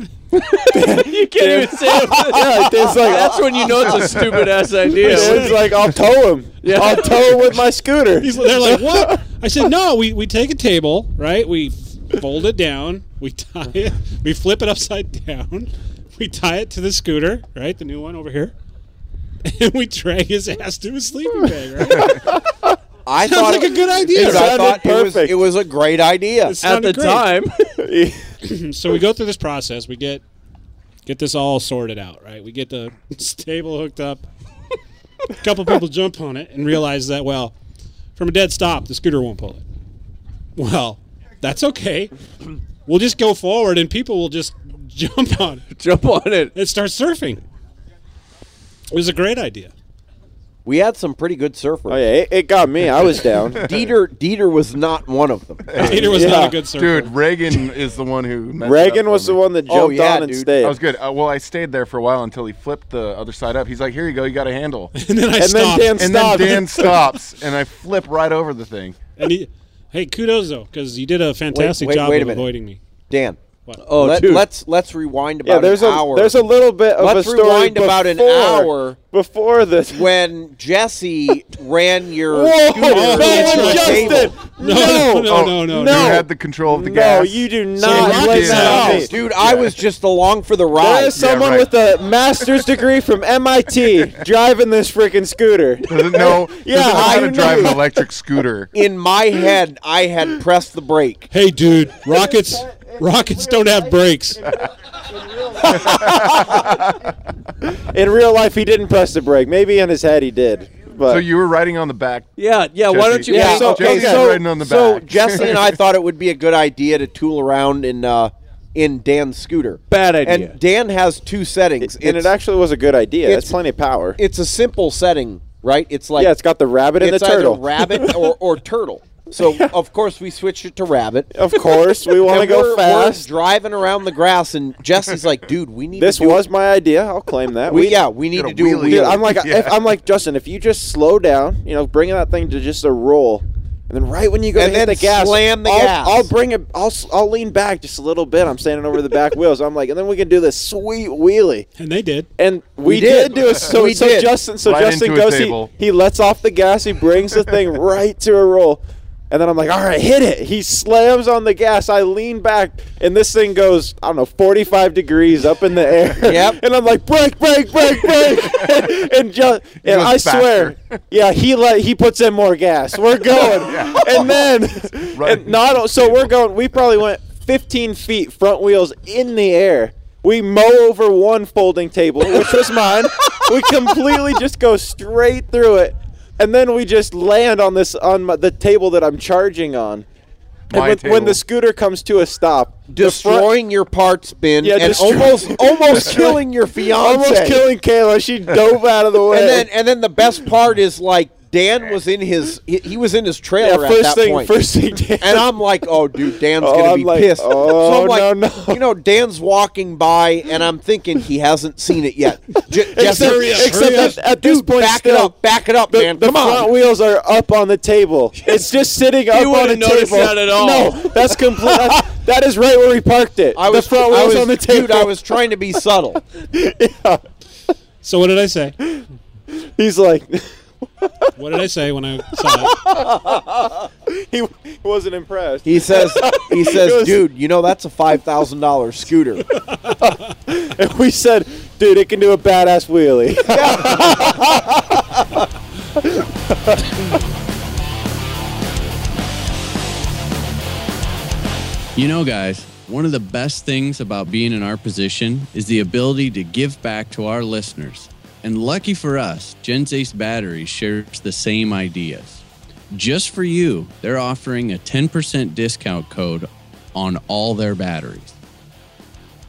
Speaker 8: you can't even say it.
Speaker 5: Yeah, it's like-
Speaker 8: That's when you know it's a stupid
Speaker 5: *laughs*
Speaker 8: ass
Speaker 4: *laughs*
Speaker 8: idea.
Speaker 5: It's like I'll tow him.
Speaker 8: *laughs* Yeah.
Speaker 5: I'll tow him
Speaker 14: *laughs*
Speaker 5: with my scooter.
Speaker 4: He's, they're
Speaker 5: *laughs*
Speaker 4: like, what? I said, no. We, we take a table, right? We fold it down. We tie it. We flip it upside down. We tie it to the scooter, right? The new one over here. *laughs* And we drag his ass to his sleeping bag, right?
Speaker 6: I
Speaker 4: Sounds
Speaker 6: thought
Speaker 4: like a good idea. It
Speaker 6: Dude,
Speaker 4: sounded
Speaker 6: I thought it was,
Speaker 4: perfect.
Speaker 6: it was a great idea.
Speaker 4: It sounded great.
Speaker 6: *laughs*
Speaker 4: *laughs*
Speaker 5: time.
Speaker 4: so we go through this process. We get get this all sorted out, right? We get the *laughs* stable hooked up. A couple
Speaker 6: *laughs*
Speaker 4: people jump on it and realize that well, from a dead stop, the scooter won't pull it. Well, that's okay. We'll just go forward, and people will just *laughs* jump on it.
Speaker 8: Jump on it.
Speaker 4: And start surfing. It was a great idea.
Speaker 6: We had some pretty good surfers.
Speaker 5: Oh, yeah, it, it got me. I was down.
Speaker 6: *laughs* Dieter Dieter was not one of
Speaker 4: *laughs*
Speaker 6: them.
Speaker 7: Dude, Reagan is the one who. messed
Speaker 5: Reagan
Speaker 7: it up for
Speaker 5: was the
Speaker 7: me.
Speaker 5: one that Oh, jumped yeah, on and dude. stayed.
Speaker 7: I was good. Uh, well, I stayed there for a while until he flipped the other side up. He's like, "Here you go, you got a handle." and
Speaker 4: then I *laughs* And then stopped. Dan
Speaker 7: and then
Speaker 4: stopped.
Speaker 5: *laughs*
Speaker 7: Dan stops, and I flip right over the thing.
Speaker 4: And he, hey, kudos though, because you did a fantastic
Speaker 6: wait-
Speaker 4: job
Speaker 6: wait a
Speaker 4: of
Speaker 6: minute.
Speaker 4: avoiding me.
Speaker 6: Dan. Oh,
Speaker 4: What?
Speaker 6: Let, us let's rewind about
Speaker 5: Oh, yeah, there's
Speaker 6: an
Speaker 5: a
Speaker 6: hour.
Speaker 5: there's a little bit of
Speaker 6: let's
Speaker 5: a story
Speaker 6: rewind about an
Speaker 5: before-
Speaker 6: hour
Speaker 5: before this *laughs*
Speaker 6: when Jesse ran your
Speaker 5: Whoa,
Speaker 6: scooter into a
Speaker 5: Justin!
Speaker 6: table.
Speaker 5: No, No, no,
Speaker 7: Oh, no, no, you no. had the control of the
Speaker 5: no,
Speaker 7: gas.
Speaker 5: you do
Speaker 7: So
Speaker 5: not.
Speaker 7: you
Speaker 5: let
Speaker 7: did.
Speaker 5: that
Speaker 7: No,
Speaker 5: be.
Speaker 6: Dude, I was just along for the ride.
Speaker 5: There is someone with a master's degree
Speaker 14: *laughs*
Speaker 5: from MIT driving this freaking scooter. *laughs*
Speaker 7: Doesn't know.
Speaker 5: yeah,
Speaker 7: doesn't know how to
Speaker 5: I
Speaker 7: drive an
Speaker 5: know.
Speaker 7: electric
Speaker 6: *laughs*
Speaker 7: scooter.
Speaker 6: in my head, I had pressed the brake.
Speaker 4: Hey, dude, rockets rockets don't have brakes.
Speaker 5: *laughs* In real life, he didn't press the brake. Maybe in his head he did. But
Speaker 7: So you were riding on the back.
Speaker 8: Yeah, yeah.
Speaker 7: why Jesse- don't you
Speaker 6: Yeah,
Speaker 7: make-
Speaker 6: so,
Speaker 7: Jesse's
Speaker 6: so,
Speaker 7: riding on the
Speaker 6: so
Speaker 7: back.
Speaker 6: Jesse
Speaker 7: *laughs*
Speaker 6: *laughs* and I thought it would be a good idea to tool around in uh, in Dan's scooter.
Speaker 8: Bad
Speaker 5: idea.
Speaker 6: And Dan has two settings,
Speaker 5: and it actually was a good idea. That's plenty of power.
Speaker 6: It's a simple setting, right? It's like
Speaker 5: Yeah, it's got the rabbit and
Speaker 6: it's
Speaker 5: the turtle.
Speaker 6: Either
Speaker 5: *laughs*
Speaker 6: rabbit or, or turtle. So of course we switched it to rabbit.
Speaker 5: Of course, we wanna
Speaker 6: And
Speaker 5: go
Speaker 6: we're- we're
Speaker 5: fast.
Speaker 6: driving around the grass, and Jesse's like, "Dude, we need
Speaker 5: This
Speaker 6: to do
Speaker 5: was my idea. I'll claim that.
Speaker 6: We- yeah, we need Get a to do a wheelie.
Speaker 5: Dude, I'm like,
Speaker 6: *laughs* Yeah.
Speaker 5: if, I'm like Justin. If you just slow down, you know, bring that thing to just a roll, and then right when you go
Speaker 6: And
Speaker 5: to hit
Speaker 6: then
Speaker 5: the gas,
Speaker 6: slam the
Speaker 5: I'll,
Speaker 6: gas.
Speaker 5: I'll bring it. I'll s- I'll lean back just a little bit. I'm standing over the back wheels. I'm like, and then we can do this sweet wheelie.
Speaker 4: And they did.
Speaker 5: And we,
Speaker 4: We
Speaker 5: did.
Speaker 4: did.
Speaker 5: do a so,
Speaker 4: We
Speaker 5: so
Speaker 4: did.
Speaker 5: Justin so
Speaker 4: Right
Speaker 5: Justin
Speaker 4: into a
Speaker 5: goes he,
Speaker 4: table.
Speaker 5: he lets off the gas he brings the
Speaker 4: *laughs*
Speaker 5: thing right to a roll and then I'm like all right hit it he slams on the gas I lean back and this thing goes I don't know 45 degrees up in
Speaker 4: *laughs*
Speaker 5: the air
Speaker 6: Yep.
Speaker 5: and I'm like brake brake brake brake and just and I
Speaker 7: goes
Speaker 5: swear yeah he let he puts in more gas *laughs* we're
Speaker 6: *laughs*
Speaker 5: going and then and not so we're going we probably went 15 feet front wheels in the air we mow over one folding table which was
Speaker 6: *laughs*
Speaker 5: mine we completely just go straight through it and then we just land on this on my, the table that i'm charging on and when,
Speaker 6: My
Speaker 5: when
Speaker 6: table.
Speaker 5: the scooter comes to a stop the front-
Speaker 6: destroying your parts bin
Speaker 5: Yeah,
Speaker 6: and
Speaker 5: destroy- *laughs*
Speaker 6: almost almost killing your fiance.
Speaker 5: Almost killing Kayla. She dove out of the way.
Speaker 6: And then and then the best part is like Dan was in his he, he was in his trailer
Speaker 5: Yeah,
Speaker 6: at
Speaker 5: first
Speaker 6: that
Speaker 5: thing-
Speaker 6: point.
Speaker 5: first thing Dan-
Speaker 6: and I'm like, oh dude, Dan's
Speaker 5: Oh,
Speaker 6: gonna
Speaker 5: I'm
Speaker 6: be
Speaker 5: like,
Speaker 6: pissed. so
Speaker 5: oh,
Speaker 6: I'm like,
Speaker 5: no,
Speaker 6: you know, Dan's walking by, and I'm thinking he hasn't seen it yet. J-
Speaker 5: Except-
Speaker 6: Jesse,
Speaker 5: hurry up, hurry
Speaker 6: that-
Speaker 5: up. at this
Speaker 6: dude,
Speaker 5: point
Speaker 6: back it
Speaker 5: still,
Speaker 6: up, back it up,
Speaker 5: the,
Speaker 6: man.
Speaker 5: the
Speaker 6: Come
Speaker 5: front
Speaker 6: on.
Speaker 5: wheels are up on the
Speaker 6: *laughs*
Speaker 5: table. It's just sitting up on a
Speaker 6: wouldn't notice
Speaker 5: table.
Speaker 6: that at all.
Speaker 5: No, that's complete.
Speaker 6: *laughs*
Speaker 5: that's, that is right where we parked it.
Speaker 6: I
Speaker 5: the
Speaker 6: was,
Speaker 5: front
Speaker 6: I
Speaker 5: wheels
Speaker 6: was-
Speaker 5: on the table.
Speaker 6: Dude, I was trying to be
Speaker 5: *laughs*
Speaker 6: subtle.
Speaker 4: So what did I say?
Speaker 5: He's like,
Speaker 4: *laughs* What did I say when I saw
Speaker 6: *laughs*
Speaker 5: it? *laughs* he wasn't impressed. *laughs*
Speaker 6: He says, he says,
Speaker 5: It was-
Speaker 6: dude, you know that's a five thousand dollar scooter.
Speaker 5: *laughs* and we said, dude, it can do a badass
Speaker 6: *laughs*
Speaker 5: wheelie. *laughs*
Speaker 15: *laughs* You know, guys, one of the best things about being in our position is the ability to give back to our listeners. And lucky for us, Gensace Battery shares the same ideas. Just for you, they're offering a 10% discount code on all their batteries.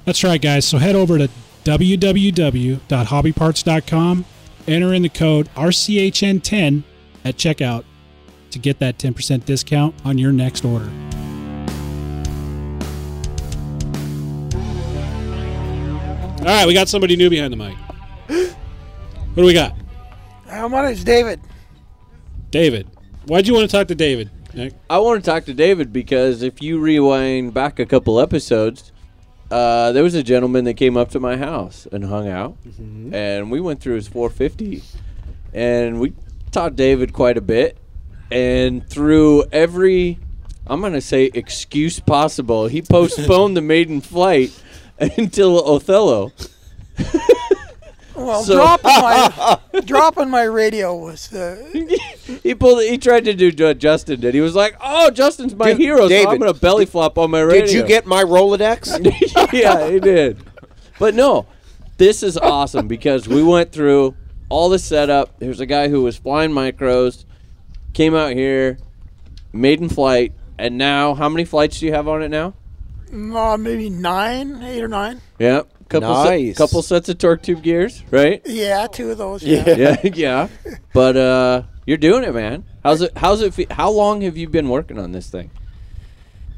Speaker 4: That's right, guys. So head over to www.hobbyparts.com, enter in the code RCHN10 at checkout to get that 10% discount on your next order. All right, we got somebody new behind the mic. What do we got?
Speaker 16: How much is David?
Speaker 4: David. Why'd you want to talk to David? Nick?
Speaker 8: I want to talk to David because if you rewind back a couple episodes, uh, there was a gentleman that came up to my house and hung out,
Speaker 4: Mm-hmm.
Speaker 8: and we went through his 450, and we taught David quite a bit, and through every, I'm gonna say excuse possible, he postponed the maiden flight *laughs* until Othello.
Speaker 16: Well,
Speaker 8: So-
Speaker 16: dropping my
Speaker 8: *laughs*
Speaker 16: dropping my radio was the
Speaker 8: He pulled. He tried to do what Justin did. He was like, "Oh, Justin's my
Speaker 6: Dude,
Speaker 8: hero, so I'm
Speaker 6: David,
Speaker 8: gonna belly flop on my radio."
Speaker 6: Did you get my Rolodex?
Speaker 8: *laughs* yeah, he did. But no, this is awesome because we went through all the setup. There's a guy who was flying micros, came out here, maiden flight, and now how many flights do you have on it now?
Speaker 16: uh, maybe nine, eight or nine.
Speaker 8: Yeah, couple se-
Speaker 16: Nice.
Speaker 8: couple sets of torque tube gears, right?
Speaker 16: Yeah, two of those. Yeah.
Speaker 8: yeah, *laughs* yeah. But uh, you're doing it, man. How's it? How's it? Fe- how long have you been working on this thing?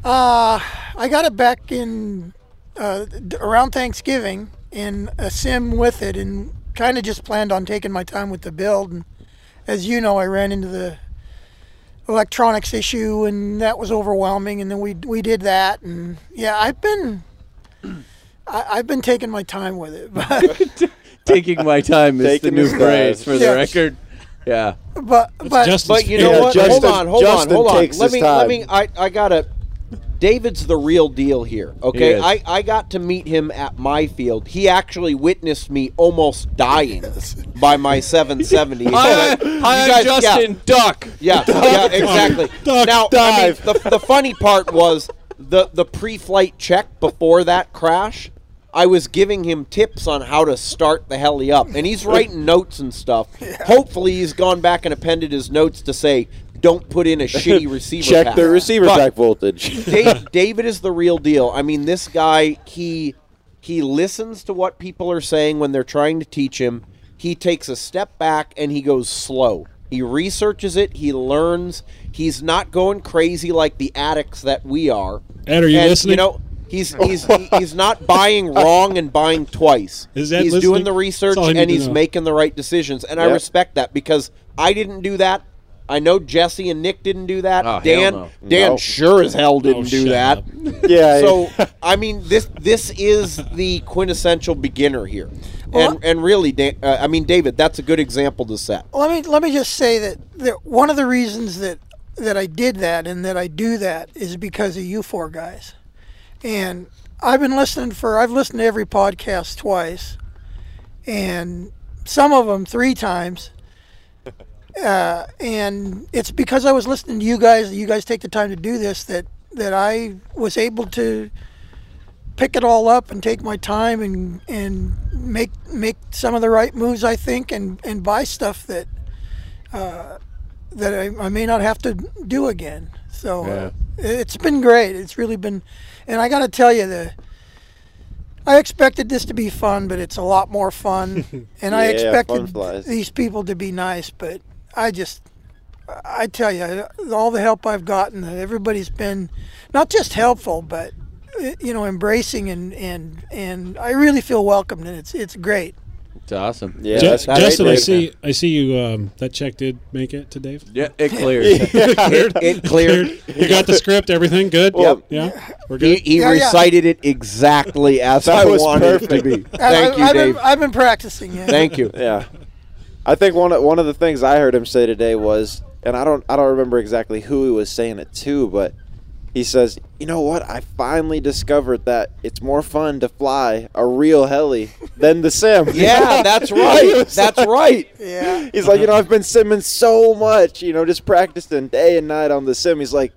Speaker 16: Uh, I got it back in uh, d- around Thanksgiving in a sim with it, and kind of just planned on taking my time with the build. And as you know, I ran into the electronics issue, and that was overwhelming. And then we we did that, and yeah, I've been *clears throat* I, I've been taking my time with it, *laughs* but
Speaker 8: Taking my time is
Speaker 5: *laughs* Taking
Speaker 8: the new
Speaker 5: his time.
Speaker 8: phrase for the
Speaker 5: Yeah.
Speaker 8: record. Yeah.
Speaker 16: but but
Speaker 6: but you know
Speaker 8: yeah,
Speaker 6: what? hold
Speaker 8: Justin-
Speaker 6: on, hold
Speaker 8: Justin
Speaker 6: on, hold on.
Speaker 8: takes
Speaker 6: Let
Speaker 8: his
Speaker 6: me,
Speaker 8: time.
Speaker 6: let me. I, I gotta. David's the real deal here.
Speaker 8: He
Speaker 6: Okay,
Speaker 8: is.
Speaker 6: I, I got to meet him at my field. He actually witnessed me
Speaker 8: *laughs*
Speaker 6: almost dying by my 770.
Speaker 8: Hi, I'm-
Speaker 6: You
Speaker 8: hi, I'm Justin. Duck.
Speaker 6: Yeah, yeah, exactly.
Speaker 5: *laughs*
Speaker 6: now, I mean, the, the funny part was the the pre-flight check before that crash. I was giving him tips on how to start the heli up, and he's writing notes
Speaker 5: *laughs*
Speaker 6: and stuff. Hopefully, he's gone back and appended his notes to say, "Don't put in
Speaker 5: *laughs*
Speaker 6: a shitty receiver."
Speaker 5: Check
Speaker 6: pack."
Speaker 5: the receiver
Speaker 6: But
Speaker 5: back voltage.
Speaker 6: Dave, David is the real deal. I mean, this guy he he listens to what people are saying when they're trying to teach him. He takes a step back and he goes slow. He researches it. He learns. He's not going crazy like the addicts that we are.
Speaker 4: Ed, are you
Speaker 6: and,
Speaker 4: listening?
Speaker 6: You know, he's he's he- he's not buying wrong and buying twice.
Speaker 4: Is Ed
Speaker 6: he's
Speaker 4: listening?
Speaker 6: doing the research
Speaker 4: That's all I need
Speaker 6: and
Speaker 4: to
Speaker 6: he's
Speaker 4: know.
Speaker 6: making the right decisions, and I
Speaker 4: Yep.
Speaker 6: respect that because I didn't do that. I know Jesse and Nick didn't do that.
Speaker 5: Oh, hell
Speaker 6: Dan,
Speaker 5: no.
Speaker 6: Dan
Speaker 5: No.
Speaker 6: sure as hell didn't
Speaker 5: Oh,
Speaker 6: do
Speaker 5: shut
Speaker 6: that.
Speaker 5: up.
Speaker 6: *laughs*
Speaker 5: Yeah.
Speaker 6: So I mean, this this is the quintessential beginner here, and and really, Dan, uh, I mean, David, that's a good example to set.
Speaker 16: Let me let me just say that, that one of the reasons that that I did that and that I do that is because of you four guys. And I've been listening for I've listened to every podcast twice, and some of them three times. Uh, and it's because I was listening to you guys that you guys take the time to do this that that I was able to pick it all up and take my time and and make make some of the right moves I think and and buy stuff that uh, that I, I may not have to do again. So uh, it's been great. It's really been, and I got to tell you the. I expected this to be fun, but it's a lot more
Speaker 5: *laughs*
Speaker 16: fun, and I
Speaker 5: Yeah, fun
Speaker 16: expected
Speaker 5: flies.
Speaker 16: these people to be nice, but I just I tell you, all the help I've gotten, everybody's been not just helpful, but eh, you know, embracing and and and I really feel welcomed, and it's it's great.
Speaker 8: It's awesome.
Speaker 5: Yeah,
Speaker 4: Ju-
Speaker 5: that's great,
Speaker 4: Justin, I
Speaker 5: Dave.
Speaker 4: see. I see you. Um, that check did make it to Dave.
Speaker 8: Yeah, it cleared.
Speaker 4: it cleared.
Speaker 6: It cleared.
Speaker 4: *laughs* You got the script. Everything good.
Speaker 6: Yep.
Speaker 4: Yeah. We're
Speaker 6: He,
Speaker 4: good.
Speaker 6: he recited it exactly
Speaker 5: *laughs*
Speaker 6: as
Speaker 5: That
Speaker 6: I
Speaker 5: was
Speaker 6: wanted it to
Speaker 5: perfect.
Speaker 6: be.
Speaker 16: I-
Speaker 6: Thank
Speaker 16: I,
Speaker 6: you,
Speaker 16: have
Speaker 6: Dave.
Speaker 16: Been, I've been practicing. Yeah.
Speaker 6: Thank you.
Speaker 5: Yeah. I think one of, one of the things I heard him say today was, and I don't I don't remember exactly who he was saying it to, but he says, "You know what? I finally discovered that it's more fun to fly a real heli than the sim."
Speaker 6: *laughs* Yeah,
Speaker 5: *laughs*
Speaker 6: that's
Speaker 5: He
Speaker 6: right.
Speaker 5: was
Speaker 6: That's
Speaker 5: like-
Speaker 6: right.
Speaker 16: Yeah.
Speaker 5: He's like, "You know, I've been simming so much, you know, just practicing day and night on the sim." He's like,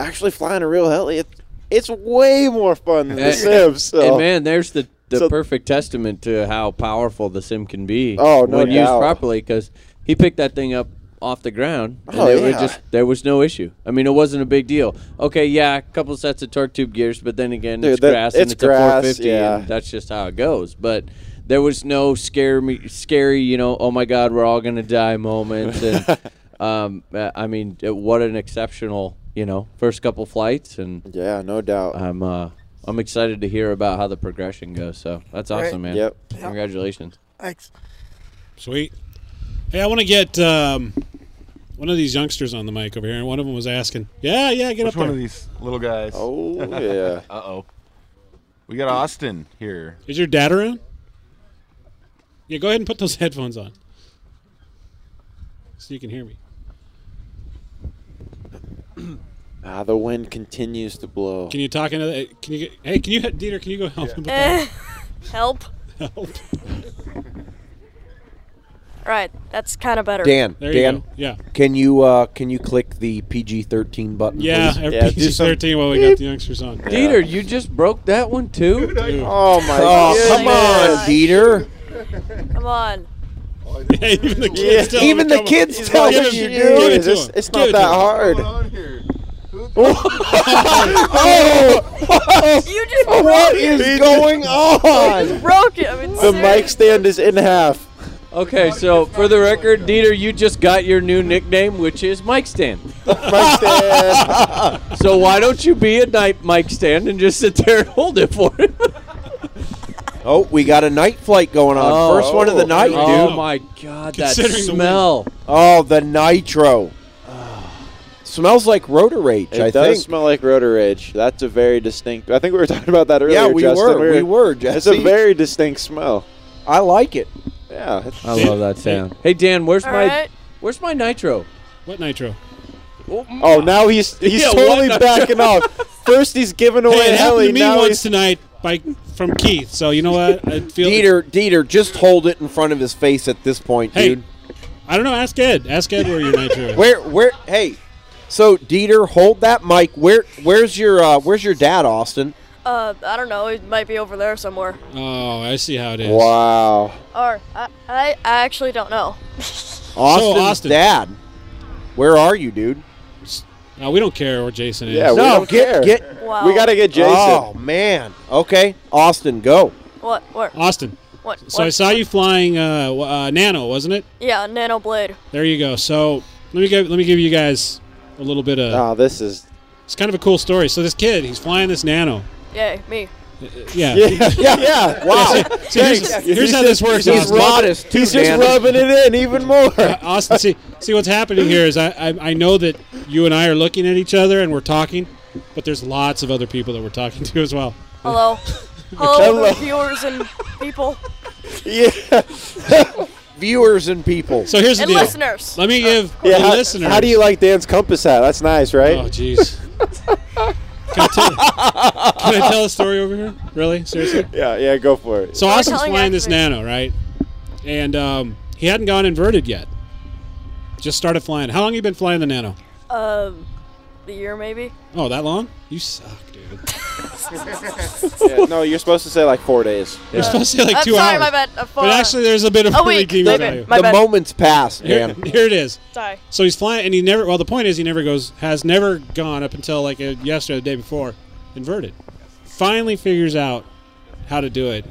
Speaker 5: "Actually, flying a real heli, it, it's way more fun than the
Speaker 8: And-
Speaker 5: sim." So.
Speaker 8: and man, there's the, the
Speaker 5: So-
Speaker 8: perfect testament to how powerful the sim can be.
Speaker 5: Oh, no
Speaker 8: when used
Speaker 5: doubt.
Speaker 8: properly, because he picked that thing up off the ground, and
Speaker 5: Oh,
Speaker 8: there was
Speaker 5: yeah.
Speaker 8: just there was no issue. I mean, it wasn't a big deal. Okay, yeah, a couple sets of torque tube gears, but then again,
Speaker 5: Dude,
Speaker 8: it's
Speaker 5: that-
Speaker 8: grass
Speaker 5: it's
Speaker 8: and it's
Speaker 5: grass,
Speaker 8: a 450,
Speaker 5: yeah.
Speaker 8: and that's just how it goes. But there was no scare me, scary, you know, oh my God, we're all gonna die moments.
Speaker 5: *laughs*
Speaker 8: And um, uh, I mean, uh, what an exceptional, you know, first couple flights and
Speaker 5: yeah, no doubt.
Speaker 8: I'm uh I'm excited to hear about how the progression goes. So that's
Speaker 16: Right.
Speaker 8: awesome, man.
Speaker 5: Yep.
Speaker 8: Congratulations.
Speaker 5: *laughs*
Speaker 16: Thanks.
Speaker 4: Sweet. Hey, I want to get um, one of these youngsters on the mic over here, and one of them was asking, "Yeah, yeah, get
Speaker 7: Which
Speaker 4: up
Speaker 7: one
Speaker 4: there."
Speaker 7: of these little guys? *laughs*
Speaker 5: Oh, yeah.
Speaker 7: uh oh. We got Austin here.
Speaker 4: Is your dad around? Yeah, go ahead and put those *laughs* headphones on, so you can hear me.
Speaker 5: Ah, the wind continues to blow.
Speaker 4: Can you talk into that? Can you? Get, hey, can you, Dieter? Can you go help? him with
Speaker 17: Eh,
Speaker 4: that?
Speaker 17: *laughs* help.
Speaker 4: Help.
Speaker 17: Right, that's kind of better.
Speaker 6: Dan,
Speaker 4: There you
Speaker 6: Dan,
Speaker 4: go. Yeah.
Speaker 6: Can you uh, can you click the PG thirteen button?
Speaker 4: Yeah,
Speaker 6: please?
Speaker 4: yeah PG-13 while we got the youngsters on.
Speaker 8: Dieter, you just broke that one too?
Speaker 5: Oh my
Speaker 6: Oh, come on,
Speaker 5: goodness.
Speaker 6: Dieter.
Speaker 17: Come on.
Speaker 4: Yeah, *laughs* even the kids.
Speaker 6: Yeah.
Speaker 4: tell
Speaker 6: Even
Speaker 4: him
Speaker 6: the
Speaker 4: come on.
Speaker 6: kids tell
Speaker 4: Give
Speaker 6: what
Speaker 4: it-
Speaker 6: you
Speaker 4: give
Speaker 6: do.
Speaker 4: it to
Speaker 6: It's-
Speaker 4: him.
Speaker 5: it's
Speaker 4: Give
Speaker 5: not
Speaker 4: it to
Speaker 5: that
Speaker 4: him.
Speaker 5: hard.
Speaker 6: *laughs* Oh,
Speaker 17: You just broke
Speaker 6: What
Speaker 17: it.
Speaker 6: is going
Speaker 17: You
Speaker 6: on?
Speaker 17: broke it. I mean,
Speaker 5: The mic stand is in half.
Speaker 8: Okay, so for the record, Dieter, you just got your new nickname, which is Mike
Speaker 6: *laughs*
Speaker 8: Stand.
Speaker 5: Mic stand.
Speaker 8: *laughs* So why don't you be a night Mike Stand and just sit there and hold it for him?
Speaker 6: *laughs* Oh, we got a night flight going on.
Speaker 8: Oh.
Speaker 6: First one of the night,
Speaker 8: oh
Speaker 6: dude.
Speaker 8: my god, that
Speaker 4: Considering the
Speaker 8: smell.
Speaker 6: Oh, the nitro. Ah. Smells like rotor rage.
Speaker 5: It
Speaker 6: I
Speaker 5: does
Speaker 6: think.
Speaker 5: smell like rotor rage. That's a very distinct. I think we were *laughs* talking about that earlier.
Speaker 6: Yeah, we
Speaker 5: Justin.
Speaker 6: were. We were,
Speaker 5: It's
Speaker 6: Jesse.
Speaker 5: a very distinct smell.
Speaker 6: I like it.
Speaker 5: Yeah. it's-
Speaker 8: I love that sound. Hey Dan, where's
Speaker 17: All
Speaker 8: my
Speaker 17: right.
Speaker 8: where's my nitro?
Speaker 4: What nitro?
Speaker 3: *laughs*
Speaker 5: Oh,
Speaker 4: *laughs*
Speaker 5: now he's he's
Speaker 8: Yeah, why
Speaker 5: totally
Speaker 8: not?
Speaker 5: backing off. First he's giving away
Speaker 4: Hey, it happened
Speaker 5: Helly.
Speaker 4: to me
Speaker 5: now
Speaker 4: once
Speaker 5: he's
Speaker 4: tonight by from Keith. So you know what? I
Speaker 6: *laughs*
Speaker 4: feel.
Speaker 6: Dieter, Dieter, just hold it in front of his face at this point,
Speaker 4: Hey.
Speaker 6: dude.
Speaker 4: I don't know. Ask Ed. Ask Ed where your nitro is.
Speaker 6: Where, where? Hey, so Dieter, hold that mic. Where, where's your, uh, where's your dad, Austin?
Speaker 17: Uh, I don't know. It might be over there somewhere.
Speaker 4: Oh, I see how it is.
Speaker 5: Wow.
Speaker 17: Or I, I, I actually don't know.
Speaker 6: Austin's
Speaker 4: Austin.
Speaker 6: dad. Where are you, dude?
Speaker 4: No, we don't care where Jason is.
Speaker 6: Yeah, we No, don't get- care. get-
Speaker 17: Wow. We gotta
Speaker 4: get Jason.
Speaker 6: Oh man. Okay, Austin, go.
Speaker 17: What? Where?
Speaker 4: Austin.
Speaker 17: What?
Speaker 4: Uh, So I
Speaker 17: what-
Speaker 4: saw you flying uh, w- uh, Nano, wasn't it?
Speaker 17: Yeah, nano blade.
Speaker 4: There you go. So let me give let me give you guys a little bit of.
Speaker 5: Oh, this is.
Speaker 4: It's kind of a cool story. So this kid, he's flying this Nano.
Speaker 17: Yay, me.
Speaker 4: Uh, *laughs* Yeah.
Speaker 5: Yeah, yeah, yeah. Wow.
Speaker 4: see- see, here's,
Speaker 5: Thanks.
Speaker 4: here's
Speaker 5: He's
Speaker 4: how
Speaker 5: just-
Speaker 4: this works.
Speaker 5: he's
Speaker 4: Austin.
Speaker 5: modest, too, He's just Dan. rubbing it in
Speaker 4: *laughs*
Speaker 5: even more.
Speaker 4: Uh, Austin, see, see what's happening here is I, I, I know that you and I are looking at each other and we're talking, but there's lots of other people that we're talking to as well.
Speaker 17: Hello. Hello,
Speaker 4: Hello.
Speaker 17: viewers and people.
Speaker 6: Yeah. Viewers and people.
Speaker 4: So here's the
Speaker 17: And
Speaker 4: deal.
Speaker 17: listeners.
Speaker 4: Let me give
Speaker 5: *laughs* Yeah,
Speaker 4: the
Speaker 5: how,
Speaker 4: listeners.
Speaker 5: how do you like Dan's compass hat? That's nice, right?
Speaker 4: Oh, jeez. Can I, tell, can I tell a story over here? Really? Seriously?
Speaker 5: *laughs* Yeah, yeah, go for it.
Speaker 4: So Austin's
Speaker 5: telling
Speaker 4: flying this
Speaker 5: after me.
Speaker 4: nano, right? And um, he hadn't gone inverted yet. Just started flying. How long you been flying the nano?
Speaker 17: Um, the year maybe.
Speaker 4: Oh, that long? You suck.
Speaker 5: Yeah, no, you're supposed to say like four days.
Speaker 4: You're supposed to say like
Speaker 17: I'm
Speaker 4: two
Speaker 17: sorry,
Speaker 4: hours.
Speaker 17: my bad. Uh, four-
Speaker 4: But actually, there's a bit of
Speaker 17: A week.
Speaker 4: redeeming
Speaker 17: My bad,
Speaker 4: value.
Speaker 17: my The bad.
Speaker 6: moment's passed,
Speaker 4: Here,
Speaker 6: man.
Speaker 4: *laughs* here it is.
Speaker 17: Sorry.
Speaker 4: So he's flying, and he never. Well, the point is, he never goes. Has never gone up until like a, yesterday, the day before, inverted. Finally figures out how to do it.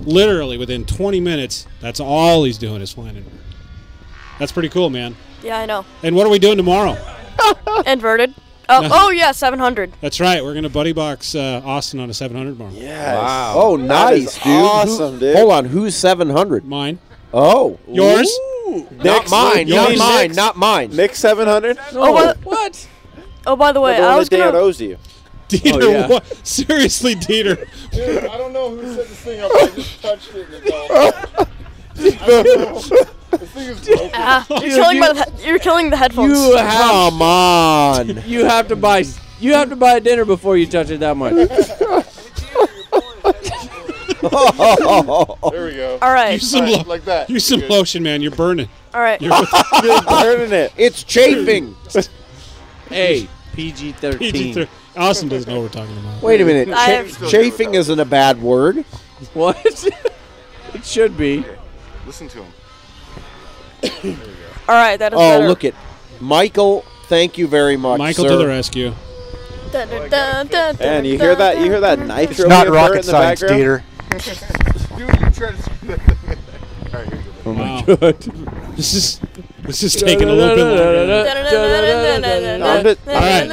Speaker 4: Literally within 20 minutes, that's all he's doing is flying inverted. That's pretty cool, man.
Speaker 17: Yeah, I know.
Speaker 4: And what are we doing tomorrow?
Speaker 17: Inverted. Oh, oh yeah, 700.
Speaker 4: That's right. We're gonna buddy box uh, Austin on a 700 tomorrow.
Speaker 5: Yeah.
Speaker 6: Wow. Oh, nice, dude. Who- Hold on, who's 700?
Speaker 4: Mine.
Speaker 6: Oh.
Speaker 4: Yours?
Speaker 6: Not mine, not mine, not mine.
Speaker 5: Nick 700?
Speaker 17: Oh, what? what? Oh, by the way,
Speaker 5: Another
Speaker 17: I
Speaker 5: one
Speaker 17: was
Speaker 5: that Dan
Speaker 17: gonna.
Speaker 4: *laughs*
Speaker 5: owes you.
Speaker 4: Dieter, *laughs* what?
Speaker 17: *laughs*
Speaker 4: Seriously, *laughs* Dieter.
Speaker 11: Dude, I don't know who set this thing up. I just touched
Speaker 7: *laughs*
Speaker 11: it Oh, and it fell. I don't know. This thing is broken.
Speaker 17: Ah, you're killing my. he- You're killing the headphones.
Speaker 8: You have
Speaker 6: Come on.
Speaker 8: You have to buy you have to buy dinner before you touch it that *laughs* much.
Speaker 4: *laughs*
Speaker 11: There we go.
Speaker 17: All right.
Speaker 4: Use some,
Speaker 11: All right,
Speaker 4: lo-
Speaker 11: like that.
Speaker 4: Use some
Speaker 11: Good.
Speaker 4: lotion, man. You're burning.
Speaker 17: All right.
Speaker 4: You're, *laughs*
Speaker 5: You're burning it.
Speaker 6: It's chafing.
Speaker 8: hey, PG
Speaker 4: *laughs* PG-13. Austin doesn't know what we're talking about.
Speaker 6: Wait a minute.
Speaker 4: I
Speaker 6: Cha-
Speaker 4: am still good
Speaker 6: chafing isn't a bad
Speaker 4: *laughs*
Speaker 6: word.
Speaker 8: What? it should be.
Speaker 7: Listen to him.
Speaker 17: All right, that is
Speaker 6: Oh,
Speaker 17: better.
Speaker 6: look at Michael. Thank you very much,
Speaker 4: Michael
Speaker 6: sir.
Speaker 4: to the rescue.
Speaker 17: Dun, dun, dun, dun, dun,
Speaker 5: And you hear that? You hear that nitro?
Speaker 6: not
Speaker 5: being
Speaker 6: rocket
Speaker 5: burnt in the
Speaker 6: science,
Speaker 5: background?
Speaker 6: Dieter.
Speaker 11: Dude, you tried to screw that thing in. All right, here you go.
Speaker 6: Oh
Speaker 4: Wow.
Speaker 6: my god.
Speaker 4: *laughs* This is this is taking a little bit longer.
Speaker 8: I'm
Speaker 4: All right. All right.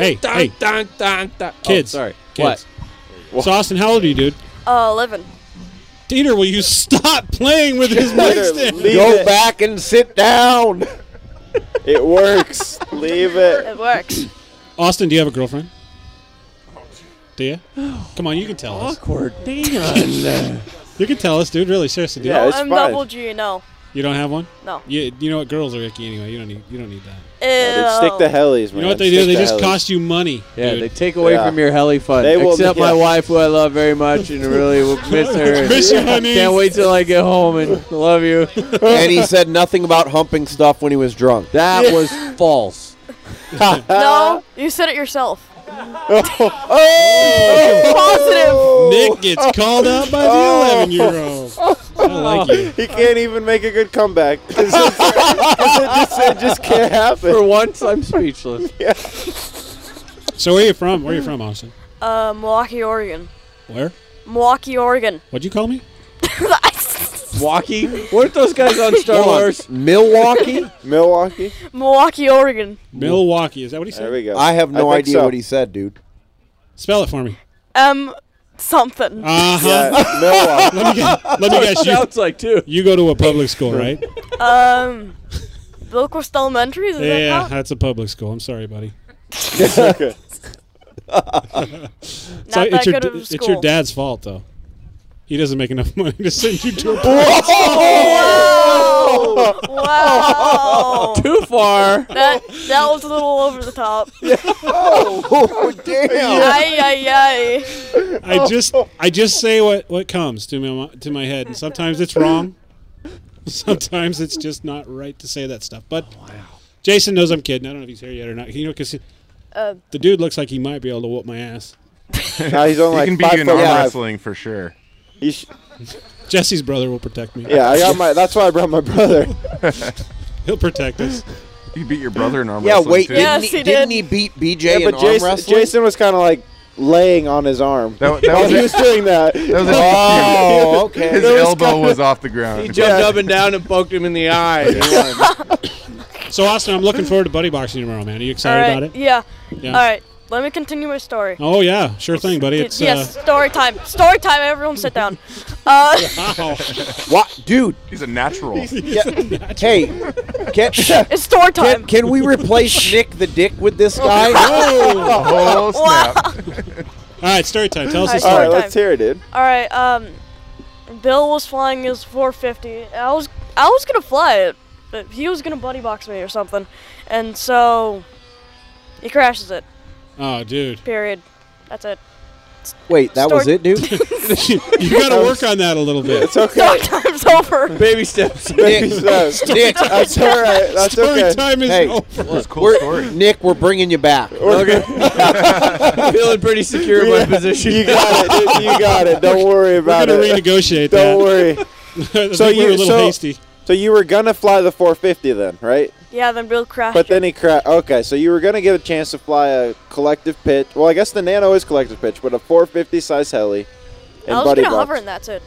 Speaker 4: Hey, hey,
Speaker 8: Dun, dun, dun. Oh,
Speaker 4: kids.
Speaker 8: sorry.
Speaker 4: Kids. So Austin, how old are you, dude?
Speaker 17: Uh, 11.
Speaker 4: Dieter, will you stop playing with his mic stand?
Speaker 5: leave Go it.
Speaker 6: back and sit down.
Speaker 5: It works. Leave it.
Speaker 17: It works.
Speaker 4: Austin, do you have a girlfriend? Do
Speaker 8: *gasps*
Speaker 4: you? Come on, you can tell us.
Speaker 8: Oh, Awkward. Dan.
Speaker 4: *laughs* You can tell us, dude. Really, seriously, dude.
Speaker 17: no, I'm double G. No.
Speaker 4: You don't have one?
Speaker 17: No.
Speaker 4: You, you know what? Girls are icky anyway. You don't need. You don't need that.
Speaker 17: Ew.
Speaker 5: stick the hellies, man.
Speaker 4: You know what they do?
Speaker 5: Stick
Speaker 4: They
Speaker 5: the
Speaker 4: just
Speaker 5: hellies.
Speaker 4: cost you money.
Speaker 8: Yeah,
Speaker 4: dude.
Speaker 8: they take away
Speaker 5: Yeah.
Speaker 8: from your heli fun.
Speaker 5: They will-
Speaker 8: Except my
Speaker 5: yeah.
Speaker 8: wife, *laughs* who I love very much and really *laughs* will miss her.
Speaker 4: Miss you, honey.
Speaker 8: Can't wait till I get home
Speaker 6: *laughs*
Speaker 8: and love you.
Speaker 6: and he said nothing about humping stuff when he was drunk.
Speaker 8: That was
Speaker 4: *laughs*
Speaker 8: false.
Speaker 6: Uh,
Speaker 17: No, you said it yourself. *laughs*
Speaker 4: Nick
Speaker 5: Oh.
Speaker 4: gets called out by the 11 year old. I like you.
Speaker 5: He can't even make a good comeback. *laughs* 'Cause it's- 'cause it, just, it just can't happen.
Speaker 8: For once, I'm speechless.
Speaker 4: *laughs* So where you from? Where you from, Austin?
Speaker 17: Uh, Milwaukee, Oregon.
Speaker 4: Where?
Speaker 17: Milwaukee, Oregon.
Speaker 4: What'd you call me?
Speaker 8: Milwaukee? Weren't those guys on Star
Speaker 6: Hold on.
Speaker 8: Wars?
Speaker 6: Milwaukee?
Speaker 5: Milwaukee.
Speaker 17: Milwaukee, Oregon.
Speaker 4: Milwaukee. Is that what he said?
Speaker 5: There we go.
Speaker 6: I have no
Speaker 5: I think
Speaker 6: idea
Speaker 5: so.
Speaker 6: what he said, dude.
Speaker 4: Spell it for me.
Speaker 17: Um, something.
Speaker 4: Uh huh.
Speaker 5: Yeah,
Speaker 4: *laughs*
Speaker 5: Milwaukee.
Speaker 4: Let me guess. Let me
Speaker 8: That's
Speaker 4: guess.
Speaker 8: what Oh, it
Speaker 4: You,
Speaker 8: sounds like too.
Speaker 4: you go to a public school, right?
Speaker 17: um, Bilquist Elementary. Is that
Speaker 4: yeah,
Speaker 17: how-
Speaker 4: that's a public school. I'm
Speaker 17: *laughs*
Speaker 4: sorry, buddy.
Speaker 5: Okay.
Speaker 4: So
Speaker 17: Not that
Speaker 4: it's your
Speaker 17: good
Speaker 4: d-
Speaker 17: of a
Speaker 4: it's your
Speaker 17: school.
Speaker 4: dad's fault though. He doesn't make enough *laughs* money to send you
Speaker 8: *laughs*
Speaker 4: to a
Speaker 17: Wow! wow!
Speaker 8: Too far.
Speaker 17: That that was a little over the
Speaker 4: *laughs*
Speaker 17: top.
Speaker 6: Oh, damn.
Speaker 17: Ay ay ay.
Speaker 8: Oh.
Speaker 4: I just I just say what what comes to my to my head, and sometimes it's wrong. *laughs* Sometimes it's just not right to say that stuff. But
Speaker 8: Oh,
Speaker 4: Jason knows I'm kidding. I don't know if he's here yet or not. You know, because
Speaker 17: Uh,
Speaker 4: the dude looks like he might be able to whoop my ass.
Speaker 5: *laughs* Now he's only
Speaker 7: he
Speaker 5: like
Speaker 7: can
Speaker 5: five
Speaker 7: beat you in
Speaker 5: foot
Speaker 7: arm
Speaker 5: five.
Speaker 7: wrestling for sure.
Speaker 4: Jesse's brother will protect me.
Speaker 5: Yeah, I got my.
Speaker 6: *laughs*
Speaker 5: That's why I brought my brother.
Speaker 4: *laughs* He'll protect us.
Speaker 7: You beat your brother in arm
Speaker 5: Yeah,
Speaker 7: wrestling.
Speaker 5: wait,
Speaker 7: too.
Speaker 5: Yes, didn't he- he didn't
Speaker 6: he beat BJ
Speaker 5: yeah, but Jason, *laughs* Jason was kind of like laying on his arm. *laughs*
Speaker 7: That wa- that
Speaker 5: While
Speaker 7: was
Speaker 5: he
Speaker 7: it.
Speaker 5: was doing that. Oh,
Speaker 7: That was a-
Speaker 4: Oh,
Speaker 7: His elbow was off the ground.
Speaker 8: He jumped
Speaker 7: *laughs*
Speaker 8: up and down and poked him in the
Speaker 5: *laughs*
Speaker 8: eye.
Speaker 4: So Austin, I'm looking forward to buddy boxing tomorrow, man. Are you excited
Speaker 17: Alright,
Speaker 4: about it?
Speaker 17: Yeah.
Speaker 4: Yeah.
Speaker 17: All right. Let me continue my story.
Speaker 4: Oh yeah, sure thing, buddy.
Speaker 17: Dude,
Speaker 4: It's
Speaker 17: yes,
Speaker 4: uh,
Speaker 17: story time. Story time. Everyone sit
Speaker 4: *laughs*
Speaker 17: down. Uh,
Speaker 6: What, dude?
Speaker 7: He's a
Speaker 4: *laughs*
Speaker 7: natural.
Speaker 6: Yeah. Hey, can, *laughs*
Speaker 17: it's store
Speaker 6: time. Can, can we
Speaker 17: *laughs*
Speaker 6: replace Nick the Dick with this guy?
Speaker 7: Oh,
Speaker 17: *laughs*
Speaker 7: snap.
Speaker 4: All right, story time. Tell us the
Speaker 17: Alright, story
Speaker 4: story.
Speaker 17: Alright,
Speaker 6: *laughs*
Speaker 17: let's time.
Speaker 5: hear it, dude.
Speaker 17: all right. Um, Bill was flying his 450. I was I was gonna fly it, but he was gonna buddy box me or something, and so he crashes it.
Speaker 4: Oh, dude.
Speaker 17: Period. That's it.
Speaker 6: Wait, that
Speaker 17: Story-
Speaker 6: was it, dude.
Speaker 17: *laughs*
Speaker 4: you got to work on that a little bit.
Speaker 5: It's okay.
Speaker 17: Time's over.
Speaker 8: Baby steps.
Speaker 5: Baby steps.
Speaker 6: Nick,
Speaker 5: That's all right. That's
Speaker 6: Story
Speaker 5: okay.
Speaker 6: time is Hey. over.
Speaker 7: That was a cool
Speaker 6: We're-
Speaker 7: story.
Speaker 6: Nick, we're bringing you back. *laughs*
Speaker 8: Feeling pretty secure in my position.
Speaker 5: You got it. dude. You got it. Don't worry about
Speaker 4: gonna
Speaker 5: it.
Speaker 4: renegotiate that.
Speaker 5: Don't worry.
Speaker 4: *laughs* I think we were a little hasty.
Speaker 5: So you were gonna fly the 450 then, right?
Speaker 17: Yeah. Then Bill crashed.
Speaker 5: But
Speaker 17: it.
Speaker 5: then he cra Okay, so you were gonna get a chance to fly a collective pitch. Well, I guess the Nano is collective pitch, but a 450 size heli and
Speaker 17: I was
Speaker 5: buddy
Speaker 17: gonna
Speaker 5: box.
Speaker 17: hover and that's it.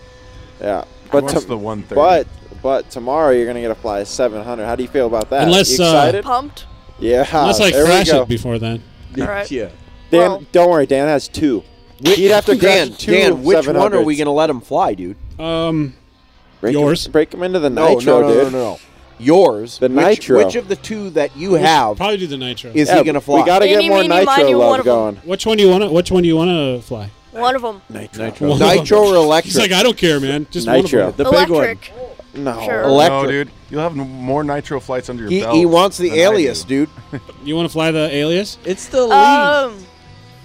Speaker 5: Yeah, but
Speaker 7: What's
Speaker 5: to-
Speaker 7: the 130?
Speaker 5: But but tomorrow you're gonna get to fly a 700. How do you feel about that?
Speaker 4: Unless,
Speaker 5: you
Speaker 4: uh,
Speaker 5: excited?
Speaker 17: Pumped.
Speaker 5: Yeah.
Speaker 4: Unless I
Speaker 5: there we
Speaker 4: crash
Speaker 5: go.
Speaker 4: it before then.
Speaker 5: All
Speaker 17: right.
Speaker 8: Yeah.
Speaker 5: Dan, don't worry. Dan has two. He'd have to
Speaker 6: Dan,
Speaker 5: crash two
Speaker 6: Dan, which one are
Speaker 5: 700s.
Speaker 6: we gonna let him fly, dude?
Speaker 4: Um,
Speaker 5: break
Speaker 4: yours?
Speaker 5: Him, break him into the
Speaker 6: No,
Speaker 5: nitro,
Speaker 6: no, no,
Speaker 5: dude.
Speaker 6: no, no, no. Yours.
Speaker 5: The
Speaker 6: which,
Speaker 5: nitro.
Speaker 6: Which of the two that you
Speaker 4: We should
Speaker 6: have?
Speaker 4: probably do the nitro.
Speaker 6: Is he gonna fly?
Speaker 5: We gotta
Speaker 17: Eeny,
Speaker 5: get more
Speaker 17: meeny, miny, one
Speaker 5: nitro love
Speaker 17: of 'em.
Speaker 5: going.
Speaker 4: Which one do you want to? Which one do you want to fly?
Speaker 17: One of them.
Speaker 5: Nitro.
Speaker 4: One of 'em.
Speaker 6: Nitro or electric?
Speaker 4: He's like, I don't care, man. Just
Speaker 5: Nitro.
Speaker 4: One of 'em.
Speaker 6: The big one.
Speaker 17: Electric.
Speaker 5: No.
Speaker 17: Sure.
Speaker 7: No,
Speaker 6: Electric.
Speaker 7: dude. You'll have more nitro flights under your
Speaker 6: he,
Speaker 7: belt.
Speaker 6: he wants the
Speaker 7: than I do.
Speaker 6: alias, dude.
Speaker 4: *laughs* You want to fly the alias?
Speaker 8: It's the
Speaker 17: Um,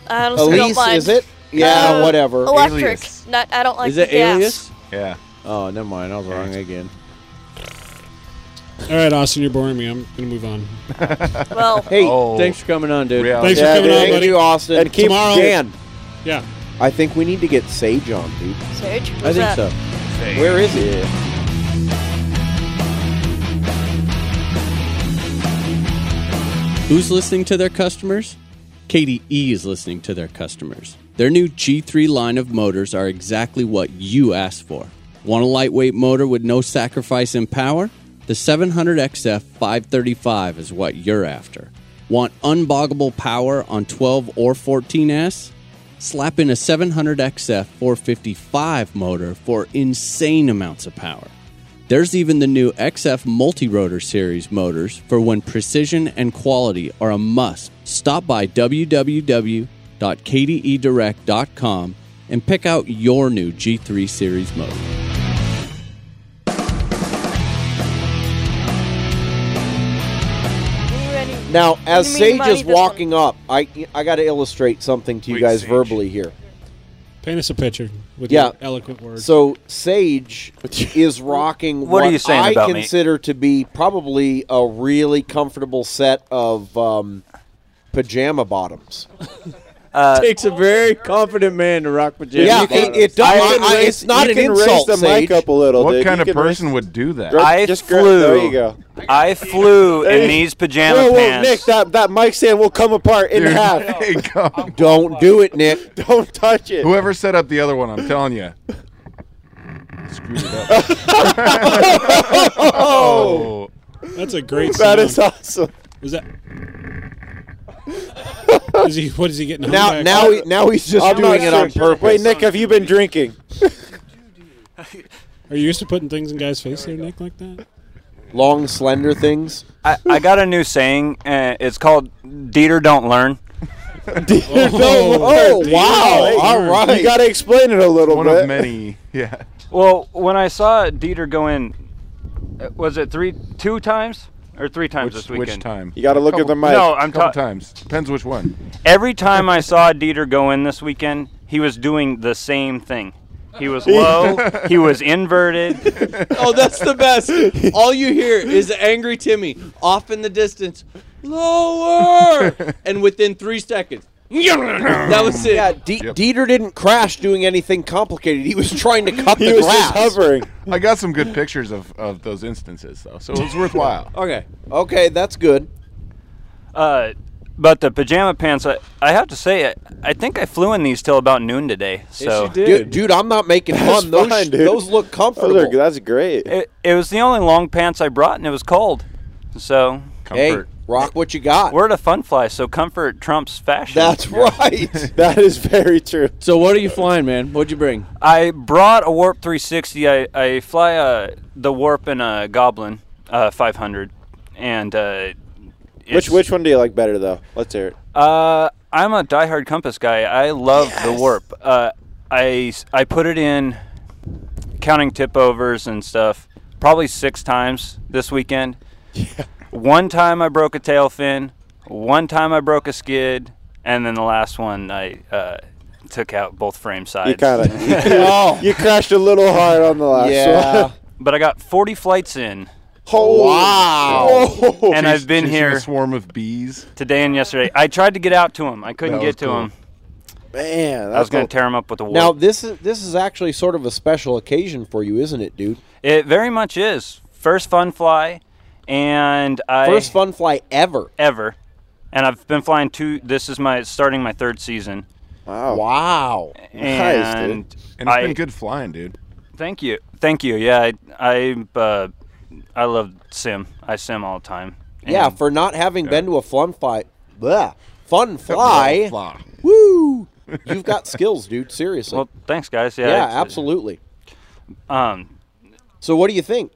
Speaker 17: I honestly don't
Speaker 6: Elise,
Speaker 17: mind.
Speaker 6: is it? Yeah,
Speaker 17: Uh,
Speaker 6: whatever.
Speaker 17: Electric. Not, I don't like
Speaker 8: Is it
Speaker 17: gas.
Speaker 8: alias?
Speaker 7: Yeah.
Speaker 8: Oh, never mind. I was wrong again.
Speaker 4: All right, Austin, you're boring me. I'm gonna move
Speaker 7: *laughs*
Speaker 4: on.
Speaker 17: Well,
Speaker 6: Hey,
Speaker 7: Oh.
Speaker 8: Thanks for coming on, dude.
Speaker 7: reality.
Speaker 4: Thanks
Speaker 6: yeah,
Speaker 4: for coming
Speaker 6: dude,
Speaker 4: on,
Speaker 6: thank
Speaker 4: buddy.
Speaker 6: you, Austin.
Speaker 5: And keep-
Speaker 4: Tomorrow,
Speaker 6: Dan,
Speaker 4: yeah.
Speaker 6: I think we need to get Sage on, dude.
Speaker 17: Sage.
Speaker 6: I
Speaker 17: Who's
Speaker 6: think
Speaker 17: that?
Speaker 6: so. Where is he?
Speaker 8: Who's listening to their customers? KDE is listening to their customers. Their new G3 line of motors are exactly what you asked for. Want a lightweight motor with no sacrifice in power? The 700XF 535 is what you're after. Want unboggable power on 12 or 14S? Slap in a 700XF 455 motor for insane amounts of power. There's even the new XF Multi Rotor Series motors for when precision and quality are a must. Stop by E www.kdedirect.com and pick out your new G3 Series motor.
Speaker 6: Now, as
Speaker 17: What do you mean
Speaker 6: Sage
Speaker 17: by
Speaker 6: is
Speaker 17: this one?
Speaker 6: walking up, I I got to illustrate something to you
Speaker 7: Wait,
Speaker 6: guys
Speaker 7: Sage.
Speaker 6: verbally here.
Speaker 4: Paint us a picture with
Speaker 6: Yeah.
Speaker 4: your eloquent words.
Speaker 6: So Sage is rocking what,
Speaker 9: What are you saying
Speaker 6: I
Speaker 9: about me?
Speaker 6: consider to be probably a really comfortable set of um, pajama bottoms.
Speaker 9: *laughs* Uh,
Speaker 8: Takes a very confident man to rock pajamas.
Speaker 6: yeah, it, it does.
Speaker 5: You can
Speaker 6: I-
Speaker 5: raise-
Speaker 6: it's not
Speaker 5: you
Speaker 6: an
Speaker 5: can
Speaker 6: insult,
Speaker 5: raise the
Speaker 6: Sage.
Speaker 5: mic up a little.
Speaker 7: What
Speaker 5: dude.
Speaker 7: kind
Speaker 5: You
Speaker 7: of
Speaker 5: can raise-
Speaker 7: person
Speaker 6: *laughs*
Speaker 7: would do that?
Speaker 5: Right,
Speaker 9: I
Speaker 5: just grab-
Speaker 9: flew.
Speaker 5: there you go.
Speaker 9: I flew
Speaker 5: There you-
Speaker 9: in these pajama
Speaker 5: whoa, whoa,
Speaker 9: pants.
Speaker 5: Nick, that, that mic stand will come apart in
Speaker 9: *laughs*
Speaker 7: Dude,
Speaker 5: half.
Speaker 7: hey, God. *laughs*
Speaker 6: Don't do it,
Speaker 5: *laughs*
Speaker 6: Nick.
Speaker 5: Don't touch it.
Speaker 7: Whoever set up the other one, I'm telling you. Screwed
Speaker 5: *laughs*
Speaker 7: it up. oh.
Speaker 4: That's a great.
Speaker 5: That is
Speaker 4: sound.
Speaker 5: awesome.
Speaker 4: Was that? is he? What is he getting? hung
Speaker 6: Now,
Speaker 4: back?
Speaker 6: now, he, now he's just
Speaker 5: I'm
Speaker 6: doing
Speaker 5: not
Speaker 6: it on
Speaker 5: sure.
Speaker 6: purpose.
Speaker 5: Wait, Nick, have you been drinking?
Speaker 4: *laughs* Are you used to putting things in guys' face here, Nick, like that?
Speaker 6: Long, slender things.
Speaker 9: I, I got a new saying. Uh, it's called Dieter don't learn.
Speaker 7: *laughs*
Speaker 5: oh,
Speaker 6: wow. All right.
Speaker 5: You got to explain it a little
Speaker 7: One
Speaker 5: bit.
Speaker 7: of many. Yeah.
Speaker 18: Well, when I saw Dieter go in, uh, was it three, two times or three times
Speaker 7: Which,
Speaker 18: this
Speaker 7: which
Speaker 18: weekend?
Speaker 7: time?
Speaker 5: You got to look at the mic.
Speaker 18: No, I'm
Speaker 7: couple
Speaker 18: ta-
Speaker 7: times. Depends which one.
Speaker 18: Every time I saw Dieter go in this weekend, he was doing the same thing. He
Speaker 5: *laughs*
Speaker 18: was low. he was inverted.
Speaker 8: Oh, that's the
Speaker 5: *laughs*
Speaker 6: *laughs*
Speaker 8: best. All you hear is
Speaker 7: *laughs*
Speaker 8: angry Timmy off in the distance, lower, and within three seconds,
Speaker 6: *coughs* that was it. Yeah, De- Dieter didn't crash doing anything complicated. He was trying to cut the grass.
Speaker 7: I got some good pictures of, of those instances though, so it
Speaker 6: *laughs*
Speaker 7: was worthwhile.
Speaker 6: okay. Okay, that's good.
Speaker 18: Uh, but the pajama pants, I, I have to say, I, I think I flew in these till about noon today. So
Speaker 6: Dude, dude, I'm not making fun. Those,
Speaker 18: fine, dude.
Speaker 6: those look comfortable.
Speaker 18: Those are-
Speaker 5: that's great.
Speaker 18: It, it was the only long pants I brought, and it was cold. So
Speaker 6: Hey, rock what you got.
Speaker 18: We're at a fun fly, so comfort trumps fashion.
Speaker 6: That's right.
Speaker 5: that is very true.
Speaker 8: So what are you flying, man? What'd you bring?
Speaker 18: I brought a Warp 360. I, I fly uh, the Warp in a Goblin uh, 500, and uh,
Speaker 5: Which which one do you like better though? Let's hear it.
Speaker 18: Uh, I'm a diehard compass guy. I love the warp. Uh, I I put it in counting tip overs and stuff probably six times this weekend. One time I broke a tail fin. One time I broke a skid, and then the last one I uh, took out both frame sides.
Speaker 5: You
Speaker 6: *laughs*
Speaker 5: kind of
Speaker 18: *laughs*
Speaker 5: you,
Speaker 7: Oh,
Speaker 6: Oh.
Speaker 5: you crashed a little hard on the last
Speaker 6: *laughs*
Speaker 5: one.
Speaker 18: but I got 40 flights in.
Speaker 5: Holy Wow. cow.
Speaker 18: And I've been
Speaker 7: Chasing a
Speaker 18: here.
Speaker 7: swarm of bees.
Speaker 18: Today and yesterday. I tried to get out to him. I couldn't
Speaker 6: That was
Speaker 18: get to
Speaker 6: cool.
Speaker 18: him.
Speaker 6: Man,
Speaker 18: I was going to tear him up with a
Speaker 6: Now
Speaker 18: warp.
Speaker 6: this is this is actually sort of a special occasion for you, isn't it, dude?
Speaker 18: it very much is. First fun fly, and I
Speaker 6: First fun fly ever.
Speaker 18: ever, and I've been flying two. This is my starting my third season.
Speaker 5: Wow!
Speaker 6: Wow!
Speaker 18: And
Speaker 7: And it's
Speaker 18: I-
Speaker 7: been good flying, dude.
Speaker 18: Thank you, thank you. Yeah, I I, uh, I love sim. I sim all the time.
Speaker 6: yeah,
Speaker 18: And
Speaker 6: for not having been to a fun fly, blah, fun
Speaker 18: Fly.
Speaker 6: fly, woo! You've got
Speaker 18: *laughs*
Speaker 6: skills, dude. Seriously.
Speaker 18: Well, thanks, guys. Yeah,
Speaker 6: yeah,
Speaker 18: it's- uh,
Speaker 6: absolutely.
Speaker 18: Um,
Speaker 6: so what do you think?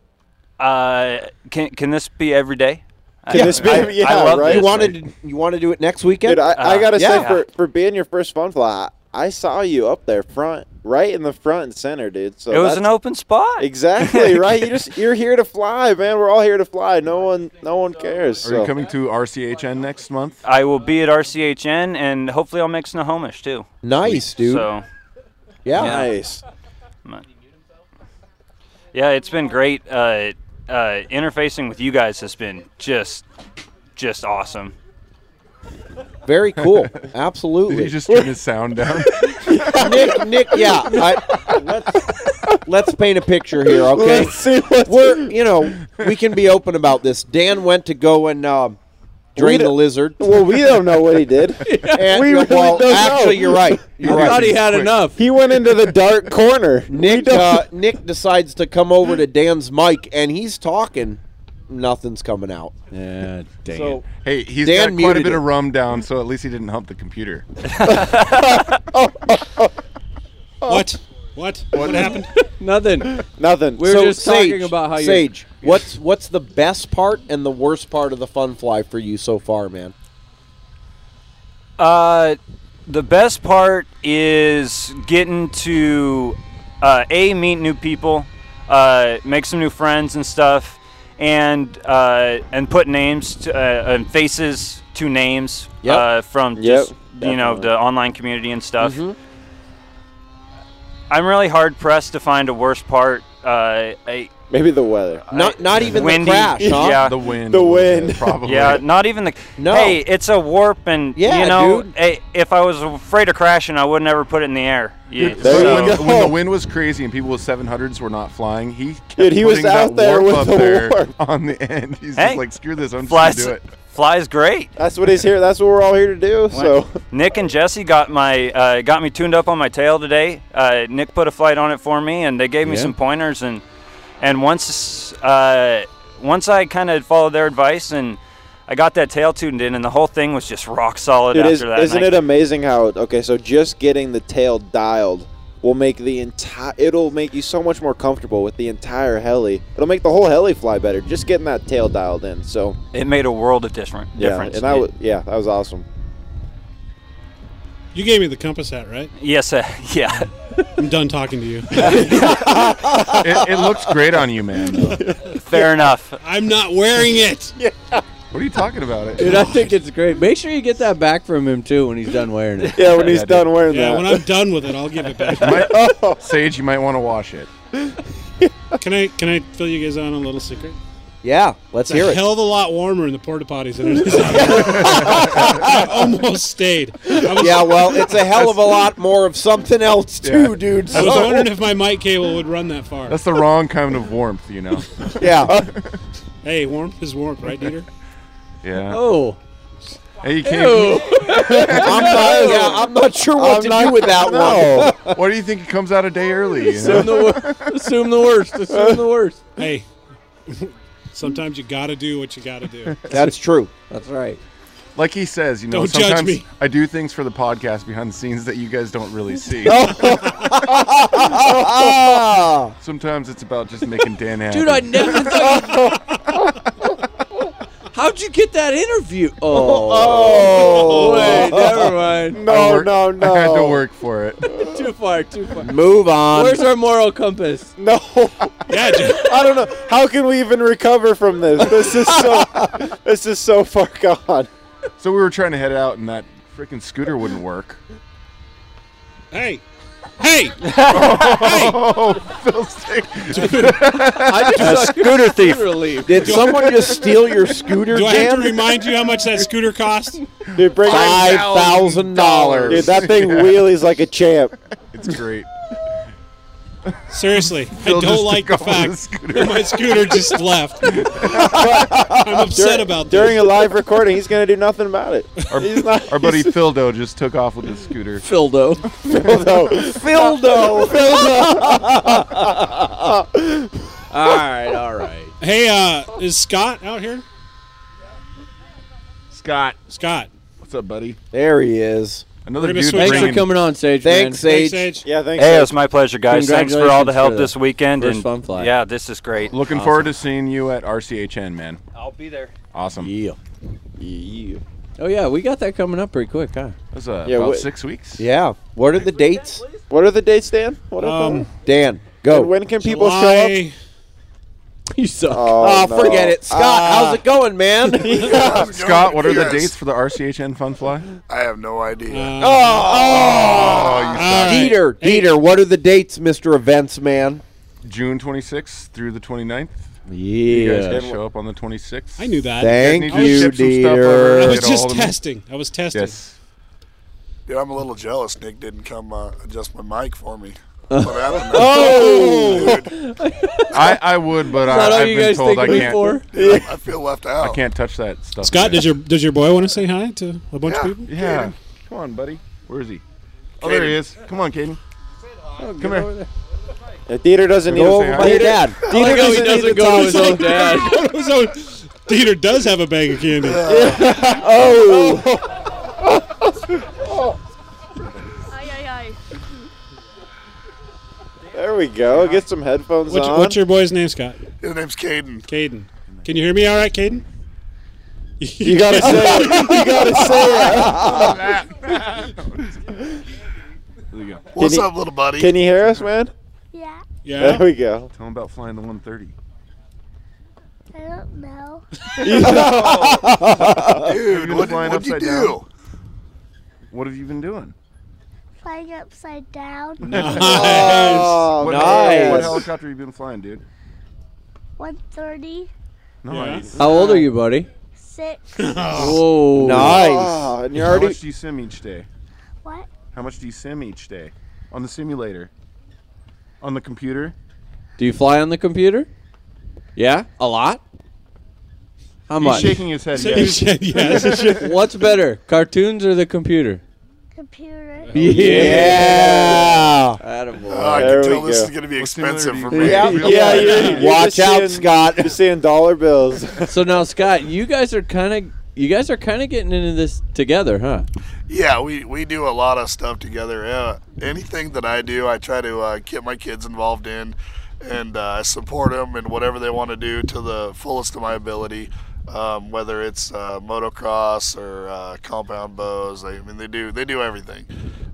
Speaker 18: Uh, can can this be every day?
Speaker 6: Can this be-
Speaker 18: I,
Speaker 6: yeah,
Speaker 18: I love
Speaker 6: right?
Speaker 18: this.
Speaker 6: You wanted to- you want to do it next weekend?
Speaker 5: Dude, I, I
Speaker 6: Uh,
Speaker 5: gotta
Speaker 6: yeah.
Speaker 5: say for for being your first fun fly, I saw you up there front, right in the front and center, dude. So
Speaker 18: it was
Speaker 5: that's-
Speaker 18: an open spot. *laughs*
Speaker 5: Exactly right. You just you're here to fly, man. We're all here to fly. No one no one cares.
Speaker 18: Are you
Speaker 5: so.
Speaker 18: coming
Speaker 7: To RCHN next month.
Speaker 18: I will be at RCHN, and hopefully I'll make Snohomish too.
Speaker 6: Nice, dude.
Speaker 18: So,
Speaker 6: Yeah.
Speaker 5: Nice.
Speaker 18: yeah, it's been great. Uh, uh, interfacing with you guys has been just, just awesome.
Speaker 6: Very
Speaker 18: *laughs*
Speaker 6: cool. Absolutely.
Speaker 18: Did he just turn
Speaker 7: his sound down?
Speaker 6: *laughs* Nick, Nick, yeah. I, let's, let's paint a picture here, okay?
Speaker 5: Let's see what's-
Speaker 6: We're, you know, we can be open about this. Dan went to go and um, drain
Speaker 5: We
Speaker 6: the
Speaker 5: don't-
Speaker 6: lizard.
Speaker 5: Well, we don't know what he did.
Speaker 8: *laughs*
Speaker 6: And-
Speaker 5: we really
Speaker 6: well,
Speaker 5: don't
Speaker 6: actually,
Speaker 5: know.
Speaker 6: you're right. *laughs* You're right.
Speaker 5: He went into the dark *laughs* corner.
Speaker 6: Nick, *laughs* uh, Nick decides to come over to Dan's mic, and he's talking. Nothing's coming out.
Speaker 8: Yeah, dang
Speaker 6: So,
Speaker 7: Hey, he's
Speaker 6: Dan
Speaker 7: got quite a
Speaker 6: muted
Speaker 7: bit
Speaker 6: it.
Speaker 7: of rum down, so at least he didn't hump the
Speaker 5: *laughs*
Speaker 6: *laughs*
Speaker 7: computer.
Speaker 4: What? What? What happened?
Speaker 8: *laughs* Nothing.
Speaker 5: Nothing.
Speaker 8: We were
Speaker 6: So,
Speaker 8: just
Speaker 6: Sage,
Speaker 8: talking about how you
Speaker 6: Sage, what's what's the best part and the worst part of the fun fly for you so far, man?
Speaker 18: Uh, the best part is getting to uh, a meet new people, uh, make some new friends and stuff, and uh, and put names to, uh, and faces to names
Speaker 6: Yep.
Speaker 18: uh, from
Speaker 6: Yep,
Speaker 18: just you know
Speaker 6: definitely.
Speaker 18: the online community and stuff.
Speaker 6: Mhm.
Speaker 18: I'm really hard pressed to find a worst part. Uh, I,
Speaker 5: Maybe the weather.
Speaker 6: Not not even
Speaker 18: windy.
Speaker 6: the crash, huh?
Speaker 18: Yeah.
Speaker 7: The wind.
Speaker 5: The wind.
Speaker 18: Yeah, not even the.
Speaker 6: No.
Speaker 18: Hey, it's a warp, and
Speaker 6: Yeah,
Speaker 18: you know,
Speaker 6: dude.
Speaker 18: hey, if I was afraid of crashing, I would never put it in the air. Yeah, so-
Speaker 7: when, when the *laughs* wind was crazy and people with 700s were not flying, he kept
Speaker 18: Dude, he was
Speaker 7: putting that
Speaker 18: out there
Speaker 7: warp
Speaker 18: with
Speaker 7: up
Speaker 18: the
Speaker 7: there
Speaker 18: warp.
Speaker 7: on the end. He's
Speaker 18: Hey,
Speaker 7: just like, screw this, I'm just gonna
Speaker 18: flies,
Speaker 7: do it.
Speaker 18: flies great.
Speaker 5: That's what he's here. That's what we're all here to do. So
Speaker 18: Nick and Jesse got my uh, got me tuned up on my tail today. Uh, Nick put a flight on it for me, and they gave me
Speaker 5: Yeah.
Speaker 18: some pointers. and And once uh, once I kind of followed their advice, and I got that tail tuned in, and the whole thing was just rock solid
Speaker 5: Dude,
Speaker 18: after
Speaker 5: is,
Speaker 18: that.
Speaker 5: isn't
Speaker 18: and I-
Speaker 5: it amazing how? Okay, so just getting the tail dialed will make the entire. It'll make you so much more comfortable with the entire heli. It'll make the whole heli fly better. Just getting that tail dialed in. So
Speaker 18: it made a world of different
Speaker 5: yeah,
Speaker 18: difference.
Speaker 5: and I
Speaker 18: It-
Speaker 5: w- yeah, that was awesome.
Speaker 4: You gave me the compass hat, right?
Speaker 18: Yes, uh, *laughs* *laughs* yeah.
Speaker 4: I'm done *laughs* talking to you.
Speaker 7: *laughs* it, it looks great on you, man.
Speaker 18: Fair enough.
Speaker 4: I'm not
Speaker 18: *laughs*
Speaker 4: wearing it.
Speaker 7: What are you talking about? It?
Speaker 8: Dude, I think it's great. Make sure you get that back from him too when he's done wearing it.
Speaker 5: Yeah, when he's done wearing
Speaker 4: Yeah, when *laughs* I'm done with it, I'll give it back.
Speaker 7: *laughs* Sage, you might want to wash it.
Speaker 4: Can I can I fill you guys on a little secret?
Speaker 6: Yeah, let's
Speaker 4: It's
Speaker 6: hear
Speaker 4: a
Speaker 6: it.
Speaker 4: hell of a lot warmer in the porta potties than
Speaker 6: *laughs*
Speaker 4: it is. I *laughs* almost stayed. I was-
Speaker 6: yeah, well, it's a hell
Speaker 4: *laughs*
Speaker 6: of a lot more of something else too, dude.
Speaker 4: I was
Speaker 6: so-
Speaker 4: wondering if my mic cable would run that far.
Speaker 7: That's the wrong kind of warmth, you
Speaker 18: *laughs*
Speaker 7: know. *laughs*
Speaker 5: *laughs*
Speaker 6: Yeah.
Speaker 4: hey, warmth is warmth, right, Dieter?
Speaker 7: Yeah.
Speaker 6: Oh.
Speaker 7: Hey, you can't.
Speaker 4: Ew.
Speaker 6: *laughs* I'm not, yeah, I'm not sure what
Speaker 7: I'm
Speaker 6: to
Speaker 7: not-
Speaker 6: do with that
Speaker 7: No. *laughs*
Speaker 6: one.
Speaker 7: Why do you think it comes out a day early? you
Speaker 6: Assume
Speaker 7: know? *laughs*
Speaker 6: the wor- assume the worst, assume the worst.
Speaker 4: Hey, sometimes you gotta do what you gotta do. *laughs*
Speaker 6: That's true. That's right.
Speaker 7: Like he says, you know,
Speaker 4: Don't judge
Speaker 7: sometimes
Speaker 4: me.
Speaker 7: I do things for the podcast behind the scenes that you guys don't really
Speaker 6: *laughs*
Speaker 7: see. *laughs* sometimes it's about just making Dan
Speaker 8: *laughs*
Speaker 7: happy.
Speaker 8: Dude, I never thought. you- *laughs* How'd you get that interview? Oh,
Speaker 6: Oh.
Speaker 8: wait, never mind.
Speaker 6: No, no,
Speaker 7: *laughs*
Speaker 6: no.
Speaker 7: I had to work for it.
Speaker 8: *laughs* Too far, too far.
Speaker 6: Move on.
Speaker 8: Where's our moral compass?
Speaker 6: No.
Speaker 5: *laughs* I don't know. How can we even recover from this? This is so. this is so far gone.
Speaker 7: So we were trying to head out, and that freaking scooter wouldn't
Speaker 5: *laughs*
Speaker 7: work.
Speaker 4: Hey, hey,
Speaker 7: Oh, Phil's
Speaker 4: I
Speaker 6: Did someone just steal your scooter,
Speaker 4: Do I have to
Speaker 6: Dan?
Speaker 4: remind you how much that scooter cost?
Speaker 5: Dude, bring
Speaker 6: Five thousand dollars.
Speaker 5: Dude, that thing wheelies like a champ.
Speaker 7: It's
Speaker 5: *laughs*
Speaker 7: great.
Speaker 4: Seriously,
Speaker 5: Phil
Speaker 4: I don't
Speaker 5: just
Speaker 4: like the
Speaker 5: took off
Speaker 4: fact
Speaker 5: his scooter.
Speaker 4: that my scooter just
Speaker 6: *laughs*
Speaker 4: left. I'm upset
Speaker 5: During-
Speaker 4: about this.
Speaker 5: During a live recording, he's gonna do nothing about
Speaker 4: *laughs*
Speaker 5: it.
Speaker 7: Our,
Speaker 5: he's not.
Speaker 7: our buddy Phildo just took off with his scooter.
Speaker 8: Phildo.
Speaker 5: Phildo.
Speaker 6: Phildo.
Speaker 7: *laughs*
Speaker 5: Phildo.
Speaker 8: all right, all right.
Speaker 4: Hey, uh, is Scott out here?
Speaker 7: Scott.
Speaker 4: Scott.
Speaker 7: What's up, buddy?
Speaker 6: There he is.
Speaker 7: Another
Speaker 4: dude
Speaker 8: Thanks for
Speaker 4: bringing-
Speaker 8: coming on, Sage.
Speaker 6: Thanks,
Speaker 8: man.
Speaker 6: Sage.
Speaker 5: Yeah,
Speaker 18: Hey, it was my pleasure, guys. Thanks for all the
Speaker 8: Congratulations
Speaker 18: help
Speaker 8: for
Speaker 18: this
Speaker 8: the
Speaker 18: weekend.
Speaker 8: first
Speaker 18: and
Speaker 8: fun fly.
Speaker 18: yeah, this is great.
Speaker 7: Looking forward to seeing you at RCHN, man.
Speaker 18: I'll be there.
Speaker 7: Awesome.
Speaker 8: Yeah.
Speaker 7: Yeah.
Speaker 8: Oh yeah, we got that coming up pretty quick, huh?
Speaker 7: That's uh,
Speaker 8: Yeah,
Speaker 7: about
Speaker 8: what-
Speaker 7: six weeks.
Speaker 6: Yeah. What are the dates?
Speaker 5: What are the dates, Dan? What are
Speaker 4: Um,
Speaker 5: them?
Speaker 6: Dan, go.
Speaker 5: And when can people show up?
Speaker 4: July-
Speaker 8: You suck.
Speaker 6: Oh, Ah, forget it, Scott.
Speaker 11: Uh,
Speaker 6: how's it going, man?
Speaker 11: *laughs*
Speaker 7: *laughs* Scott, what are the
Speaker 11: Yes.
Speaker 7: dates for the RCHN Fun Fly?
Speaker 11: I have no idea.
Speaker 8: oh,
Speaker 7: Oh, you suck.
Speaker 6: Dieter, Dieter, what are the *laughs* dates, Mister Events Man?
Speaker 7: June 26th through the 29th. You guys
Speaker 6: Yeah.
Speaker 7: can show up on the 26th.
Speaker 4: I knew that.
Speaker 6: Thank
Speaker 7: You guys need to
Speaker 6: you,
Speaker 7: ship some stuff
Speaker 6: Dieter.
Speaker 7: over
Speaker 4: I
Speaker 7: to
Speaker 4: was
Speaker 7: get a
Speaker 4: just
Speaker 7: hold of me.
Speaker 4: testing. I was testing.
Speaker 7: Yes.
Speaker 11: Dude, I'm a little jealous. Nick didn't come uh, adjust my mic for me. What happened?
Speaker 6: Oh!
Speaker 11: Dude,
Speaker 7: I, I would, but
Speaker 8: Is that all
Speaker 7: I, I've
Speaker 8: you
Speaker 7: been
Speaker 8: guys
Speaker 7: told
Speaker 8: think
Speaker 7: I
Speaker 8: of me
Speaker 7: can't.
Speaker 8: for?
Speaker 11: dude, I feel left out.
Speaker 7: I can't touch that stuff.
Speaker 4: Scott,
Speaker 7: today.
Speaker 4: does your does your boy want to say hi to a bunch of people?
Speaker 7: Yeah. Come on, buddy. Where is he? Oh, there he
Speaker 11: Caden.
Speaker 7: is. Come on, Caden. Come here.
Speaker 5: Yeah, Dieter doesn't need
Speaker 7: Go over my
Speaker 5: Dieter-
Speaker 6: dad.
Speaker 5: Dieter
Speaker 8: like how he
Speaker 5: doesn't need
Speaker 8: doesn't
Speaker 5: to
Speaker 8: go
Speaker 5: talk.
Speaker 8: to his own dad.
Speaker 6: *laughs*
Speaker 8: *laughs*
Speaker 4: so Dieter does have a bag of candy.
Speaker 17: *laughs*
Speaker 4: *laughs*
Speaker 6: Oh,
Speaker 5: There we go. Get some headphones
Speaker 4: What's,
Speaker 5: on.
Speaker 4: what's your boy's name, Scott?
Speaker 11: His name's Caden.
Speaker 4: Caden. Can you hear me all right, Caden? *laughs*
Speaker 5: you gotta say it. You gotta say it.
Speaker 7: There you go.
Speaker 11: What's
Speaker 5: Can you-
Speaker 11: up, little buddy?
Speaker 5: Can you hear us, man?
Speaker 17: Yeah,
Speaker 4: Yeah.
Speaker 5: There we go.
Speaker 7: Tell him about flying the
Speaker 5: *laughs*
Speaker 7: 130.
Speaker 17: I don't
Speaker 7: *laughs*
Speaker 17: know.
Speaker 11: Dude,
Speaker 7: You're
Speaker 11: what,
Speaker 7: flying
Speaker 11: what'd you
Speaker 7: upside
Speaker 11: do?
Speaker 7: down. What have you been doing?
Speaker 17: Flying upside down.
Speaker 5: *laughs*
Speaker 17: *laughs*
Speaker 5: Oh,
Speaker 7: what,
Speaker 5: nice.
Speaker 7: what helicopter have you been flying, dude?
Speaker 17: 130,
Speaker 7: Nice.
Speaker 8: How old are you, buddy?
Speaker 11: *laughs*
Speaker 17: 6,
Speaker 8: Whoa.
Speaker 5: Oh,
Speaker 11: Ah,
Speaker 5: Nice. Ah, And you're
Speaker 7: How
Speaker 5: already
Speaker 7: much do you sim each day?
Speaker 17: what?
Speaker 7: How much do you sim each day? On the simulator? On the computer?
Speaker 8: Do you fly on the computer? Yeah, a lot. How
Speaker 7: He's
Speaker 8: much?
Speaker 7: shaking his head.
Speaker 4: So you
Speaker 7: Yes.
Speaker 4: said yes.
Speaker 8: *laughs*
Speaker 7: *laughs*
Speaker 8: What's better, cartoons or the computer?
Speaker 17: Computer.
Speaker 6: yeah.
Speaker 11: Oh, I
Speaker 5: There
Speaker 11: can tell
Speaker 5: we
Speaker 11: this
Speaker 5: go.
Speaker 11: is going to be
Speaker 7: What similarity
Speaker 11: expensive for
Speaker 7: do
Speaker 11: me.
Speaker 7: you
Speaker 5: Yeah,
Speaker 7: have?
Speaker 5: yeah, you're- you're
Speaker 6: Watch
Speaker 5: just
Speaker 6: out,
Speaker 5: seeing-
Speaker 6: Scott.
Speaker 5: You're seeing dollar bills.
Speaker 8: So now, Scott, you guys are kind of you guys are kind of getting into this together, huh?
Speaker 11: Yeah, we, we do a lot of stuff together. Uh, anything that I do, I try to uh, get my kids involved in and uh, support them in whatever they want to do to the fullest of my ability. Um, whether it's uh, motocross or uh, compound bows, I mean they do they do everything.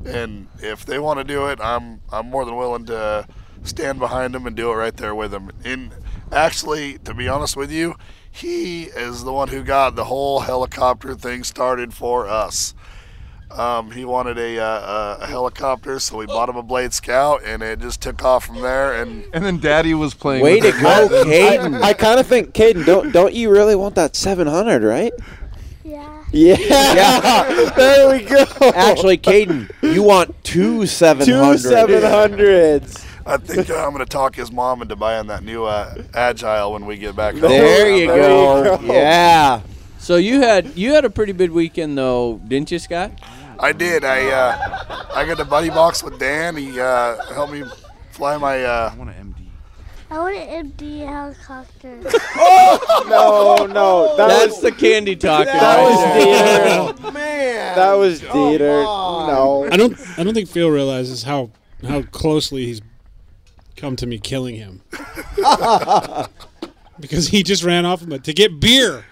Speaker 11: And if they want to do it, I'm I'm more than willing to stand behind them and do it right there with them. And actually, to be honest with you, he is the one who got the whole helicopter thing started for us. Um, he wanted a, uh, a helicopter, so we bought him a Blade Scout, and it just took off from there. And
Speaker 7: And then Daddy was playing.
Speaker 5: Way
Speaker 7: with
Speaker 5: to
Speaker 7: the
Speaker 5: go,
Speaker 7: buttons.
Speaker 5: Caden. I, kind of think, Caden, don't don't you really want that 700, right? Yeah. Yeah. there we go.
Speaker 6: Actually, Caden, you want two seven
Speaker 5: Two
Speaker 6: hundred.
Speaker 5: 700s.
Speaker 11: I think uh, I'm going to talk his mom into buying that new uh, Agile when we get *laughs* back.
Speaker 8: There
Speaker 11: home.
Speaker 8: you
Speaker 6: go. Yeah.
Speaker 8: So you had you had a pretty big weekend though, didn't you, Scott?
Speaker 11: I did. I uh, I got to buddy box with Dan. He uh, helped me fly my. Uh, I want an MD.
Speaker 19: I want an MD
Speaker 7: *laughs*
Speaker 19: helicopter.
Speaker 11: *laughs*
Speaker 5: No, no. That
Speaker 8: That's
Speaker 5: was,
Speaker 8: the candy talking.
Speaker 5: that
Speaker 8: right
Speaker 5: was
Speaker 8: there.
Speaker 5: Dieter. Man. That was Dieter. No.
Speaker 4: I don't. I don't think Phil realizes how how closely he's come to me killing him *laughs* because he just ran off but to get beer.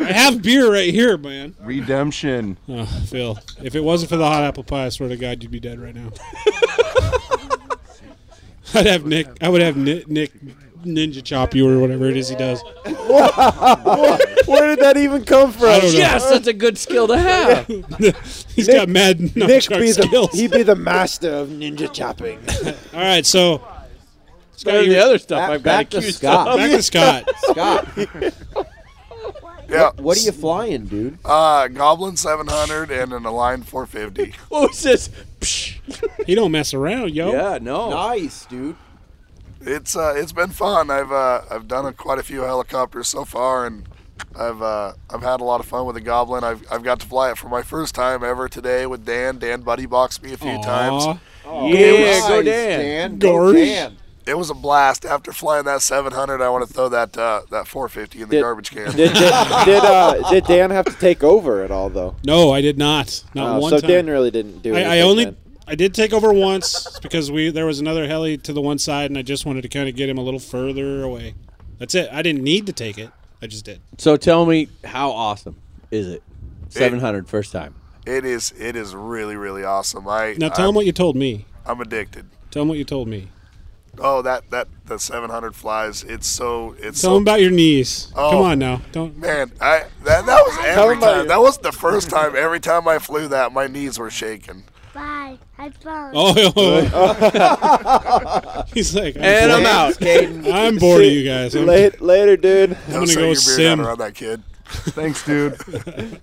Speaker 4: I have beer right here, man.
Speaker 7: Redemption.
Speaker 4: Oh, Phil, if it wasn't for the hot apple pie, I swear to God, you'd be dead right now. *laughs* I'd have Nick. I would have Nick, Nick ninja chop you or whatever it is he does.
Speaker 5: Where did that even come from?
Speaker 4: I don't know.
Speaker 8: Yes, that's a good skill to have.
Speaker 4: *laughs* He's got mad nunchuck skills.
Speaker 5: he'd be the master of ninja
Speaker 4: *laughs*
Speaker 5: chopping.
Speaker 4: All right, so
Speaker 8: Better than
Speaker 4: you're-
Speaker 8: the other stuff
Speaker 4: back-
Speaker 8: I've got
Speaker 4: back to
Speaker 8: accused
Speaker 4: Scott.
Speaker 8: of.
Speaker 4: Back to
Speaker 5: *laughs*
Speaker 4: Scott.
Speaker 6: *laughs* Scott.
Speaker 11: *laughs* Yeah.
Speaker 6: What are you flying, dude?
Speaker 11: Uh, Goblin 700 and an Align 450.
Speaker 8: *laughs* What was this?
Speaker 4: he don't mess around, yo.
Speaker 6: Nice, dude.
Speaker 11: It's uh, it's been fun. I've uh, I've done a, quite a few helicopters so far, and I've uh, I've had a lot of fun with the Goblin. I've, I've got to fly it for my first time ever today with Dan. Dan buddy boxed me a few times.
Speaker 8: Yeah, go Dan.
Speaker 4: Gorge.
Speaker 11: It was a blast. After flying that 700, I want to throw that uh, that 450 in the
Speaker 5: Did-
Speaker 11: garbage can.
Speaker 5: did, did, did, uh, did Dan have to take over at all, though?
Speaker 4: No, I did not. Not
Speaker 5: Oh,
Speaker 4: one
Speaker 5: so
Speaker 4: time.
Speaker 5: Dan really didn't do
Speaker 4: I, I
Speaker 5: anything
Speaker 4: only
Speaker 5: then.
Speaker 4: I did take over once *laughs* because we there was another heli to the one side, and I just wanted to kind of get him a little further away. That's it. I didn't need to take it. I just did.
Speaker 8: So tell me, how awesome is it? Seven hundred first time.
Speaker 11: *laughs* It is it is really really awesome. I
Speaker 4: Now tell
Speaker 11: I'm-
Speaker 4: him what you told me.
Speaker 11: I'm addicted.
Speaker 4: Tell him what you told me.
Speaker 11: Oh, that that the 700 flies. It's so it's
Speaker 4: tell
Speaker 11: so
Speaker 4: him about your knees.
Speaker 11: Oh.
Speaker 4: Come on now. Don't. *laughs*
Speaker 11: Man, I that, that was every
Speaker 4: about
Speaker 11: time.
Speaker 4: it.
Speaker 11: That was the first time. Every time I flew that, my knees were shaking.
Speaker 19: Bye. I found.
Speaker 4: Oh, oh,
Speaker 5: *laughs*
Speaker 4: oh. he's like,
Speaker 5: And I'm
Speaker 4: bored.
Speaker 5: out,
Speaker 4: *laughs*
Speaker 5: Caden.
Speaker 4: I'm bored of you guys. I'm-
Speaker 5: Late, later, dude.
Speaker 4: I'm gonna go sim.
Speaker 11: around that kid.
Speaker 7: Thanks, dude.
Speaker 5: *laughs*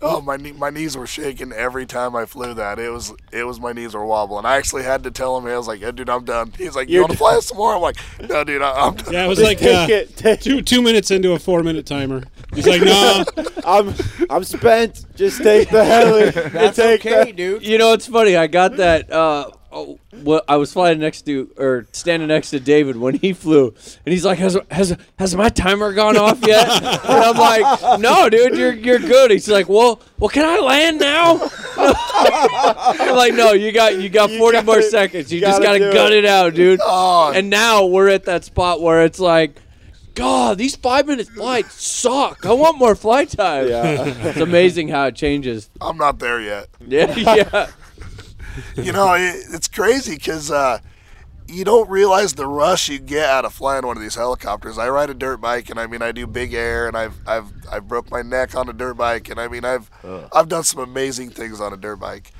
Speaker 11: Oh, my knee, my knees were shaking every time I flew that. It was it was my knees were wobbling. I actually had to tell him. I was like, "Yeah, "Dude, I'm done." He's like, "You
Speaker 5: You're
Speaker 11: want to fly us some more?" I'm like, "No, dude, I, I'm done."
Speaker 4: Yeah, it was like uh, two two minutes into a four minute timer. He's like,
Speaker 8: *laughs*
Speaker 4: no,
Speaker 5: *laughs* I'm I'm spent. Just take
Speaker 8: *laughs*
Speaker 5: the heli.
Speaker 8: That's
Speaker 5: take the-
Speaker 6: dude.
Speaker 8: You know, it's funny. I got that. Uh, oh, well, I was flying next to or standing next to David when he flew, and he's like, "Has has has my timer gone off
Speaker 5: *laughs*
Speaker 8: yet?" and I'm like, "No, dude, you're you're good." He's like, "Well, well, can I land now?" *laughs* I'm like, "No, you got you got 40 more seconds. You just gotta
Speaker 5: gotta do
Speaker 8: gut it
Speaker 5: it."
Speaker 8: out, dude."
Speaker 11: Oh.
Speaker 8: And now we're at that spot where it's like. God, these five minute flights suck. I want more flight time.
Speaker 11: Yeah.
Speaker 8: *laughs* it's amazing how it changes.
Speaker 11: I'm not there yet.
Speaker 8: *laughs* Yeah, yeah.
Speaker 11: *laughs* you know, it, it's crazy because uh, you don't realize the rush you get out of flying one of these helicopters. I ride a dirt bike, and I mean, I do big air, and I've I've I broke my neck on a dirt bike, and I mean, I've I've done some amazing things on a dirt bike,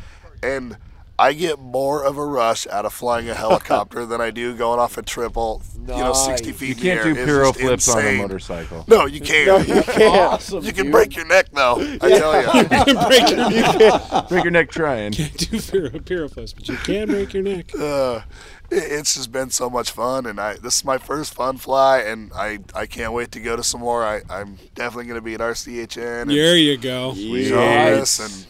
Speaker 11: and I get more of a rush out of
Speaker 7: *laughs*
Speaker 11: flying a helicopter than I do going off a triple, you know, sixty
Speaker 7: You
Speaker 11: feet. in
Speaker 7: can't
Speaker 11: the air.
Speaker 7: do
Speaker 11: It's
Speaker 7: pyro
Speaker 11: just
Speaker 7: flips on a
Speaker 11: insane.
Speaker 7: motorcycle.
Speaker 11: No, you can't. *laughs*
Speaker 7: No, you can't. Awesome,
Speaker 11: you can
Speaker 7: dude.
Speaker 11: break your neck though. I tell
Speaker 7: *laughs*
Speaker 11: you.
Speaker 4: break your
Speaker 7: neck. break your
Speaker 4: *laughs*
Speaker 7: neck trying.
Speaker 4: do pyro, pyrophos, but you can break your neck.
Speaker 11: Uh, it- it's just been so much fun, and I this is my first fun fly, and I, I can't wait to go to some more. I I'm definitely gonna be at RCHN. And
Speaker 4: There you go.
Speaker 11: you know, all this, and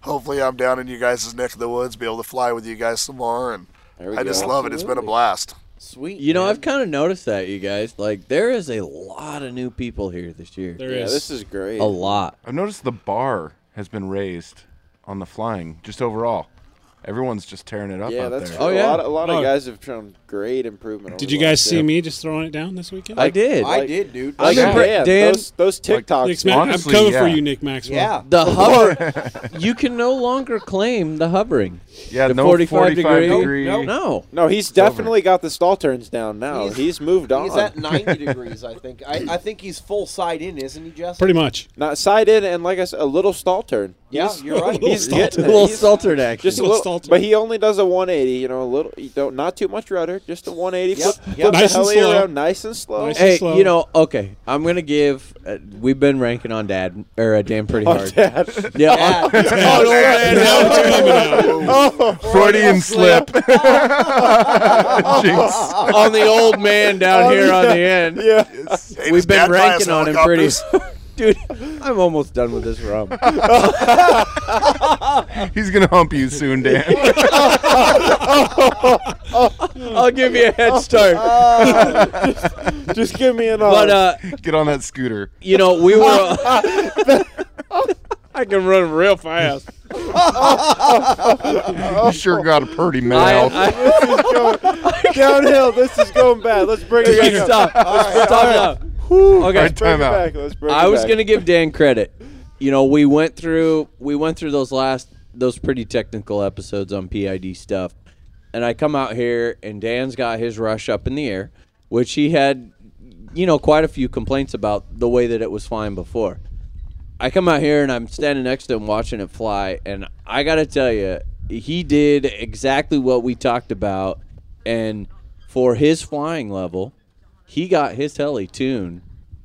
Speaker 11: hopefully I'm down in you guys' neck of the woods, be able to fly with you guys some more, and
Speaker 8: we
Speaker 11: I just
Speaker 8: go.
Speaker 11: love it. It's been a
Speaker 8: Absolutely.
Speaker 11: blast.
Speaker 6: Sweet.
Speaker 8: You know, I've kind of noticed that, you guys. Like, there is a lot of new people here this year.
Speaker 4: There Yeah, is. this is
Speaker 5: great.
Speaker 8: A lot.
Speaker 7: I've noticed the bar has been raised on the flying, just overall. Everyone's just tearing it up
Speaker 5: Yeah,
Speaker 7: out
Speaker 5: that's
Speaker 7: there.
Speaker 5: true. A lot, a lot
Speaker 4: Oh.
Speaker 5: of guys have shown great improvement. over
Speaker 4: Did you
Speaker 5: last
Speaker 4: guys see
Speaker 5: year.
Speaker 4: me just
Speaker 8: *laughs*
Speaker 4: throwing it down this weekend?
Speaker 5: Like- like- Like, yeah, those, those TikToks.
Speaker 4: Nick Mac- I'm coming for you, Nick Maxwell.
Speaker 8: The hover. *laughs* you can no longer claim the hovering. the 45, degree. No, no.
Speaker 5: no. He's
Speaker 8: It's over.
Speaker 5: definitely got the stall turns down now. He's, moved on.
Speaker 6: He's at 90 degrees, I think. I, I think he's full side in, isn't he, Justin?
Speaker 4: much.
Speaker 5: Not side in and like I said, a little stall turn.
Speaker 6: Yeah,
Speaker 5: He's-
Speaker 6: you're right.
Speaker 5: He's
Speaker 6: Little
Speaker 5: getting
Speaker 6: stall turn.
Speaker 5: it.
Speaker 6: Little stall turn action.
Speaker 5: Just a
Speaker 6: Little
Speaker 5: little,
Speaker 6: stall turn.
Speaker 5: but he only does a 180. You know, a little. You don't not too much rudder, just a 180.
Speaker 6: Yep,
Speaker 5: Flip,
Speaker 6: yep.
Speaker 5: flip
Speaker 6: Nice
Speaker 5: the
Speaker 6: and
Speaker 5: heli
Speaker 6: slow.
Speaker 5: around, nice and slow.
Speaker 8: Hey, you know, okay. I'm gonna give. Uh, we've been ranking on Dad or uh, Dan pretty
Speaker 5: On
Speaker 8: hard.
Speaker 5: Dad.
Speaker 8: *laughs* Yeah.
Speaker 5: *laughs* Dad.
Speaker 8: on-
Speaker 5: Oh, Dad, now it's
Speaker 8: *laughs*
Speaker 5: coming out. Oh, Freudian slip. *laughs*
Speaker 8: Jinx. *laughs* on the old man down
Speaker 5: Oh,
Speaker 8: here on
Speaker 5: *laughs* yeah.
Speaker 8: the end.
Speaker 5: Yeah. Hey,
Speaker 8: We've
Speaker 5: does
Speaker 8: been
Speaker 5: Dad buy us
Speaker 8: ranking on him pretty.
Speaker 5: helicopters?
Speaker 8: Dude, *laughs* I'm almost done with this rum.
Speaker 7: *laughs* He's gonna hump you
Speaker 8: *laughs*
Speaker 7: soon, Dan. *laughs*
Speaker 8: I'll give you a head
Speaker 5: *laughs*
Speaker 8: start.
Speaker 5: just, just give me an
Speaker 8: Oh. But, uh,
Speaker 7: Get on that scooter.
Speaker 8: You know, we
Speaker 5: *laughs*
Speaker 8: were. *laughs*
Speaker 4: I can run real fast.
Speaker 7: you sure got a pretty mouth.
Speaker 8: I,
Speaker 5: this is going *laughs* downhill. This is going bad. Let's bring it back
Speaker 8: Stop.
Speaker 5: up. All right,
Speaker 8: Stop
Speaker 5: all right.
Speaker 8: now.
Speaker 5: Whew.
Speaker 8: Okay.
Speaker 5: Let's bring it back. Let's bring
Speaker 8: I
Speaker 5: it
Speaker 8: was
Speaker 5: back.
Speaker 8: gonna give Dan credit. You know, we went through we went through those last those pretty technical episodes on PID stuff, and I come out here and Dan's got his rush up in the air, which he had, you know, quite a few complaints about the way that it was flying before. I come out here and I'm standing next to him watching it fly, and I gotta tell you, he did exactly what we talked about, and for his flying level, he got his heli tuned,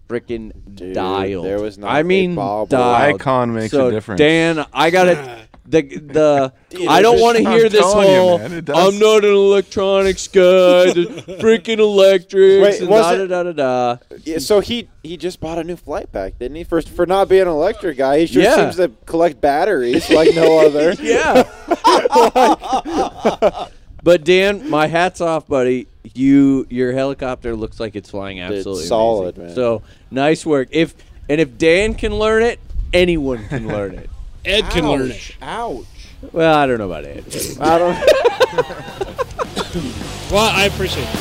Speaker 8: freaking dialed.
Speaker 5: there was not
Speaker 8: I
Speaker 5: a
Speaker 8: mean,
Speaker 5: bobble.
Speaker 8: dialed.
Speaker 5: Icon makes
Speaker 8: So,
Speaker 5: a difference.
Speaker 8: Dan, I gotta. The, the
Speaker 5: *laughs* Dude,
Speaker 8: I don't
Speaker 5: it's-
Speaker 8: want to
Speaker 5: I'm
Speaker 8: hear this
Speaker 5: telling you,
Speaker 8: whole
Speaker 5: man, it does.
Speaker 8: I'm not an electronics guy, the
Speaker 5: *laughs*
Speaker 8: freaking electrics,
Speaker 5: Wait,
Speaker 8: and
Speaker 5: was
Speaker 8: da,
Speaker 5: it-
Speaker 8: da, da, da, da.
Speaker 5: Yeah, so he he just bought a new flight pack, didn't he? For for not being an electric guy, he sure
Speaker 8: Yeah.
Speaker 5: seems to collect batteries like
Speaker 8: *laughs*
Speaker 5: no other.
Speaker 8: yeah. But Dan, my hat's off, buddy. You your helicopter looks like it's flying absolutely
Speaker 5: solid,
Speaker 8: amazing. So
Speaker 5: man.
Speaker 8: nice work. If and if Dan can learn it, anyone
Speaker 5: *laughs*
Speaker 8: can learn it.
Speaker 4: Ed can learn
Speaker 6: Ouch. Ouch.
Speaker 8: Well, I don't know about Ed.
Speaker 5: I
Speaker 8: *laughs*
Speaker 5: don't. *laughs*
Speaker 4: *laughs* Well, I appreciate it.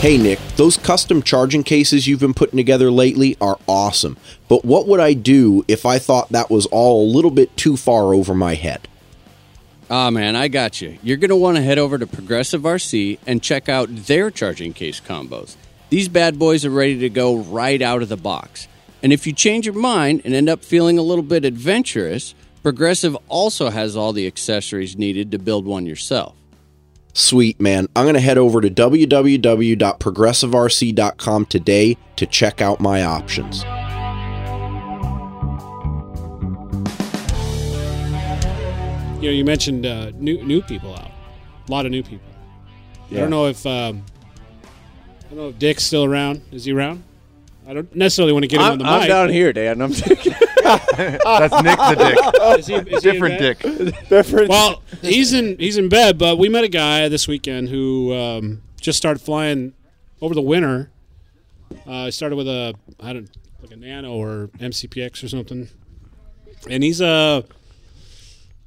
Speaker 10: Hey Nick, those custom charging cases you've been putting together lately are awesome, but what would I do if I thought that was all a little bit too far over my head?
Speaker 15: Ah, man, I got you. You're going to want to head over to Progressive RC and check out their charging case combos. These bad boys are ready to go right out of the box. And if you change your mind and end up feeling a little bit adventurous, Progressive also has all the accessories needed to build one yourself.
Speaker 10: Sweet man, I'm going to head over to www.progressiverc.com today to check out my options.
Speaker 4: You know, you mentioned uh, new new people out. A lot of new people. I
Speaker 10: Yeah.
Speaker 4: don't know if um, I don't know if Dick's still around. Is he around? I don't necessarily want to get him
Speaker 8: I'm,
Speaker 4: on the
Speaker 8: I'm
Speaker 4: mic.
Speaker 8: down here, Dan. I'm
Speaker 4: That's
Speaker 7: Nick the Dick.
Speaker 4: *laughs* Is he, is he in
Speaker 7: Different
Speaker 4: bed?
Speaker 8: *laughs*
Speaker 7: Dick.
Speaker 5: Different.
Speaker 4: Well, he's in he's in bed, but we met a guy this weekend who um, just started flying over the winter. Uh, he started with a I don't like a nano or MCPX or something, and he's Uh,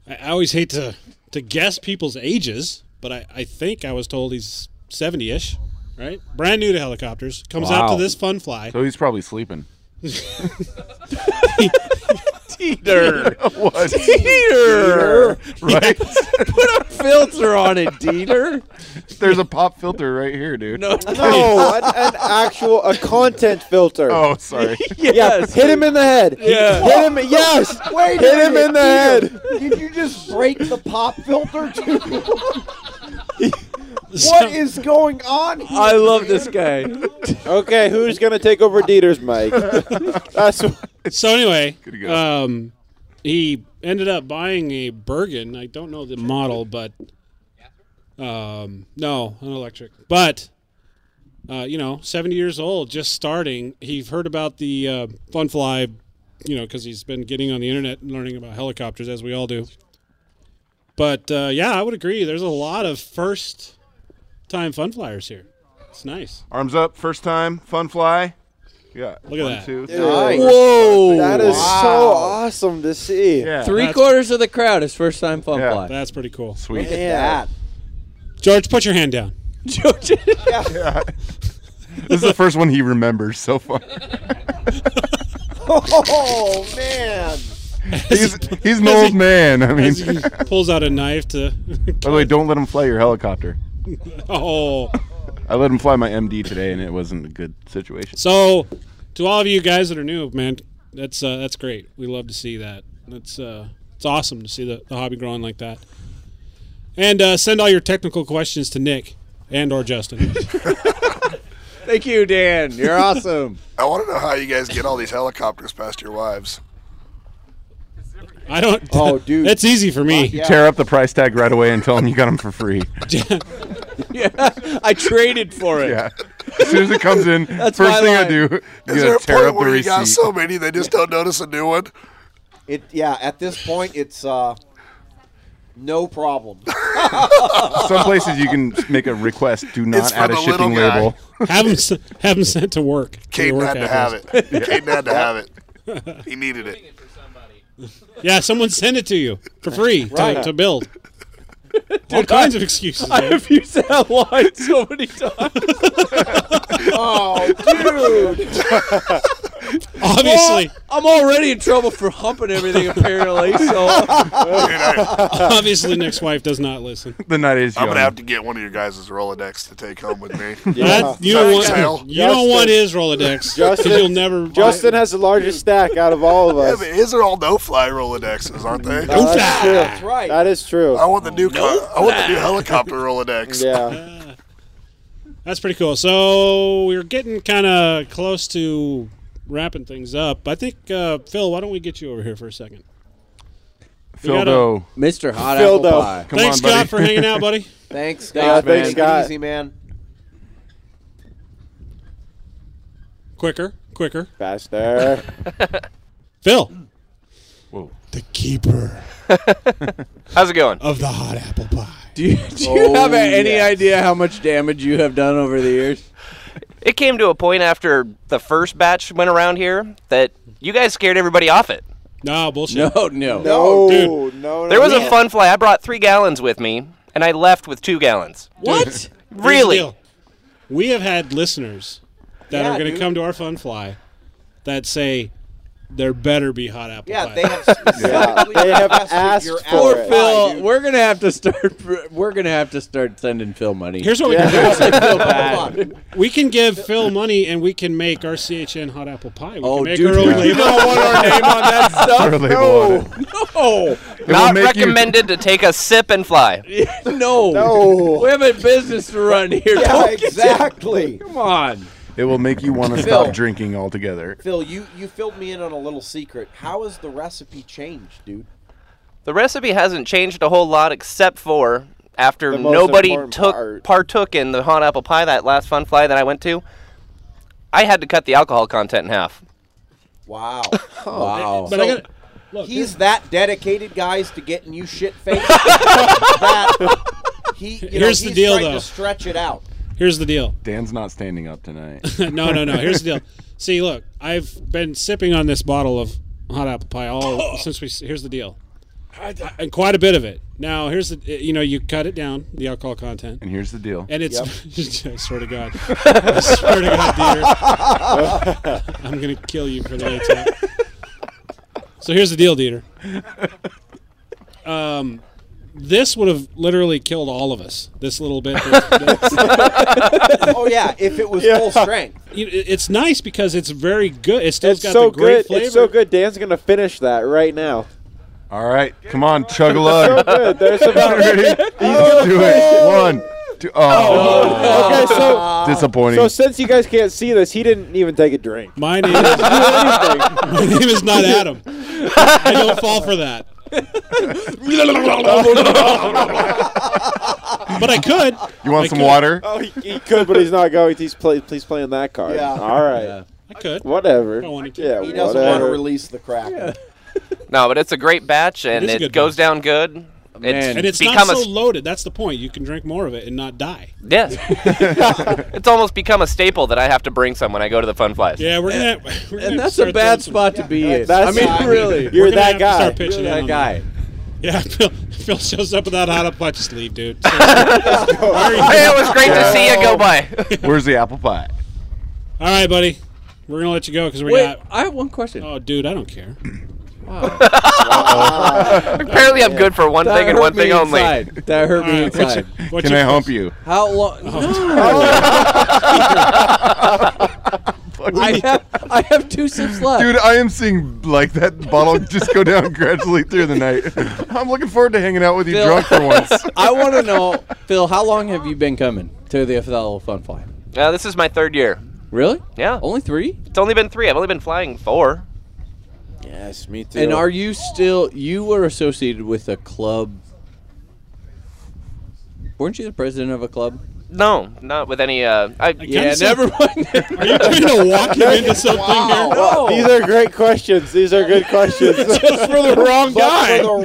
Speaker 4: I I always hate to to guess people's ages, but I, I think I was told he's seventy ish, right? Brand new to helicopters, comes out to
Speaker 7: Wow.
Speaker 4: this fun fly.
Speaker 7: So he's
Speaker 8: *laughs*
Speaker 7: probably sleeping.
Speaker 8: Dieter.
Speaker 7: *laughs* What?
Speaker 8: Dieter. *laughs*
Speaker 7: Right?
Speaker 8: Put a filter on it, Dieter.
Speaker 7: There's a pop filter right here, dude.
Speaker 8: No.
Speaker 5: No, an, an actual a content filter.
Speaker 7: Oh,
Speaker 5: *laughs*
Speaker 7: sorry.
Speaker 5: Yes. hit him in the head.
Speaker 7: Yeah.
Speaker 5: Hit him. Yes.
Speaker 6: *laughs* Wait a
Speaker 5: Hit him
Speaker 6: minute,
Speaker 5: in the head.
Speaker 6: Peter, Did you just break the pop filter too?
Speaker 5: *laughs* Some-
Speaker 6: what is going on? Here?
Speaker 5: I love
Speaker 6: *laughs*
Speaker 5: this
Speaker 8: guy.
Speaker 5: *laughs* okay, who's gonna take over
Speaker 4: *laughs*
Speaker 5: Dieter's mic? That's
Speaker 4: so anyway, um, he ended up buying a Bergen. I don't know the model, but um, no, an electric. But uh, you know, seventy years old, just starting. He's heard about the uh, Fun Fly, you know, because he's been getting on the internet and learning about helicopters, as we all do. But uh, yeah, I would agree. There's a lot of first-time fun flyers here. It's nice.
Speaker 7: Arms up, first time, fun fly. Yeah.
Speaker 4: Look at that.
Speaker 7: Two,
Speaker 5: Dude,
Speaker 7: three.
Speaker 8: Whoa!
Speaker 5: That is so
Speaker 8: Wow.
Speaker 5: awesome to see.
Speaker 8: *laughs* Three quarters of the crowd is first time fun fly.
Speaker 4: That's pretty cool.
Speaker 7: Sweet.
Speaker 5: Look at Yeah.
Speaker 4: George, put your
Speaker 11: *laughs*
Speaker 4: hand down.
Speaker 8: George.
Speaker 7: Yeah. this is the first one he remembers
Speaker 4: *laughs*
Speaker 7: so far.
Speaker 5: Oh man.
Speaker 7: he's he's an old man. I mean,
Speaker 4: As he pulls out a knife to.
Speaker 7: *laughs*
Speaker 4: *laughs*
Speaker 7: by the way, don't let him fly your helicopter.
Speaker 4: oh.
Speaker 7: I let him fly my MD today, and it wasn't a good situation.
Speaker 4: So, to all of you guys that are new, man, that's uh, that's great. We love to see that. That's uh, it's awesome to see the, the hobby growing like that. And uh, send all your technical questions to Nick and or Justin. *laughs*
Speaker 8: Thank you,
Speaker 11: *laughs*
Speaker 8: Dan. You're awesome.
Speaker 11: I want to know how you guys get all these helicopters past your wives.
Speaker 4: I don't. *laughs*
Speaker 11: Oh, dude.
Speaker 4: that's easy for me.
Speaker 7: You tear up the price tag right away and tell him you got him
Speaker 4: *laughs*
Speaker 7: for free.
Speaker 8: yeah, I traded for it.
Speaker 7: Yeah. As soon as it comes
Speaker 8: *laughs*
Speaker 7: in,
Speaker 8: That's my
Speaker 7: first thing I
Speaker 8: line.
Speaker 7: do, you
Speaker 11: Is
Speaker 7: gotta
Speaker 11: there a
Speaker 7: tear
Speaker 11: point
Speaker 7: up the
Speaker 11: where you got
Speaker 7: receipt.
Speaker 11: so many they just don't notice a new one?
Speaker 6: It yeah. At this point, it's uh,
Speaker 4: *laughs*
Speaker 6: no problem.
Speaker 7: Some places you can make a request. Do not
Speaker 6: It's for
Speaker 7: add a
Speaker 6: the little
Speaker 7: shipping
Speaker 6: guy.
Speaker 7: label.
Speaker 4: have them s- have them sent to work. to their
Speaker 11: Caden
Speaker 4: work
Speaker 11: had to have
Speaker 4: *laughs* address.
Speaker 11: it. Caden had to have it. He needed it.
Speaker 4: Yeah, someone send it to you for free to,
Speaker 11: Right.
Speaker 4: to
Speaker 8: *laughs*
Speaker 4: build. All kinds of excuses.
Speaker 8: I
Speaker 4: man.
Speaker 8: have used that line so many times. *laughs*
Speaker 6: oh, dude.
Speaker 15: *laughs*
Speaker 4: Obviously.
Speaker 8: I'm already in trouble for humping everything, apparently.
Speaker 11: *laughs*
Speaker 7: *laughs*
Speaker 8: So,
Speaker 4: Obviously, Nick's wife does not listen.
Speaker 7: The night is
Speaker 11: I'm
Speaker 7: young.
Speaker 11: gonna have to get one of your guys' Rolodex to take home with me.
Speaker 5: *laughs*
Speaker 4: That- you don't want, you don't
Speaker 5: Justin.
Speaker 4: want his Rolodex because
Speaker 5: *laughs* Justin-
Speaker 4: you'll never.
Speaker 5: Justin has the largest stack out of all of
Speaker 11: Yeah,
Speaker 5: us.
Speaker 11: but his are all no-fly Rolodexes, aren't they?
Speaker 5: No No-fly. fly. true. That's
Speaker 6: right.
Speaker 5: That is true.
Speaker 11: I want the new. co- I want the new helicopter Rolodex. *laughs*
Speaker 4: *laughs*
Speaker 5: Yeah.
Speaker 4: That's pretty cool. So we're getting kind of close to wrapping things up. I think uh, Phil, why don't we get you over here for a second? We gotta-
Speaker 7: Phildo.
Speaker 8: Mr. Hot
Speaker 5: Phil
Speaker 8: Apple
Speaker 5: Doe.
Speaker 8: Pie.
Speaker 7: Come
Speaker 4: Thanks,
Speaker 7: on, buddy.
Speaker 4: Scott, for hanging
Speaker 7: *laughs*
Speaker 4: out, *laughs* buddy.
Speaker 6: Thanks,
Speaker 5: Yeah,
Speaker 6: Scott.
Speaker 5: thanks,
Speaker 6: man.
Speaker 5: Scott.
Speaker 4: *laughs*
Speaker 6: Easy, man.
Speaker 4: Quicker, quicker.
Speaker 5: Faster.
Speaker 4: *laughs* Phil.
Speaker 7: Whoa.
Speaker 4: The
Speaker 7: *laughs*
Speaker 4: keeper.
Speaker 13: How's it going?
Speaker 4: Of the hot apple pie.
Speaker 8: do you, do you
Speaker 13: Oh,
Speaker 8: have a- any
Speaker 13: yes.
Speaker 8: idea how much damage you have done over the years?
Speaker 13: It came to a point after the first batch went around here that you guys scared everybody off it.
Speaker 4: No bullshit.
Speaker 8: No, no,
Speaker 5: No, no, no.
Speaker 13: There was a
Speaker 5: no.
Speaker 13: fun fly. I brought three gallons with me, and I left with two gallons.
Speaker 8: *laughs*
Speaker 4: What?
Speaker 13: Really?
Speaker 4: We have had listeners that
Speaker 6: Yeah,
Speaker 4: are going to
Speaker 6: dude.
Speaker 4: come to our fun fly that say there better be hot apple
Speaker 6: Yeah,
Speaker 4: pie. *laughs*
Speaker 6: they have specifically
Speaker 5: They have
Speaker 6: requested
Speaker 5: asked
Speaker 6: your
Speaker 5: for
Speaker 6: apple
Speaker 8: Poor
Speaker 5: it. Poor
Speaker 6: pie,
Speaker 8: Phil.
Speaker 6: dude.
Speaker 8: We're gonna have to start. *laughs* We're gonna have to start sending Phil money.
Speaker 4: Here's what we
Speaker 8: Yeah.
Speaker 4: can do.
Speaker 8: I feel *laughs* bad.
Speaker 4: We can give Phil money and we can make our CHN hot apple pie. We
Speaker 8: Oh,
Speaker 4: can make
Speaker 8: dude,
Speaker 4: our own
Speaker 8: you
Speaker 4: label.
Speaker 8: don't want our name on that stuff.
Speaker 7: Our label on it.
Speaker 8: No,
Speaker 7: It will
Speaker 13: Not
Speaker 7: make you-
Speaker 13: recommended to take a sip and fly.
Speaker 8: no,
Speaker 5: No.
Speaker 8: We have a business to run here.
Speaker 6: Yeah,
Speaker 8: Don't
Speaker 4: *laughs*
Speaker 8: get-
Speaker 6: exactly.
Speaker 8: Come on.
Speaker 7: It will make you want to
Speaker 6: Phil.
Speaker 7: stop drinking altogether.
Speaker 6: Phil, you you filled me in on a little secret. How has the recipe changed, dude?
Speaker 13: The recipe hasn't changed a whole lot except for after
Speaker 5: The most
Speaker 13: nobody
Speaker 5: important
Speaker 13: took
Speaker 5: part.
Speaker 13: partook in the hot apple pie that last fun fly that I went to. I had to cut the alcohol content in half.
Speaker 4: *laughs*
Speaker 6: Wow.
Speaker 8: Wow.
Speaker 4: Oh, But I got
Speaker 6: He's that dedicated, guys, to getting you
Speaker 4: *laughs*
Speaker 6: shit faced. that he, you know,
Speaker 4: Here's the
Speaker 6: he's
Speaker 4: deal,
Speaker 6: trying
Speaker 4: though.
Speaker 6: To stretch it out.
Speaker 4: Here's the deal.
Speaker 7: Dan's not standing
Speaker 4: *laughs*
Speaker 7: up tonight.
Speaker 4: no, no, no. Here's the deal. See, look, I've been sipping on this bottle of hot apple pie all since we. Here's the deal, and quite a bit of it. Now, here's the. eh, You know, you cut it down the alcohol content,
Speaker 7: And here's the deal.
Speaker 4: and it's. *laughs* I swear to God, I swear to God, Dieter, I'm gonna kill you for the way it's at. So here's the deal,
Speaker 5: *laughs*
Speaker 4: Dieter. Um, this would have literally killed all of us. This little
Speaker 5: *laughs*
Speaker 4: bit. that's-
Speaker 6: Oh yeah, if it was full strength.
Speaker 4: You- it- it's nice because it's very good. It still
Speaker 5: It's
Speaker 4: has got
Speaker 5: so
Speaker 4: the great
Speaker 5: good.
Speaker 4: flavor.
Speaker 5: It's so good. Dan's gonna finish that right now.
Speaker 7: All right, come on, chug a
Speaker 5: So
Speaker 7: lug.
Speaker 5: good. There's about
Speaker 7: Ready? *laughs* He's gonna do it. One, two. Oh,
Speaker 5: okay. So
Speaker 7: disappointing.
Speaker 5: so since you guys can't see this, he didn't even take a drink. *laughs*
Speaker 4: My name is *laughs* my name is not Adam. I don't fall for that. *laughs*
Speaker 5: *laughs*
Speaker 4: but I could.
Speaker 7: you want some
Speaker 4: could-
Speaker 7: water?
Speaker 5: Oh, he, he could, but he's not going. He's, play, he's playing that card.
Speaker 6: Yeah.
Speaker 5: All right.
Speaker 4: I could.
Speaker 5: Whatever.
Speaker 4: If I wanted to.
Speaker 5: Yeah.
Speaker 6: He doesn't want to
Speaker 5: whatever.
Speaker 13: *laughs*
Speaker 6: release the crack.
Speaker 13: No, but it's a great batch and
Speaker 4: is a
Speaker 13: it
Speaker 4: good
Speaker 13: goes
Speaker 4: batch.
Speaker 13: down good.
Speaker 4: and it's not
Speaker 20: become a
Speaker 4: so
Speaker 20: s-
Speaker 4: loaded. That's the point. You can drink more of it and not die.
Speaker 20: Yeah.
Speaker 13: *laughs*
Speaker 20: it's almost become a staple that I have to bring some when I go to the fun flies.
Speaker 4: Yeah, we're gonna. We're gonna
Speaker 8: and that's
Speaker 4: start
Speaker 8: a bad
Speaker 4: doing some-
Speaker 8: spot to be in.
Speaker 4: that's-
Speaker 8: I mean,
Speaker 4: I mean,
Speaker 8: really,
Speaker 4: we're gonna have to start pitching in on
Speaker 8: guy.
Speaker 4: Yeah, *laughs* Phil, Phil shows up without hot apple pie. Just leave, dude.
Speaker 20: *laughs* Hey, it was great to see you. Go by.
Speaker 7: Where's the apple pie?
Speaker 4: All right, buddy. We're gonna let you go because we
Speaker 8: Wait,
Speaker 4: got.
Speaker 8: I have one question.
Speaker 4: Oh, dude, I don't care.
Speaker 20: Apparently, I'm good for one
Speaker 8: That
Speaker 20: thing and
Speaker 8: hurt
Speaker 20: one
Speaker 8: me
Speaker 20: thing
Speaker 8: inside.
Speaker 20: only.
Speaker 8: That hurt me
Speaker 4: Mm.
Speaker 20: Alright, what's
Speaker 8: inside.
Speaker 20: your- what's Can your I hump question? you?
Speaker 8: How
Speaker 4: *laughs*
Speaker 8: long? I have I have two sips left.
Speaker 7: Dude, I am seeing like that bottle just go down gradually through the
Speaker 5: *laughs*
Speaker 7: night. I'm looking forward to hanging out with you
Speaker 8: Phil,
Speaker 7: drunk for once.
Speaker 8: *laughs* I want to know, Phil, how long have you been coming to the Othello Fun Fly?
Speaker 20: Uh, this is my third year.
Speaker 8: Really?
Speaker 20: Yeah.
Speaker 8: Only three?
Speaker 20: It's only been three. I've only been flying four.
Speaker 5: Yes, me too.
Speaker 8: And are you still? You were associated with a club. Weren't you the president of a club?
Speaker 20: No, not with any. Uh, I,
Speaker 8: Yeah, never mind.
Speaker 4: Are you trying to walk him
Speaker 8: *laughs*
Speaker 4: into something here?
Speaker 5: Wow, These are great questions. These are good
Speaker 4: *laughs*
Speaker 5: questions.
Speaker 4: Just for the wrong
Speaker 5: But
Speaker 4: guy. *laughs*
Speaker 5: *laughs* For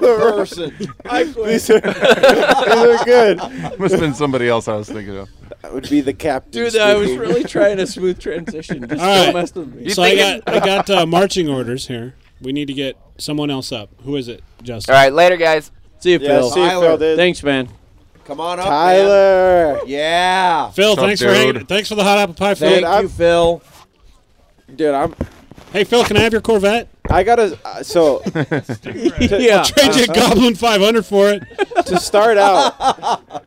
Speaker 5: the wrong person. These *laughs* are, these are good.
Speaker 7: Must have been somebody else I was thinking of.
Speaker 5: That would be the captain.
Speaker 8: Dude, I was really trying a smooth
Speaker 4: *laughs*
Speaker 8: transition. Just
Speaker 4: All
Speaker 8: do *laughs*
Speaker 4: right.
Speaker 8: mess with me.
Speaker 4: So I got I got uh, marching orders here. We need to get someone else up. Who is it, Justin?
Speaker 20: All right, later, guys.
Speaker 8: See you,
Speaker 4: Yeah,
Speaker 8: Phil.
Speaker 4: see you, Phil, dude.
Speaker 8: Thanks, man.
Speaker 6: Come on up,
Speaker 5: Tyler.
Speaker 6: Yeah.
Speaker 4: Phil,
Speaker 8: What's up,
Speaker 4: thanks for hanging,
Speaker 8: dude?
Speaker 4: thanks for the hot apple pie, Phil.
Speaker 5: Thank Dude, you, I'm-
Speaker 6: Phil.
Speaker 5: Dude, I'm.
Speaker 4: Hey, Phil, can I have your Corvette?
Speaker 5: I gotta.
Speaker 4: *laughs*
Speaker 5: Uh,
Speaker 7: *laughs*
Speaker 5: so. *laughs* to-
Speaker 4: I'll trade you a Goblin 500 for it.
Speaker 5: Uh, *laughs* to start out,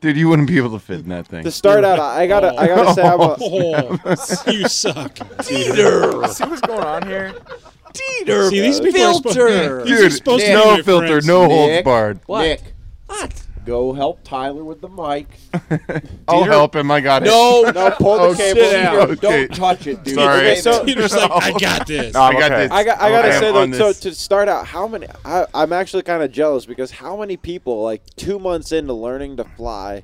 Speaker 7: *laughs* Dude, you wouldn't be able to fit in that thing. Oh.
Speaker 5: to start out, I gotta, I gotta say, I'm a,
Speaker 4: *laughs* Oh, you suck.
Speaker 5: Teeter.
Speaker 20: See what's going on here?
Speaker 4: Teeter. See, these people are supposed-
Speaker 6: Filter.
Speaker 4: these are
Speaker 6: Dude,
Speaker 4: supposed
Speaker 6: Nick.
Speaker 4: to be
Speaker 7: no
Speaker 4: my
Speaker 7: filter,
Speaker 4: friends.
Speaker 7: no holds barred.
Speaker 6: What? Nick. What? Go help Tyler with the mic.
Speaker 7: I'll help him. I got
Speaker 6: No,
Speaker 7: *laughs* it.
Speaker 6: *laughs* no, pull the
Speaker 7: oh, Okay,
Speaker 6: cable.
Speaker 7: sit down.
Speaker 6: Don't touch it, dude.
Speaker 7: Sorry. Oh.
Speaker 6: Okay, so-
Speaker 7: *laughs*
Speaker 6: Peter's like,
Speaker 4: I got
Speaker 6: *laughs*
Speaker 4: this.
Speaker 7: No, I got this.
Speaker 5: I, got, I gotta
Speaker 7: am
Speaker 5: say
Speaker 7: on
Speaker 5: though, so
Speaker 7: this.
Speaker 5: to start out, how many? I, I'm actually kind of jealous because how many people, like two months into learning to fly,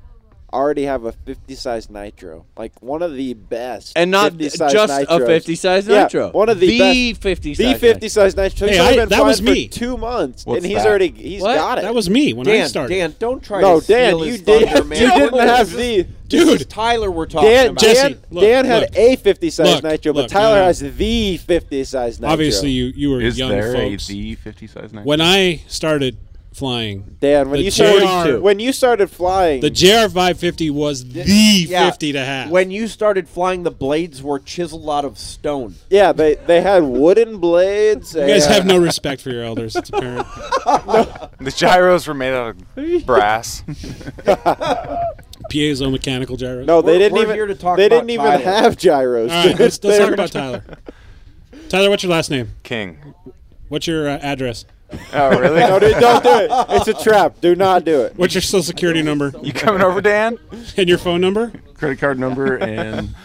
Speaker 5: already have a 50 size nitro, like one of the best,
Speaker 8: And not
Speaker 5: 50 size
Speaker 8: just a
Speaker 5: nitros.
Speaker 8: 50 size
Speaker 5: Yeah,
Speaker 8: nitro.
Speaker 5: one of the,
Speaker 8: The
Speaker 5: best,
Speaker 8: 50
Speaker 5: the
Speaker 8: size
Speaker 5: 50 size nitro. He's
Speaker 8: Hey,
Speaker 5: only
Speaker 8: I-
Speaker 5: been
Speaker 8: that was
Speaker 5: flying
Speaker 8: me.
Speaker 5: for two months,
Speaker 8: What's
Speaker 5: and he's
Speaker 8: that?
Speaker 5: already he's
Speaker 8: What?
Speaker 5: got it.
Speaker 8: That was me when I
Speaker 6: Dan,
Speaker 8: started.
Speaker 6: Dan, don't try
Speaker 5: No,
Speaker 6: to steal
Speaker 5: Dan,
Speaker 6: his
Speaker 5: you did-
Speaker 6: thunder, man.
Speaker 5: *laughs* you didn't
Speaker 6: This
Speaker 5: have
Speaker 6: is-
Speaker 5: the-
Speaker 6: this is Tyler we're talking
Speaker 5: Dan,
Speaker 6: about.
Speaker 5: Dan, Dan had a 50 size
Speaker 6: look,
Speaker 5: nitro, but
Speaker 6: look,
Speaker 5: Tyler
Speaker 6: no, no.
Speaker 5: has the 50 size nitro.
Speaker 4: *laughs* Obviously, you you were
Speaker 7: Is
Speaker 4: young
Speaker 7: there a
Speaker 4: folks.
Speaker 7: the 50 size nitro?
Speaker 4: When I started flying,
Speaker 5: Dan, when
Speaker 4: the
Speaker 5: you started
Speaker 4: JR
Speaker 5: when you started flying,
Speaker 4: the JR 550 was *laughs* the
Speaker 6: Yeah.
Speaker 4: 50 to have.
Speaker 6: When you started flying, the blades were chiseled out of stone.
Speaker 5: yeah, they they had wooden blades.
Speaker 4: You guys have no respect for your elders. It's apparent.
Speaker 9: *laughs* The gyros were made out
Speaker 5: *laughs*
Speaker 9: of brass.
Speaker 4: Piezo mechanical gyros.
Speaker 5: No, they
Speaker 6: We're-
Speaker 5: didn't
Speaker 6: we're
Speaker 5: even.
Speaker 6: here to talk
Speaker 5: they
Speaker 6: about
Speaker 5: didn't even
Speaker 6: Tyler.
Speaker 5: have gyros.
Speaker 4: All
Speaker 5: *laughs*
Speaker 4: right, let's, let's
Speaker 5: They
Speaker 4: talk
Speaker 5: were-
Speaker 4: about Tyler. Tyler, what's your last name?
Speaker 9: King.
Speaker 4: What's your uh, address?
Speaker 9: Oh, really?
Speaker 5: no, dude, *laughs* don't do it. It's a trap. Do not do it.
Speaker 4: What's your social security number?
Speaker 9: You coming over, Dan?
Speaker 4: *laughs* And your phone number?
Speaker 7: Credit card number and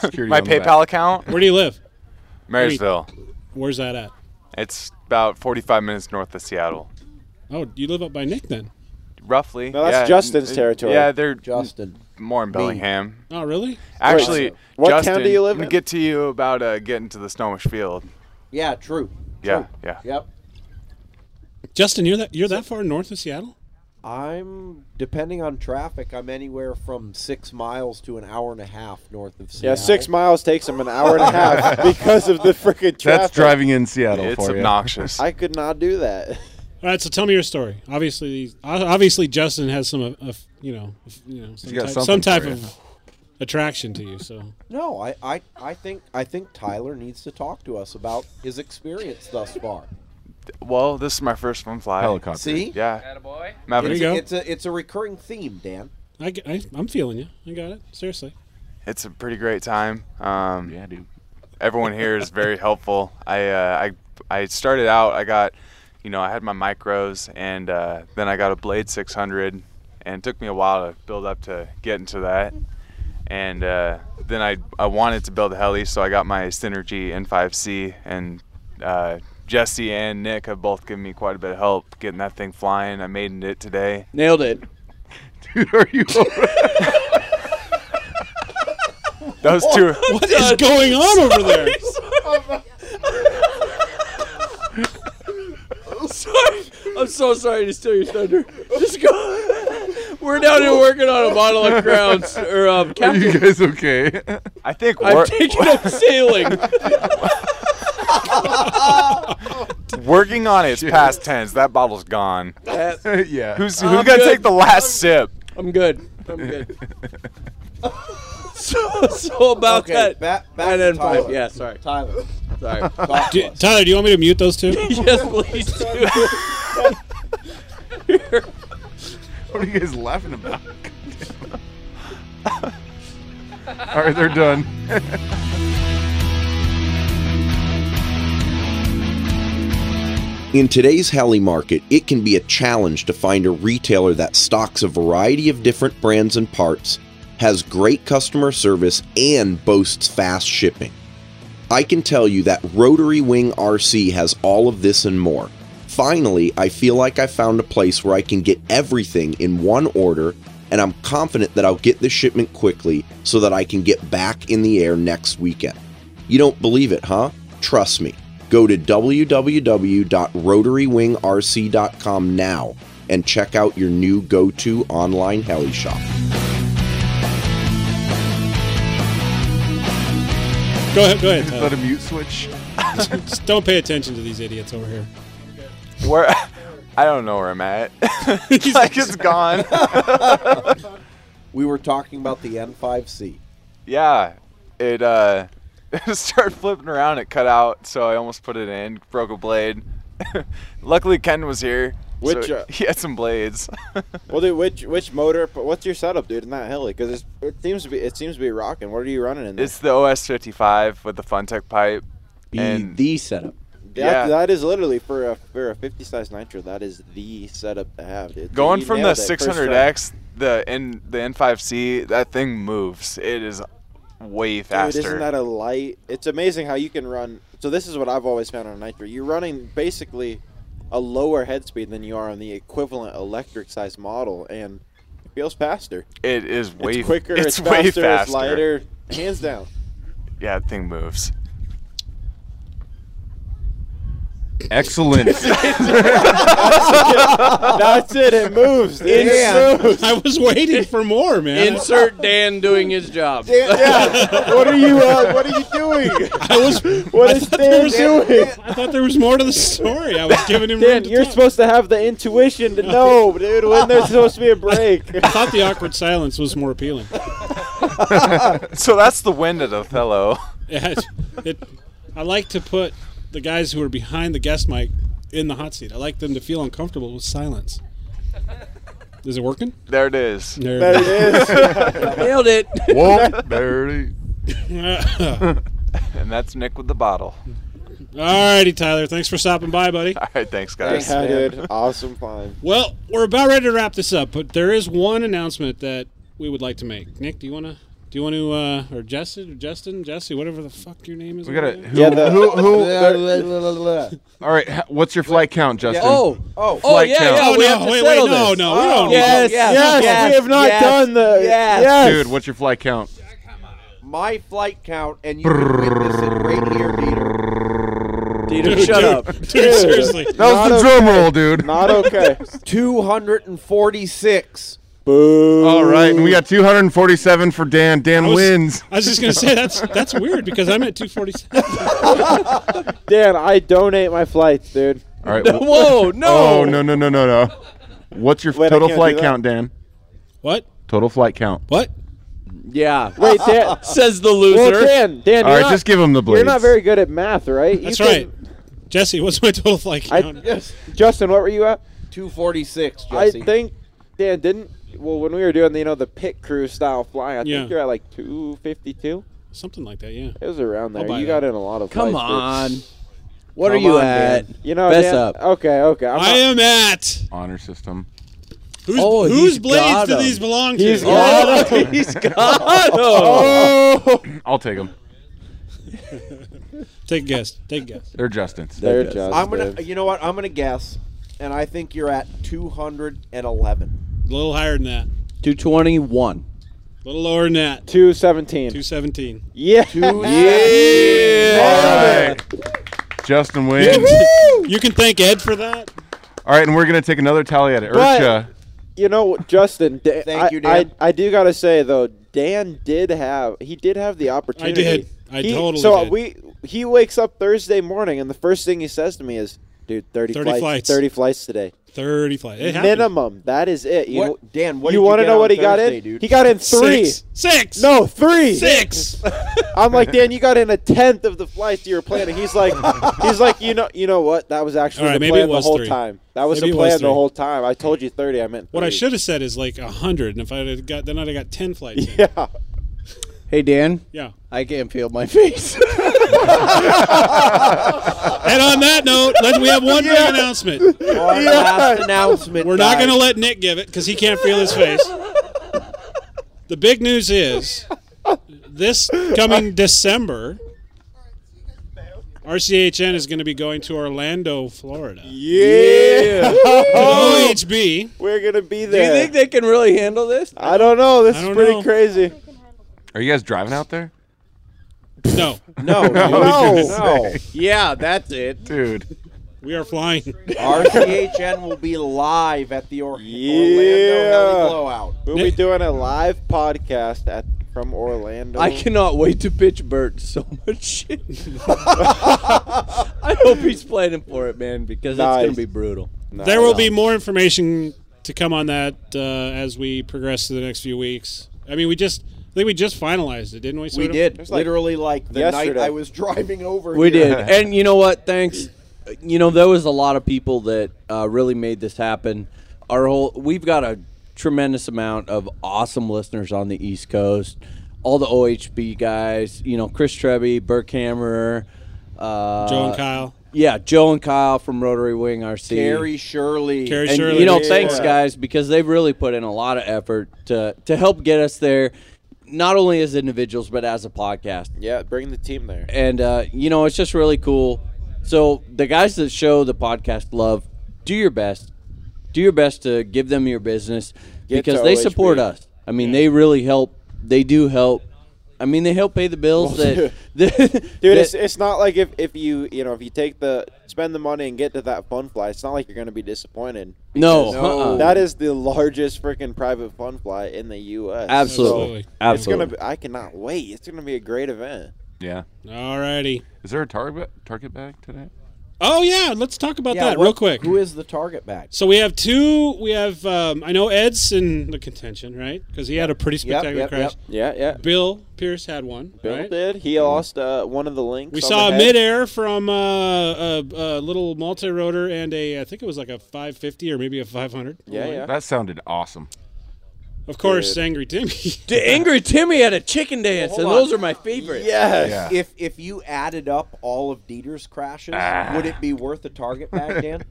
Speaker 7: security
Speaker 9: My
Speaker 7: on the back.
Speaker 9: PayPal account?
Speaker 4: Where do you live?
Speaker 21: Marysville.
Speaker 4: Where's that at?
Speaker 21: It's about 45 minutes north of Seattle.
Speaker 4: Oh, you live up by Nick then.
Speaker 21: Roughly.
Speaker 5: No, that's
Speaker 21: yeah,
Speaker 5: Justin's
Speaker 21: n-
Speaker 5: territory.
Speaker 21: Yeah, they're
Speaker 6: Justin.
Speaker 21: More in
Speaker 6: Me.
Speaker 21: Bellingham.
Speaker 4: Oh, really?
Speaker 21: Actually,
Speaker 6: Wait, what town
Speaker 21: Justin,
Speaker 6: do you live
Speaker 21: I'm gonna
Speaker 6: in?
Speaker 21: Get to you about uh, getting to the Snohomish Field.
Speaker 6: Yeah, true.
Speaker 21: Yeah, yeah.
Speaker 6: Yep.
Speaker 4: Justin, you're that you're that far north of Seattle?
Speaker 6: I'm depending on traffic. I'm anywhere from six miles to an hour and a half north of
Speaker 5: *laughs*
Speaker 6: Seattle.
Speaker 5: Yeah, six miles takes him an hour and
Speaker 7: *laughs*
Speaker 5: a half
Speaker 6: *laughs*
Speaker 5: because of the freaking traffic.
Speaker 7: That's driving in Seattle
Speaker 21: It's
Speaker 7: for you.
Speaker 21: obnoxious.
Speaker 5: I could not do that. *laughs*
Speaker 4: All right, so tell me your story. Obviously, o- obviously Justin has some, uh, of- you know, of- you know, some
Speaker 7: got
Speaker 4: type,
Speaker 7: something
Speaker 4: some type
Speaker 7: for you.
Speaker 4: of attraction to you. So
Speaker 6: No, I, I, I think I think Tyler needs to talk to us about his experience thus far.
Speaker 21: Well, this is my first one fly.
Speaker 7: Helicopter.
Speaker 6: See?
Speaker 21: Yeah. I'm having-
Speaker 6: It's, it's a it's a recurring theme, Dan.
Speaker 4: I, ge- I, am feeling you. I got it. Seriously.
Speaker 21: It's a pretty great time. Um, yeah, dude. Everyone here is *laughs* very helpful. I, uh, I I started out. I got, you know, I had my micros, and uh, then I got a Blade 600, and it took me a while to build up to get into that. And uh, then I I wanted to build a heli, so I got my Synergy N5C, and uh, Jesse and Nick have both given me quite a bit of help getting that thing flying. I made it today.
Speaker 8: Nailed it.
Speaker 21: *laughs*
Speaker 7: Dude, are
Speaker 8: *laughs*
Speaker 7: you?
Speaker 21: Those two.
Speaker 8: *laughs*
Speaker 21: *laughs*
Speaker 4: What is going on over there?
Speaker 5: Oh
Speaker 21: Sorry.
Speaker 8: Sorry. I'm so sorry to steal your thunder. Just go. *laughs* We're down here working on a bottle of crowns or um,
Speaker 7: Are you
Speaker 8: Captain.
Speaker 7: guys okay?
Speaker 21: I think
Speaker 8: *laughs* I'm taking up
Speaker 5: *laughs*
Speaker 8: sailing.
Speaker 21: Working on it's past tense. That bottle's
Speaker 5: *laughs*
Speaker 21: gone.
Speaker 7: yeah.
Speaker 21: Who's who's gonna take the last sip?
Speaker 8: I'm good. I'm good. so, so about
Speaker 6: Okay,
Speaker 8: that.
Speaker 6: back- back
Speaker 8: nine
Speaker 6: to
Speaker 8: and five.
Speaker 6: Tyler.
Speaker 8: Yeah, sorry.
Speaker 6: Tyler.
Speaker 4: *laughs*
Speaker 8: Sorry.
Speaker 4: Do- Tyler, do you want me to mute
Speaker 5: *laughs*
Speaker 4: those two? *laughs*
Speaker 8: yes, please do.
Speaker 7: *laughs* what are you guys laughing about? *laughs* All right, they're done.
Speaker 10: In today's heli market, it can be a challenge to find a retailer that stocks a variety of different brands and parts, has great customer service, and boasts fast shipping. I can tell you that Rotary Wing RC has all of this and more. Finally, I feel like I found a place where I can get everything in one order, and I'm confident that I'll get the shipment quickly so that I can get back in the air next weekend. You don't believe it, huh? Trust me. Go to www.rotarywingrc.com now and check out your new go to online heli shop. *laughs*
Speaker 4: Go ahead. Go ahead.
Speaker 7: Is
Speaker 4: Tyler.
Speaker 7: that a mute switch?
Speaker 4: Just don't pay attention to these idiots over here.
Speaker 21: *laughs* Where? I don't know where I'm
Speaker 8: *laughs*
Speaker 21: at. *laughs* like it's gone. *laughs*
Speaker 6: we were talking about the N5C.
Speaker 21: yeah, it uh, *laughs* started flipping around. It cut out, so I almost put it in. Broke a blade. *laughs* Luckily, Ken was here. so
Speaker 5: Which, uh,
Speaker 21: *laughs* he had some blades.
Speaker 5: Well, dude, which which motor? But what's your setup, dude, in that heli? Because it seems to be it seems to be rocking. What are you running in? There?
Speaker 21: It's the OS55 with the Funtech pipe.
Speaker 5: Be
Speaker 21: and
Speaker 8: the setup.
Speaker 5: That,
Speaker 21: Yeah.
Speaker 5: that is literally for a for a 50 size nitro. That is the setup to have, dude.
Speaker 21: Going
Speaker 5: You
Speaker 21: from the
Speaker 5: nailed it. First try.
Speaker 21: 600X, the N the N5C, that thing moves. It is way faster.
Speaker 5: Dude, isn't that a light? It's amazing how you can run. So this is what I've always found on Nitro. You're running basically a lower head speed than you are on the equivalent electric size model, and it feels faster.
Speaker 21: it is way *laughs*
Speaker 5: it's quicker. It's, faster,
Speaker 21: way
Speaker 5: It's lighter. Hands down.
Speaker 21: Yeah, that thing moves. *laughs*
Speaker 7: Excellent.
Speaker 5: *laughs* That's it. It moves. dude. It moves.
Speaker 4: I was waiting for more, man.
Speaker 8: Insert Dan doing his job. *laughs*
Speaker 5: what are you? Uh, what
Speaker 7: *laughs*
Speaker 5: are you doing?
Speaker 4: I was.
Speaker 5: What
Speaker 4: I
Speaker 5: is
Speaker 4: thought there
Speaker 5: Dan
Speaker 4: was,
Speaker 5: doing?
Speaker 4: I thought there was more to the story. I was giving him. room
Speaker 5: Dan,
Speaker 4: to
Speaker 5: you're
Speaker 4: talk.
Speaker 5: supposed to have the intuition to know, dude, when there's supposed to be a break.
Speaker 4: *laughs* I thought the awkward silence was more
Speaker 5: *laughs*
Speaker 4: appealing.
Speaker 21: so that's the wind at Othello.
Speaker 4: Yeah, it, it, I like to put the guys who are behind the guest mic in the hot seat. I like them to feel uncomfortable with silence. Is it working?
Speaker 21: There it is.
Speaker 4: There
Speaker 21: There
Speaker 4: it is.
Speaker 21: *laughs* it is.
Speaker 8: Nailed it.
Speaker 7: Whoa,
Speaker 21: *laughs*
Speaker 4: *laughs*
Speaker 7: there it
Speaker 4: is.
Speaker 21: and that's Nick with the bottle.
Speaker 4: Alrighty, Tyler. Thanks for stopping by, buddy. All
Speaker 21: right, thanks, guys.
Speaker 5: Yeah, dude. Awesome fun.
Speaker 4: Well, we're about ready to wrap this up, but there is one announcement that we would like to make. Nick, do you want to? Do you want to, uh, or Justin, or Justin, Jesse, whatever the fuck your name is?
Speaker 7: We
Speaker 4: over
Speaker 7: gotta.
Speaker 4: there?
Speaker 7: Who,
Speaker 8: *laughs*
Speaker 7: who, who, All right, h- what's your flight count, Justin?
Speaker 4: Oh, oh,
Speaker 8: oh,
Speaker 7: Flight
Speaker 4: yeah,
Speaker 7: count.
Speaker 4: yeah, we have to Wait, wait, settle no, this. no, we
Speaker 5: Oh,
Speaker 4: don't need
Speaker 8: Yes,
Speaker 4: yes,
Speaker 8: yes,
Speaker 4: yes,
Speaker 8: we have not yes, done
Speaker 5: the-
Speaker 6: Yes.
Speaker 7: Dude, what's your flight count?
Speaker 6: My flight count, and you can witness it right here, Dieter.
Speaker 7: Dieter, Dude, shut dude, up. dude, seriously. That was the drum roll, dude.
Speaker 10: *laughs*
Speaker 5: Not okay.
Speaker 6: 246.
Speaker 5: Boo.
Speaker 7: All right, and we got 247 for Dan. Dan
Speaker 4: I was-
Speaker 7: wins.
Speaker 4: *laughs* I was just gonna say that's that's weird because I'm at 247.
Speaker 5: Dan, I donate my flights, dude.
Speaker 7: All right. wh- *laughs* Oh no no no no no. What's your
Speaker 5: Wait, I
Speaker 7: total
Speaker 5: can't
Speaker 7: flight
Speaker 5: do that.
Speaker 7: count, Dan?
Speaker 4: What?
Speaker 7: Total flight count.
Speaker 4: What?
Speaker 8: Yeah.
Speaker 5: *laughs* Wait, Dan
Speaker 8: Ah. *laughs* Says the
Speaker 5: Well,
Speaker 8: loser.
Speaker 5: Dan, Dan,
Speaker 7: All
Speaker 5: you're
Speaker 7: right,
Speaker 5: not-
Speaker 7: just give him the
Speaker 5: You're
Speaker 7: blades.
Speaker 5: not very good at math, right? You
Speaker 4: That's
Speaker 5: can-
Speaker 4: right. Jesse, *laughs* what's my total flight
Speaker 5: I,
Speaker 4: count?
Speaker 5: yes. Justin, what were you at?
Speaker 6: 246,
Speaker 5: I
Speaker 6: Jesse.
Speaker 5: think Dan didn't. Well, when we were doing the, you know the pit crew style flying, I
Speaker 4: Yeah.
Speaker 5: think you're at like 252.
Speaker 4: Something like that, yeah.
Speaker 5: It was around
Speaker 4: I'll
Speaker 5: there.
Speaker 4: buy
Speaker 5: You
Speaker 4: that.
Speaker 5: got in a lot of.
Speaker 4: Come
Speaker 5: flights, dude.
Speaker 8: What are
Speaker 5: Come
Speaker 8: you
Speaker 5: on,
Speaker 8: at?
Speaker 5: Dan. You know,
Speaker 8: Fess
Speaker 5: Dan-
Speaker 8: up.
Speaker 5: Okay, okay. I'm
Speaker 4: I
Speaker 5: not-
Speaker 4: am at.
Speaker 7: Honor system.
Speaker 4: Who's,
Speaker 8: Oh,
Speaker 4: whose
Speaker 8: he's
Speaker 4: blades
Speaker 8: got
Speaker 4: do
Speaker 8: 'em.
Speaker 4: these belong to? *laughs*
Speaker 8: He's got 'em. He's got 'em.
Speaker 7: Oh. I'll take them.
Speaker 4: Take a guess. Take a guess.
Speaker 7: They're Justin's.
Speaker 5: They're Justin's.
Speaker 6: I'm gonna. You know what? I'm gonna guess, and I think you're at 211.
Speaker 4: A little higher than that.
Speaker 8: 221.
Speaker 4: A little lower than that.
Speaker 5: 217.
Speaker 4: 217.
Speaker 5: Yeah.
Speaker 8: *laughs*
Speaker 7: All right. Justin
Speaker 4: You
Speaker 7: wins.
Speaker 4: can, you can thank Ed for that.
Speaker 7: All right, and we're gonna take another tally at it.
Speaker 5: But-
Speaker 7: Urcha,
Speaker 5: You know, Justin. Da-
Speaker 6: *laughs* Thank
Speaker 5: I,
Speaker 6: you, Dan.
Speaker 5: I, I do gotta say though, Dan did have he did have the opportunity.
Speaker 4: did. I
Speaker 5: He-
Speaker 4: totally
Speaker 5: So
Speaker 4: did.
Speaker 5: we he wakes up Thursday morning, and the first thing he says to me is, "Dude, thirty,
Speaker 4: 30
Speaker 5: flights,
Speaker 4: flights.
Speaker 5: thirty flights today,
Speaker 4: thirty flights. It happened.
Speaker 5: minimum. That is it." You
Speaker 4: What-
Speaker 5: know-
Speaker 6: Dan, what
Speaker 5: you
Speaker 6: did you
Speaker 5: wanna
Speaker 6: get
Speaker 5: know
Speaker 6: on
Speaker 5: what he got
Speaker 6: Thursday,
Speaker 5: in?
Speaker 6: dude?
Speaker 5: He got in three,
Speaker 6: Six. Six.
Speaker 5: No, three.
Speaker 6: Six. *laughs*
Speaker 4: *laughs*
Speaker 5: I'm like Dan. You got in a tenth of the flights you were planning. He's like, *laughs* he's like, you know, you know what? That was actually
Speaker 4: All right,
Speaker 5: the
Speaker 4: maybe
Speaker 5: plan
Speaker 4: it was
Speaker 5: the whole
Speaker 4: three.
Speaker 5: time. That was
Speaker 4: Maybe it
Speaker 5: the
Speaker 4: was
Speaker 5: plan the
Speaker 4: three.
Speaker 5: whole time. I told you thirty. I meant.
Speaker 4: What I
Speaker 5: 30.
Speaker 4: should have said is like hundred, and if I had got then I'd have got ten flights. in.
Speaker 5: Yeah.
Speaker 8: Hey Dan.
Speaker 4: Yeah.
Speaker 8: I can't feel
Speaker 4: *laughs*
Speaker 8: my face.
Speaker 4: And on that note, let, we have one
Speaker 8: Yeah.
Speaker 4: big announcement.
Speaker 8: Our Yeah. last announcement,
Speaker 4: We're not
Speaker 8: guys.
Speaker 4: going to let Nick give it because he can't feel his face. The big news is this coming December, RCHN is going to be going to Orlando, Florida.
Speaker 5: Yeah.
Speaker 4: To the OHB.
Speaker 5: We're gonna be
Speaker 8: Do you
Speaker 5: there.
Speaker 8: think they can really handle this?
Speaker 5: I don't know. This
Speaker 4: I
Speaker 5: is
Speaker 4: don't
Speaker 5: pretty
Speaker 4: know.
Speaker 5: crazy.
Speaker 7: are you guys driving out there?
Speaker 4: No.
Speaker 6: *laughs*
Speaker 7: No, I was
Speaker 6: no,
Speaker 7: gonna
Speaker 6: no.
Speaker 7: say.
Speaker 6: Yeah, that's it,
Speaker 7: dude.
Speaker 4: We are flying. *laughs*
Speaker 6: RCHN will be live at the Or- Orlando Heli Blowout.
Speaker 5: We'll be doing a live podcast at from Orlando.
Speaker 8: I cannot wait to pitch Bert so much shit. I hope he's planning for it, man, because it's
Speaker 5: Nice.
Speaker 8: gonna be brutal.
Speaker 4: there will be more information to come on that uh, as we progress through the next few weeks. I mean, we just I think we just finalized it, didn't we?
Speaker 6: *laughs* We
Speaker 4: sort of?
Speaker 6: did literally like the night
Speaker 4: yesterday.
Speaker 6: I was driving over.
Speaker 8: We
Speaker 6: here.
Speaker 8: did,
Speaker 6: *laughs*
Speaker 8: and you know what? Thanks. You know, there was a lot of people that uh, really made this happen. Our whole we've got a tremendous amount of awesome listeners on the East Coast. All the OHB guys, you know, Chris Treby, Burke Hammerer, uh,
Speaker 4: Joe and Kyle.
Speaker 8: Yeah, Joe and Kyle from Rotary Wing RC.
Speaker 6: Carrie Shirley.
Speaker 8: and, You know, thanks guys because they've really put in a lot of effort to to help get us there, not only as individuals but as a podcast
Speaker 5: Yeah, bring the team there.
Speaker 8: and uh, you know it's just really cool so the guys that show the podcast love do your best do your best to give them your business
Speaker 5: Get
Speaker 8: because
Speaker 5: to
Speaker 8: they
Speaker 5: OHB.
Speaker 8: support us i mean they really help they do help i mean they help pay the bills that, *laughs* that
Speaker 5: *laughs* Dude, it's, it's not like if, if you you know if you take the spend the money and get to that fun fly, it's not like you're gonna be disappointed.
Speaker 8: No,
Speaker 5: Because
Speaker 8: uh-uh.
Speaker 5: that is the largest freaking private fun fly in the U.S.
Speaker 8: Absolutely.
Speaker 5: So
Speaker 8: Absolutely.
Speaker 5: It's gonna be, I cannot wait. It's gonna be a great event.
Speaker 7: Yeah.
Speaker 4: Alrighty.
Speaker 7: Is there a target target bag today?
Speaker 4: Oh yeah, let's talk about
Speaker 6: Yeah,
Speaker 4: that
Speaker 6: what-
Speaker 4: real quick.
Speaker 6: Who is the target back?
Speaker 4: So we have two. We have um, I know Ed's in the contention, right? Because he had a pretty
Speaker 5: Yep,
Speaker 4: spectacular
Speaker 5: yep,
Speaker 4: crash.
Speaker 5: yep. Yeah, yeah.
Speaker 4: Bill Pierce had one.
Speaker 5: Bill
Speaker 4: right?
Speaker 5: did. He lost uh, one of the links.
Speaker 4: We
Speaker 5: on
Speaker 4: saw
Speaker 5: the
Speaker 4: a
Speaker 5: head.
Speaker 4: midair from uh, a, a little multi rotor and a I think it was like a 550 or maybe a 500.
Speaker 7: That sounded awesome.
Speaker 4: Of course,
Speaker 7: Dude.
Speaker 4: Angry Timmy.
Speaker 5: *laughs*
Speaker 8: the angry timmy had a chicken dance
Speaker 6: Hold
Speaker 8: and
Speaker 6: on.
Speaker 8: those are my favorites
Speaker 7: Yeah.
Speaker 6: If if you added up all of Dieter's crashes,
Speaker 5: Ah.
Speaker 6: would it be worth a
Speaker 5: *laughs*
Speaker 6: target back, Dan?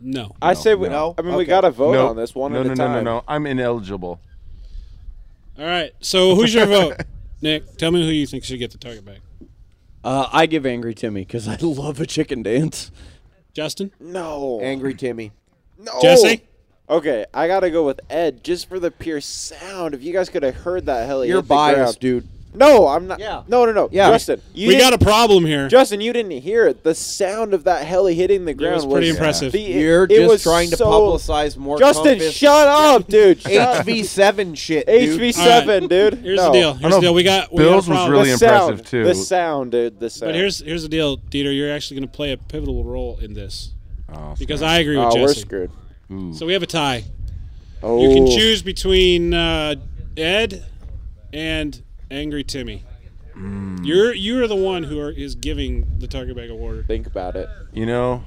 Speaker 4: No.
Speaker 5: I say we.
Speaker 6: No.
Speaker 5: I mean, we
Speaker 6: Okay.
Speaker 5: gotta vote
Speaker 7: No,
Speaker 5: on this one
Speaker 7: no,
Speaker 5: at
Speaker 7: no,
Speaker 5: a
Speaker 7: no,
Speaker 5: time.
Speaker 7: No, no, no. I'm
Speaker 5: *laughs*
Speaker 7: ineligible.
Speaker 4: All right. So who's your vote, Nick? Tell me who you think should get the target back.
Speaker 8: uh, i give angry timmy because i *laughs* love a chicken dance
Speaker 4: Justin?
Speaker 5: No.
Speaker 6: Angry Timmy.
Speaker 5: No.
Speaker 8: Jesse?
Speaker 5: Okay, I gotta go with Ed just for the pure sound. If you guys could have heard that, hell,
Speaker 6: You're biased, dude.
Speaker 5: No, I'm not. No, no, no.
Speaker 6: Yeah.
Speaker 5: Justin, you
Speaker 4: we got a
Speaker 5: didn't-
Speaker 4: problem here.
Speaker 5: Justin, you didn't hear it. The sound of that heli hitting the ground
Speaker 4: was pretty impressive.
Speaker 5: the- it-
Speaker 6: You're
Speaker 5: it
Speaker 6: just
Speaker 5: was
Speaker 6: trying to
Speaker 5: so-
Speaker 6: publicize more.
Speaker 5: Justin,
Speaker 6: Compass.
Speaker 5: shut
Speaker 6: *laughs*
Speaker 5: up, dude. Shut-
Speaker 6: HV7 shit. dude.
Speaker 5: HV7, dude.
Speaker 4: Here's
Speaker 5: No.
Speaker 4: the deal. Here's the deal. We got we
Speaker 7: Bill's
Speaker 4: got a
Speaker 7: was
Speaker 4: problem.
Speaker 7: really
Speaker 5: The sound.
Speaker 7: impressive, too.
Speaker 5: The *laughs* sound, dude. The sound.
Speaker 4: But here's here's the deal, Dieter. You're actually going to play a pivotal role in this
Speaker 7: oh,
Speaker 4: because
Speaker 7: snap.
Speaker 4: I agree with
Speaker 5: Oh,
Speaker 4: Jesse.
Speaker 5: we're screwed.
Speaker 4: So we have a tie.
Speaker 5: Oh.
Speaker 4: You can choose between uh, Ed and Angry Timmy.
Speaker 7: Mm.
Speaker 5: Mm.
Speaker 4: You're you are the one who are, is giving the Target Bag award.
Speaker 5: Think about it.
Speaker 7: You know,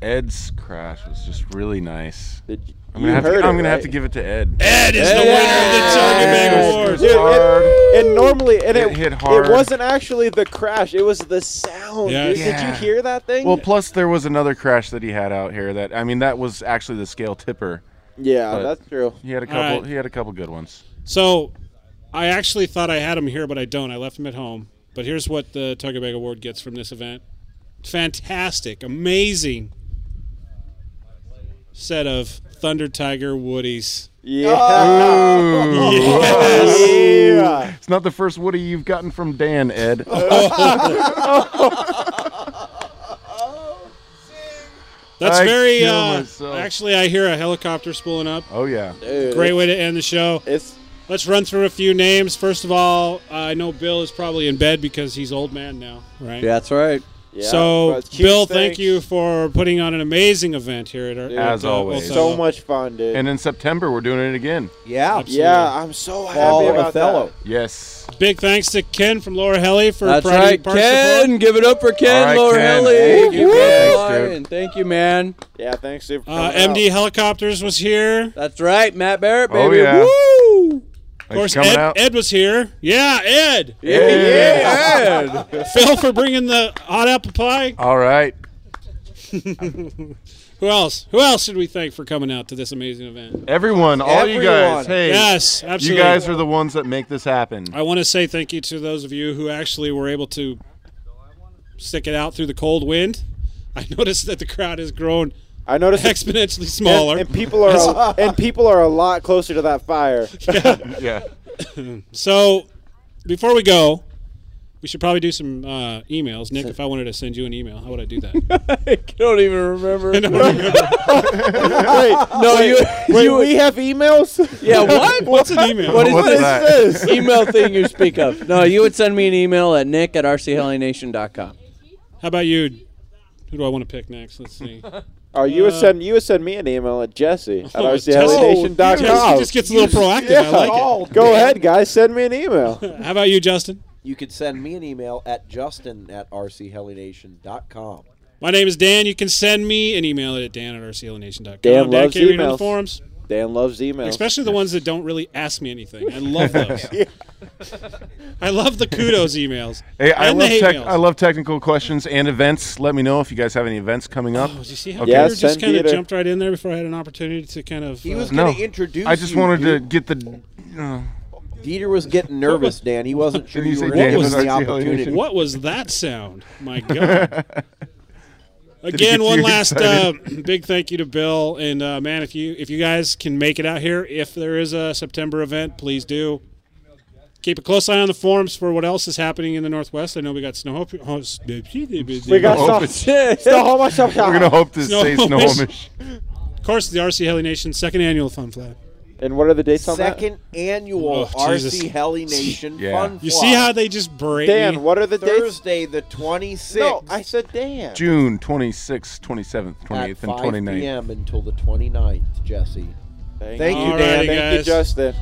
Speaker 7: Ed's crash was just really nice. I'm
Speaker 5: you
Speaker 7: gonna, have to,
Speaker 5: heard
Speaker 7: I'm
Speaker 5: it,
Speaker 7: gonna have
Speaker 5: right?
Speaker 7: to give it to Ed.
Speaker 4: Ed is the winner of the Target Bag award.
Speaker 5: Dude, it, it normally and it,
Speaker 7: It hit hard.
Speaker 5: It wasn't actually the crash. It was the sound.
Speaker 7: Yeah.
Speaker 5: dude.
Speaker 7: Yeah.
Speaker 5: Did you hear that thing?
Speaker 7: Well, plus there was another crash that he had out here. That I mean, that was actually the scale tipper.
Speaker 5: Yeah,
Speaker 7: But
Speaker 5: that's true.
Speaker 7: He had a
Speaker 4: All
Speaker 7: couple.
Speaker 4: right.
Speaker 7: He had a couple good
Speaker 5: *laughs*
Speaker 7: ones.
Speaker 4: So, I actually thought I had him here, but I don't. I left him at home. But here's what the Tugger Bag Award gets from this event: fantastic, amazing set of Thunder Tiger Woodies.
Speaker 5: *laughs* Yeah.
Speaker 7: Ooh.
Speaker 4: Yes.
Speaker 5: Oh! Yeah.
Speaker 7: It's not the first Woody you've gotten from Dan,
Speaker 5: *laughs*
Speaker 7: Ed.
Speaker 4: That's
Speaker 7: I
Speaker 4: very.
Speaker 7: kill
Speaker 4: Uh,
Speaker 7: myself.
Speaker 4: actually, I hear a helicopter spooling up.
Speaker 7: Oh yeah.
Speaker 4: Great way to end the show. Let's run through a few names. First of all, I know Bill is probably in bed because he's old man now, right?
Speaker 8: Yeah, that's right. Yeah,
Speaker 4: so,
Speaker 5: but huge
Speaker 4: Bill,
Speaker 5: thanks.
Speaker 4: thank you for putting on an amazing event here at our.
Speaker 5: Dude,
Speaker 7: As
Speaker 4: at, uh,
Speaker 7: always.
Speaker 4: Othello.
Speaker 5: So much fun, dude.
Speaker 7: And in September, we're doing it again.
Speaker 5: Yeah.
Speaker 4: Absolutely.
Speaker 5: Yeah, I'm so happy
Speaker 4: Paul
Speaker 5: about
Speaker 4: Othello.
Speaker 7: Yes.
Speaker 4: Big thanks to Ken from Laura Helly for
Speaker 8: That's
Speaker 4: providing
Speaker 8: right,
Speaker 4: park
Speaker 8: Ken.
Speaker 4: support.
Speaker 8: Give it up for Ken,
Speaker 4: All right,
Speaker 8: Laura
Speaker 4: Ken.
Speaker 8: Helly.
Speaker 4: Thank you, Ken. Thanks,
Speaker 8: Lauren,
Speaker 4: dude.
Speaker 8: Thank you, man.
Speaker 5: Yeah, thanks, dude.
Speaker 4: Uh, MD Helicopters was here.
Speaker 8: That's right, Matt Barrett,
Speaker 4: Oh,
Speaker 8: baby.
Speaker 4: yeah.
Speaker 8: Woo!
Speaker 4: Of course, Ed, Ed was here. Yeah, Ed.
Speaker 8: Yeah, Yeah.
Speaker 4: *laughs* Phil for bringing the hot apple pie.
Speaker 7: All right. *laughs*
Speaker 4: Who else? Who else should we thank for coming out to this amazing event?
Speaker 7: Everyone, all you guys, hey,
Speaker 4: yes, absolutely.
Speaker 7: You guys are the ones that make this happen.
Speaker 4: I want to say thank you to those of you who actually were able to stick it out through the cold wind. I *laughs* noticed that the crowd has grown.
Speaker 5: I noticed
Speaker 4: exponentially *laughs* smaller.
Speaker 5: And, and
Speaker 4: *laughs*
Speaker 5: people are a, *laughs* and people are a lot closer to that fire. *laughs*
Speaker 7: yeah.
Speaker 4: *coughs* so before we go, we should probably do some uh, emails. Nick, if I wanted to send you an email, how would I do
Speaker 5: *laughs*
Speaker 4: that?
Speaker 8: I don't even remember.
Speaker 7: *laughs*
Speaker 5: wait,
Speaker 8: No,
Speaker 5: wait,
Speaker 8: you-
Speaker 5: wait,
Speaker 8: you-
Speaker 5: we
Speaker 4: *laughs*
Speaker 5: have emails.
Speaker 8: Yeah, *laughs* what? What is this *laughs* email thing you speak of? No, you would send me an email at nick at rchellynation.com.
Speaker 4: How about you? Who do I want to pick next? Let's see.
Speaker 5: Oh, you would
Speaker 4: Uh,
Speaker 5: send you would send me an email at
Speaker 4: *laughs*
Speaker 5: Jesse at
Speaker 4: Oh,
Speaker 5: E rclnation.com.
Speaker 4: Jesse. Jesse just gets a little proactive. I
Speaker 5: *laughs*
Speaker 4: like it.
Speaker 5: Oh, Go ahead, guys. Send me an email.
Speaker 4: *laughs* How about you, Justin?
Speaker 6: You could send me an email at justin at rchellynation.com.
Speaker 4: *laughs* My name is Dan. You can send me an email at dan at rclnation.com.
Speaker 5: Dan loves
Speaker 4: can you read on the
Speaker 5: emails.
Speaker 4: forums,
Speaker 5: Dan loves emails.
Speaker 4: especially the ones that don't really ask me anything. I
Speaker 5: *laughs*
Speaker 4: love those. I love the kudos emails.
Speaker 7: Hey, I
Speaker 4: and
Speaker 7: love
Speaker 4: the hate
Speaker 7: tech,
Speaker 4: mails.
Speaker 7: I love technical questions and events. Let me know if you guys have any events coming up.
Speaker 4: Oh, did you see how Peter just kind of jumped right in there before I had an opportunity to kind of. uh, He
Speaker 6: was
Speaker 7: No,
Speaker 6: gonna introduce
Speaker 7: I just
Speaker 6: you,
Speaker 7: wanted to
Speaker 6: dude.
Speaker 7: get the. Uh,
Speaker 6: Dieter was getting
Speaker 4: *laughs*
Speaker 6: nervous, Dan. He
Speaker 5: *laughs*
Speaker 6: wasn't sure
Speaker 7: Did he
Speaker 6: you
Speaker 7: say
Speaker 6: were
Speaker 7: Dan
Speaker 6: going to give
Speaker 7: was
Speaker 6: him the
Speaker 7: RCLNation?
Speaker 6: opportunity.
Speaker 4: What was that sound? My
Speaker 5: *laughs*
Speaker 4: God. Again, one last uh, *laughs* big thank you to Bill and uh, man, if you if you guys can make it out here, if there is a September event, please do. Keep a close eye on the forums for what else is happening in the Northwest. I know we got snow. We
Speaker 5: We got Snow-
Speaker 6: *laughs*
Speaker 5: Snohomish. We're gonna hope to say Snohomish.
Speaker 4: Of course, the RC Heli Nation second annual Fun Fly.
Speaker 5: And what are the dates on that?
Speaker 6: Second annual
Speaker 4: Oh, Jesus.
Speaker 6: RC Heli Nation
Speaker 5: Yeah.
Speaker 6: Fun
Speaker 4: You
Speaker 6: Fly.
Speaker 4: see how they just break me?
Speaker 5: Dan, what are the dates?
Speaker 6: Thursday, the 26th.
Speaker 5: No, I said Dan.
Speaker 7: June 26th, 27th, 28th,
Speaker 6: at
Speaker 7: and
Speaker 6: 5
Speaker 7: 29th.
Speaker 6: p.m. until the 29th, Jesse.
Speaker 5: Thank,
Speaker 4: you.
Speaker 6: you,
Speaker 4: Alrighty, guys.
Speaker 6: Dan.
Speaker 5: Thank you, Justin.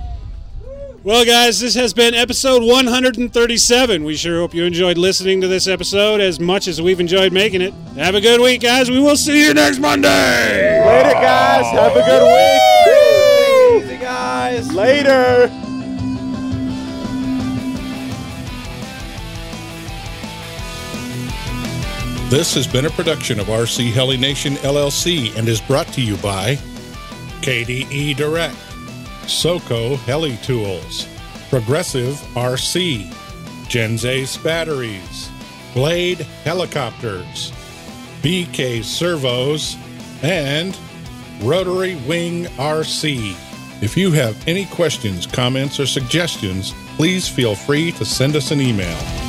Speaker 4: Well, guys, this has been episode 137. We sure hope you enjoyed listening to this episode as much as we've enjoyed making it. Have a good week, guys. We will see you next Monday.
Speaker 5: Later, guys. Have a good week. Take it easy, guys. Later.
Speaker 1: This has been a production of RC Heli Nation LLC and is brought to you by KDE Direct, SoCo Heli Tools, Progressive RC, Genzace Batteries, Blade Helicopters, BK Servos, and Rotary Wing RC. If you have any questions, comments, or suggestions, please feel free to send us an email.